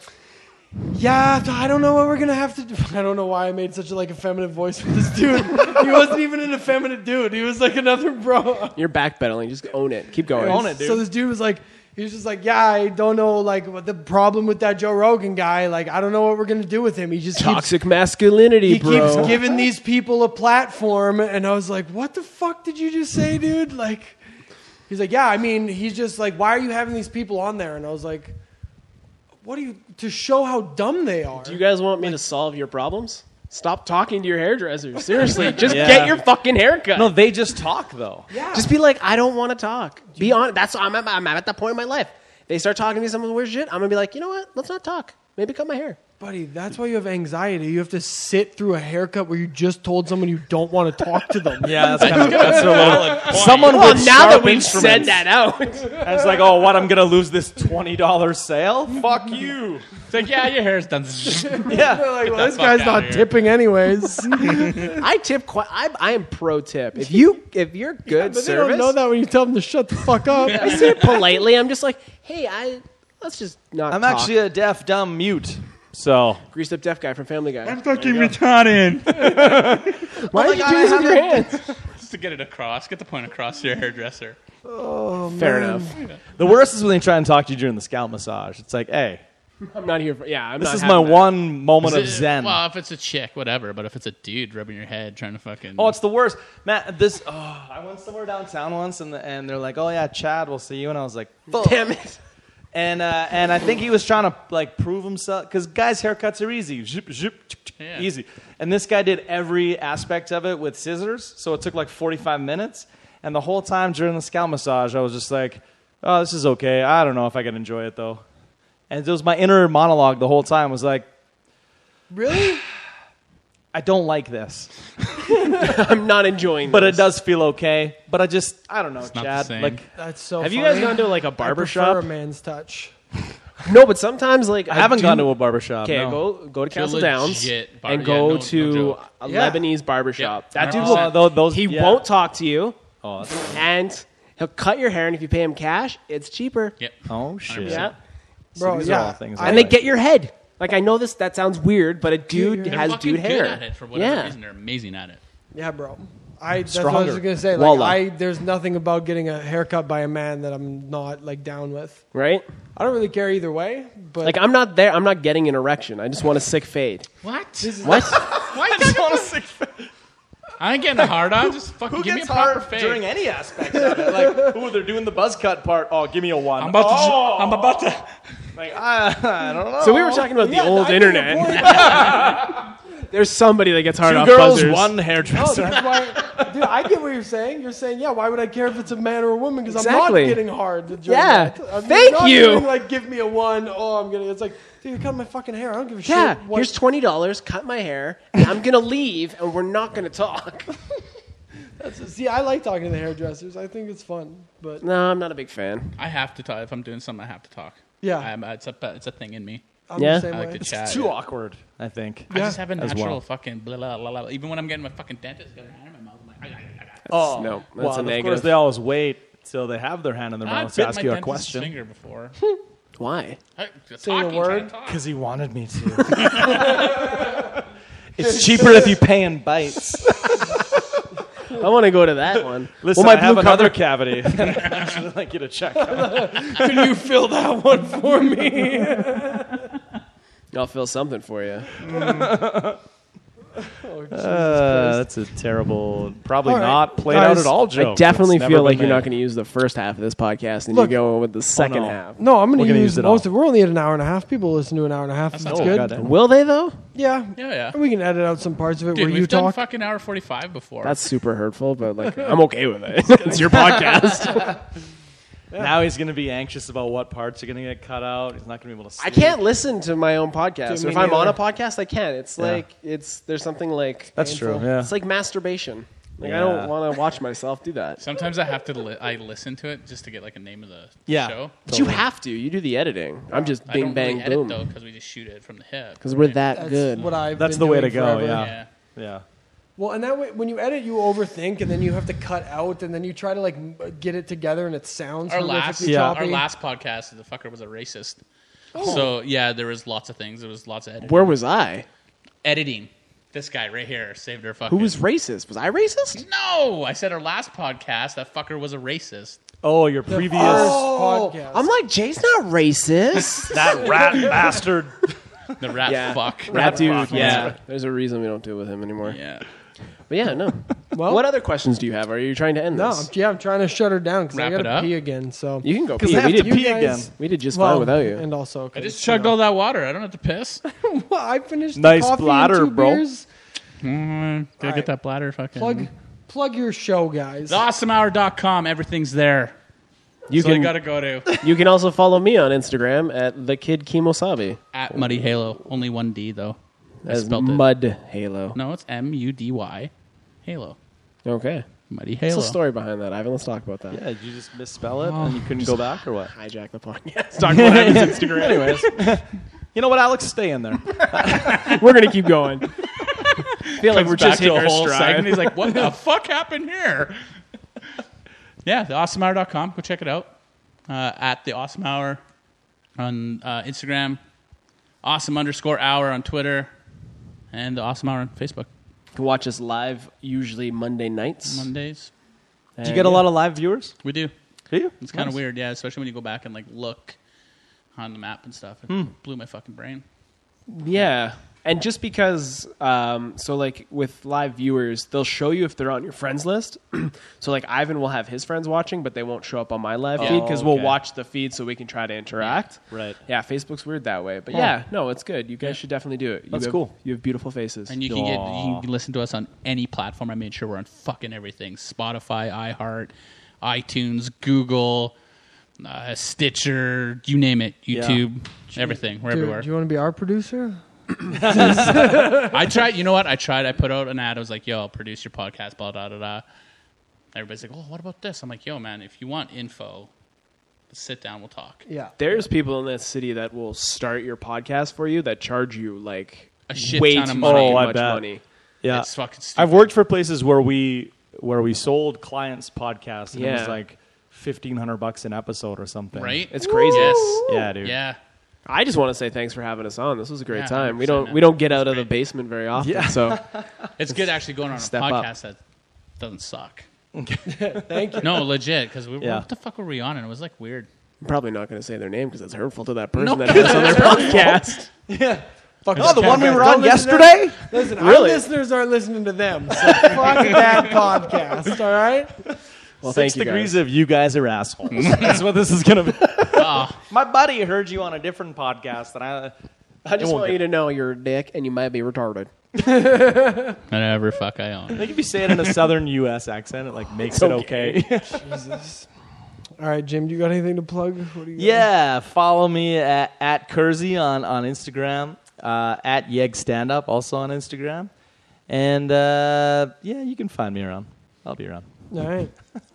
yeah, I don't know what we're gonna have to. do. [LAUGHS] I don't know why I made such a like effeminate voice with this dude. [LAUGHS] he wasn't even an effeminate dude. He was like another bro. You're backpedaling. Just own it. Keep going. Own it, dude. So this dude was like, he was just like, yeah, I don't know, like what the problem with that Joe Rogan guy. Like, I don't know what we're gonna do with him. He just keeps Toxic masculinity, he bro. keeps giving these people a platform and i was like what the fuck did you just say dude like he's like yeah i mean he's just like why are you having these people on there and i was like what are you to show how dumb they are Do you guys want me to solve your problems? Stop talking to your hairdresser. [LAUGHS] Seriously, just Yeah. get your fucking haircut. no, they just talk though. yeah. Just be like, I don't want to talk. Be honest. That's I'm at, I'm at that point in my life. They start talking to me some weird shit. I'm gonna be like, you know what? Let's not talk. Maybe cut my hair. buddy that's why you have anxiety you have to sit through a haircut where you just told someone you don't want to talk to them [LAUGHS] Yeah, that's kind [LAUGHS] of that's a little. Someone Well, with now that sharp we've said instruments. that out, [LAUGHS] it's I was like, oh, what? I'm gonna lose this twenty dollars sale? [LAUGHS] Fuck you. It's like, yeah, your hair's [LAUGHS] done. Yeah. like, well, the this fuck guy's outta not here. tipping [LAUGHS] anyways I tip quite. I, I am pro tip. If you if you're good but they service, don't know that when you tell them to shut the fuck [LAUGHS] up I say it politely. I'm just like, hey, I let's just not. I'm talk. actually a deaf, dumb, mute. So greased up deaf guy from Family Oh Guy. fucking retarded. Why did you do this with your hands? [LAUGHS] Just to get it across, get the point across to your hairdresser. Fair enough. the worst is when they try and talk to you during the scalp massage. It's like, hey, I'm not here for. Yeah, I'm this not is my having that. one moment of Is it- zen. Well, if it's a chick, whatever. But if it's a dude rubbing your head, trying to fucking. Oh, it's the worst, Matt. This oh, I went somewhere downtown once, and and they're like, "Oh yeah, Chad, we'll see you," and I was like, "Fuck." [LAUGHS] Damn it. And uh, and I think he was trying to like prove himself because guys' haircuts are easy, zip, zip, tch, tch, Yeah. easy. And this guy did every aspect of it with scissors, so it took like forty five minutes. And the whole time during the scalp massage, I was just like, "Oh, this is okay. I don't know if I can enjoy it though." And it was my inner monologue the whole time was like, really "I don't like this." I'm not enjoying. but it this. does feel okay. But I just I don't know, not the Chad. same. Like that's so Have you guys funny. gone to like a I barber prefer shop? a man's touch No, but sometimes like I haven't do- gone to a barbershop. Okay, no. go go to Castle Downs legit bar- and yeah, go no- no to joke. a Yeah. Lebanese barbershop. Yeah, That dude 100%. Oh, will. tho- those, He yeah. won't talk to you, Oh, that's- and he'll cut your hair. And if you pay him cash, it's cheaper. Yep. oh shit. Yeah, [LAUGHS] bro these are yeah all things I and they like. get your head. Like I know this. That sounds weird, but a dude They're has fucking dude good hair. at it for whatever yeah. reason. They're amazing at it. Yeah, bro. I that's what I was Stronger. gonna say. Like, Walla. I there's nothing about getting a haircut by a man that I'm not like down with. right. I don't really care either way, but Like I'm not there. I'm not getting an erection. I just want a sick fade. What? What? Why you talking about- I ain't getting a hard on. Just fucking Who give me a gets proper hard fade. during any aspect of it? Like, [LAUGHS] ooh, they're doing the buzz cut part. Oh, give me a one. I'm about to. Oh! I'm about to. Like, I, [LAUGHS] I don't know. So we were talking about the old [LAUGHS] internet. There's somebody that gets hard Two off girls, buzzers. one Oh, hairdresser. that's why, dude. I get what you're saying. You're saying, yeah. Why would I care if it's a man or a woman? Because Exactly. I'm not getting hard. during Yeah. that. I'm Thank not you. doing, like, give me a one. Oh, I'm gonna. It's like, dude, you cut my fucking hair. I don't give a Yeah, shit. what- here's twenty dollars. Cut my hair. and I'm gonna leave, and we're not gonna talk. [LAUGHS] See, I like talking to the hairdressers. I think it's fun. But No, I'm not a big fan. I have to talk. If I'm doing something, I have to talk. Yeah. I'm, it's a it's a thing in me. I'm Yeah. the same I like way. to chat. Too awkward, I think. I just have a as natural well. fucking blah, blah blah blah. Even when I'm getting my fucking dentist got her hand in my mouth, I'm like, I, I, Oh No, that's well, a and negative. Of course, they always wait till they have their hand in their I, I mouth bit to my ask you a dentist's question. [LAUGHS] finger before. Why? I, a talking, word. trying to talk. Because he wanted me to. [LAUGHS] it's cheaper if you pay in [LAUGHS] bites. I want to go to that one. Listen, well, my I have blue another cavity. [LAUGHS] I'd like you to check. out. Can you fill that one for [LAUGHS] me? co- I'll feel something for you. Uh, that's a terrible, probably All right. not played out Guys, at all I joke. definitely feel like you're not going going to use the first half of this podcast, and Look- you go with the second Oh, no. half. No, I'm We're going to gonna use, use it most all. of. We're only at an hour and a half. People listen to an hour and a half. That's, not to. good. Will they though? Yeah. Yeah, yeah. We can edit out some parts of it Dude, where we've you done talk. fucking hour forty-five before. That's super hurtful, but like I'm okay with it. it's your podcast. [LAUGHS] Now he's going to be anxious about what parts are going to get cut out. He's not going to be able to. [LAUGHS] I Sleep. can't listen to my own podcast. Dude, if me I'm on a neither. podcast, I can. It's Yeah. like it's there's something like That's true. Yeah. it's like masturbation. Like I Yeah. don't want to watch myself [LAUGHS] do that. Sometimes I have to. Li- I listen to it just to get like a name of the Yeah. show. But you have to. You do the editing. I'm just I bing don't bang really edit boom though because we just shoot it from the hip. because we're that That's good. what I've That's been the way to doing go. forever. Yeah. Yeah. Yeah. Well, and that way, when you edit, you overthink, and then you have to cut out, and then you try to like m- get it together, and it sounds Our horrifically last, Yeah. choppy. our last podcast, the fucker was a racist. So yeah, there was lots of things. There was lots of editing. Oh. Where was I? editing. This guy right here saved our fucking. Who was racist? Was I racist? No, I said our last podcast. That fucker was a racist. Oh, your previous [LAUGHS] Oh, podcast. I'm like Jay's not racist. that rat [LAUGHS] bastard. The rat Yeah. fuck. That dude, fuck. [LAUGHS] yeah. There's a reason we don't deal with him anymore. Yeah. But yeah, no. Well- what other questions do you have? Are you trying to end no, I'm, this? yeah, I'm trying to shut her down because I Wrap it gotta up. pee again. So You can go Because pee. I have We to did, pee guys- again. we did just Well, fine without you. and also I just chugged all that water. I don't have to piss. Well, I finished Nice the coffee bladder, and two bro. Beers. Mm, gotta Alright. get that bladder fucking. Plug, plug your show, guys. Theawesomehour.com. Everything's there. You so can you gotta go to you can also follow me on Instagram at the kid Kimosabi at Muddy Halo. Only one D though. I as spelled it. Mud Halo. No, it's M U D Y Halo. Okay, Muddy what's Halo. the story behind that? Ivan, let's talk about that. Yeah, did you just misspell it and you couldn't go back or what? Hijack [LAUGHS] the podcast. talk about Ivan's Instagram. Anyways, You know what, Alex? Stay in there. we're gonna keep [LAUGHS] going. feel like we're Back just to hitting the our whole segment. stride. He's like, what [LAUGHS] the fuck happened here? [LAUGHS] yeah, theawesomehour.com. Go check it out. Uh, at the awesome hour on uh, Instagram, awesome underscore hour on Twitter, and the awesome hour on Facebook. You can watch us live usually Monday nights. Mondays. Do you get a lot of live viewers? We do. Do you? It's kind of weird, yeah, especially when you go back and like look on the map and stuff. It blew my fucking brain. Yeah. And just because, um, so like with live viewers, they'll show you if they're on your friends list. [CLEARS THROAT] so like Ivan will have his friends watching, but they won't show up on my live feed because we'll Oh, okay. watch the feed so we can try to interact. Right. Yeah, Facebook's weird that way, but yeah, no, it's good. You guys should definitely do it. You That's have- cool. You have beautiful faces. And you can get you can listen to us on any platform. I made sure we're on fucking everything: Spotify, iHeart, iTunes, Google, uh, Stitcher, you name it. YouTube, everything. We're Dude, everywhere. Do you want to be our producer? [LAUGHS] I tried. You know what? I tried. I put out an ad. I was like, "Yo, I'll produce your podcast." Blah da da da. Everybody's like, "Oh, what about this?" I'm like, "Yo, man, if you want info, sit down. We'll talk." [LAUGHS] Yeah. There's people in that city that will start your podcast for you that charge you like A shit way ton of too money. fucking Oh, I much bet. money. Yeah. It's fucking stupid. I've worked for places where we where we sold clients podcasts and it Yeah. was like fifteen hundred bucks an episode or something. right. It's crazy. Yes. Yeah, dude. Yeah. I just want to say thanks for having us on. This was a great Yeah, time. We 100%, don't man. we don't get out of the basement very often, [LAUGHS] so It's good actually going on a Step up. podcast that doesn't suck. [LAUGHS] Thank you. No, legit, because we Yeah. what the fuck were we on? And it was like weird. [LAUGHS] I'm probably not going to say their name because it's hurtful to that person that has on their podcast. Fuck Oh, the that one we podcast. were Our on listeners- yesterday? Listen, our Really? listeners aren't listening to them. [LAUGHS] So fuck that podcast. All right. Well, Six thank you. degrees Guys. of you guys are assholes. [LAUGHS] That's what this is gonna be. My buddy heard you on a different podcast, and I I just won't want get- you to know you're a dick and you might be retarded. Whatever fuck I own. think if you say it in a southern U.S. accent, it like makes it okay. [LAUGHS] All right, Jim. Do you got anything to plug? What do you got? Yeah, follow me at, at Kersey on, on Instagram, uh, at Yeg Stand Up also on Instagram. And uh, yeah, you can find me around. I'll be around. All right.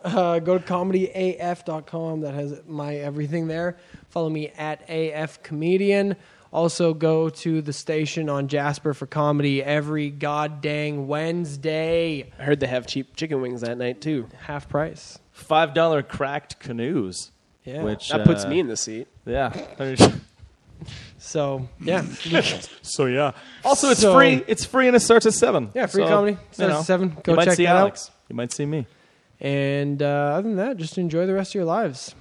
Uh, go to comedyaf.com. That has my everything there. Follow me at AF Comedian. Also, go to the station on Jasper for comedy every goddamn Wednesday. I heard they have cheap chicken wings that night too. Half price. Five dollar cracked canoes. Yeah. Which That puts uh, me in the seat. [LAUGHS] Yeah. So, [LAUGHS] yeah. So yeah. also, it's So- free. It's free and it starts at seven. Yeah, free So, comedy. you Starts at know, seven. Go you might check see that out. Alex. You might see me. and uh, other than that, just enjoy the rest of your lives.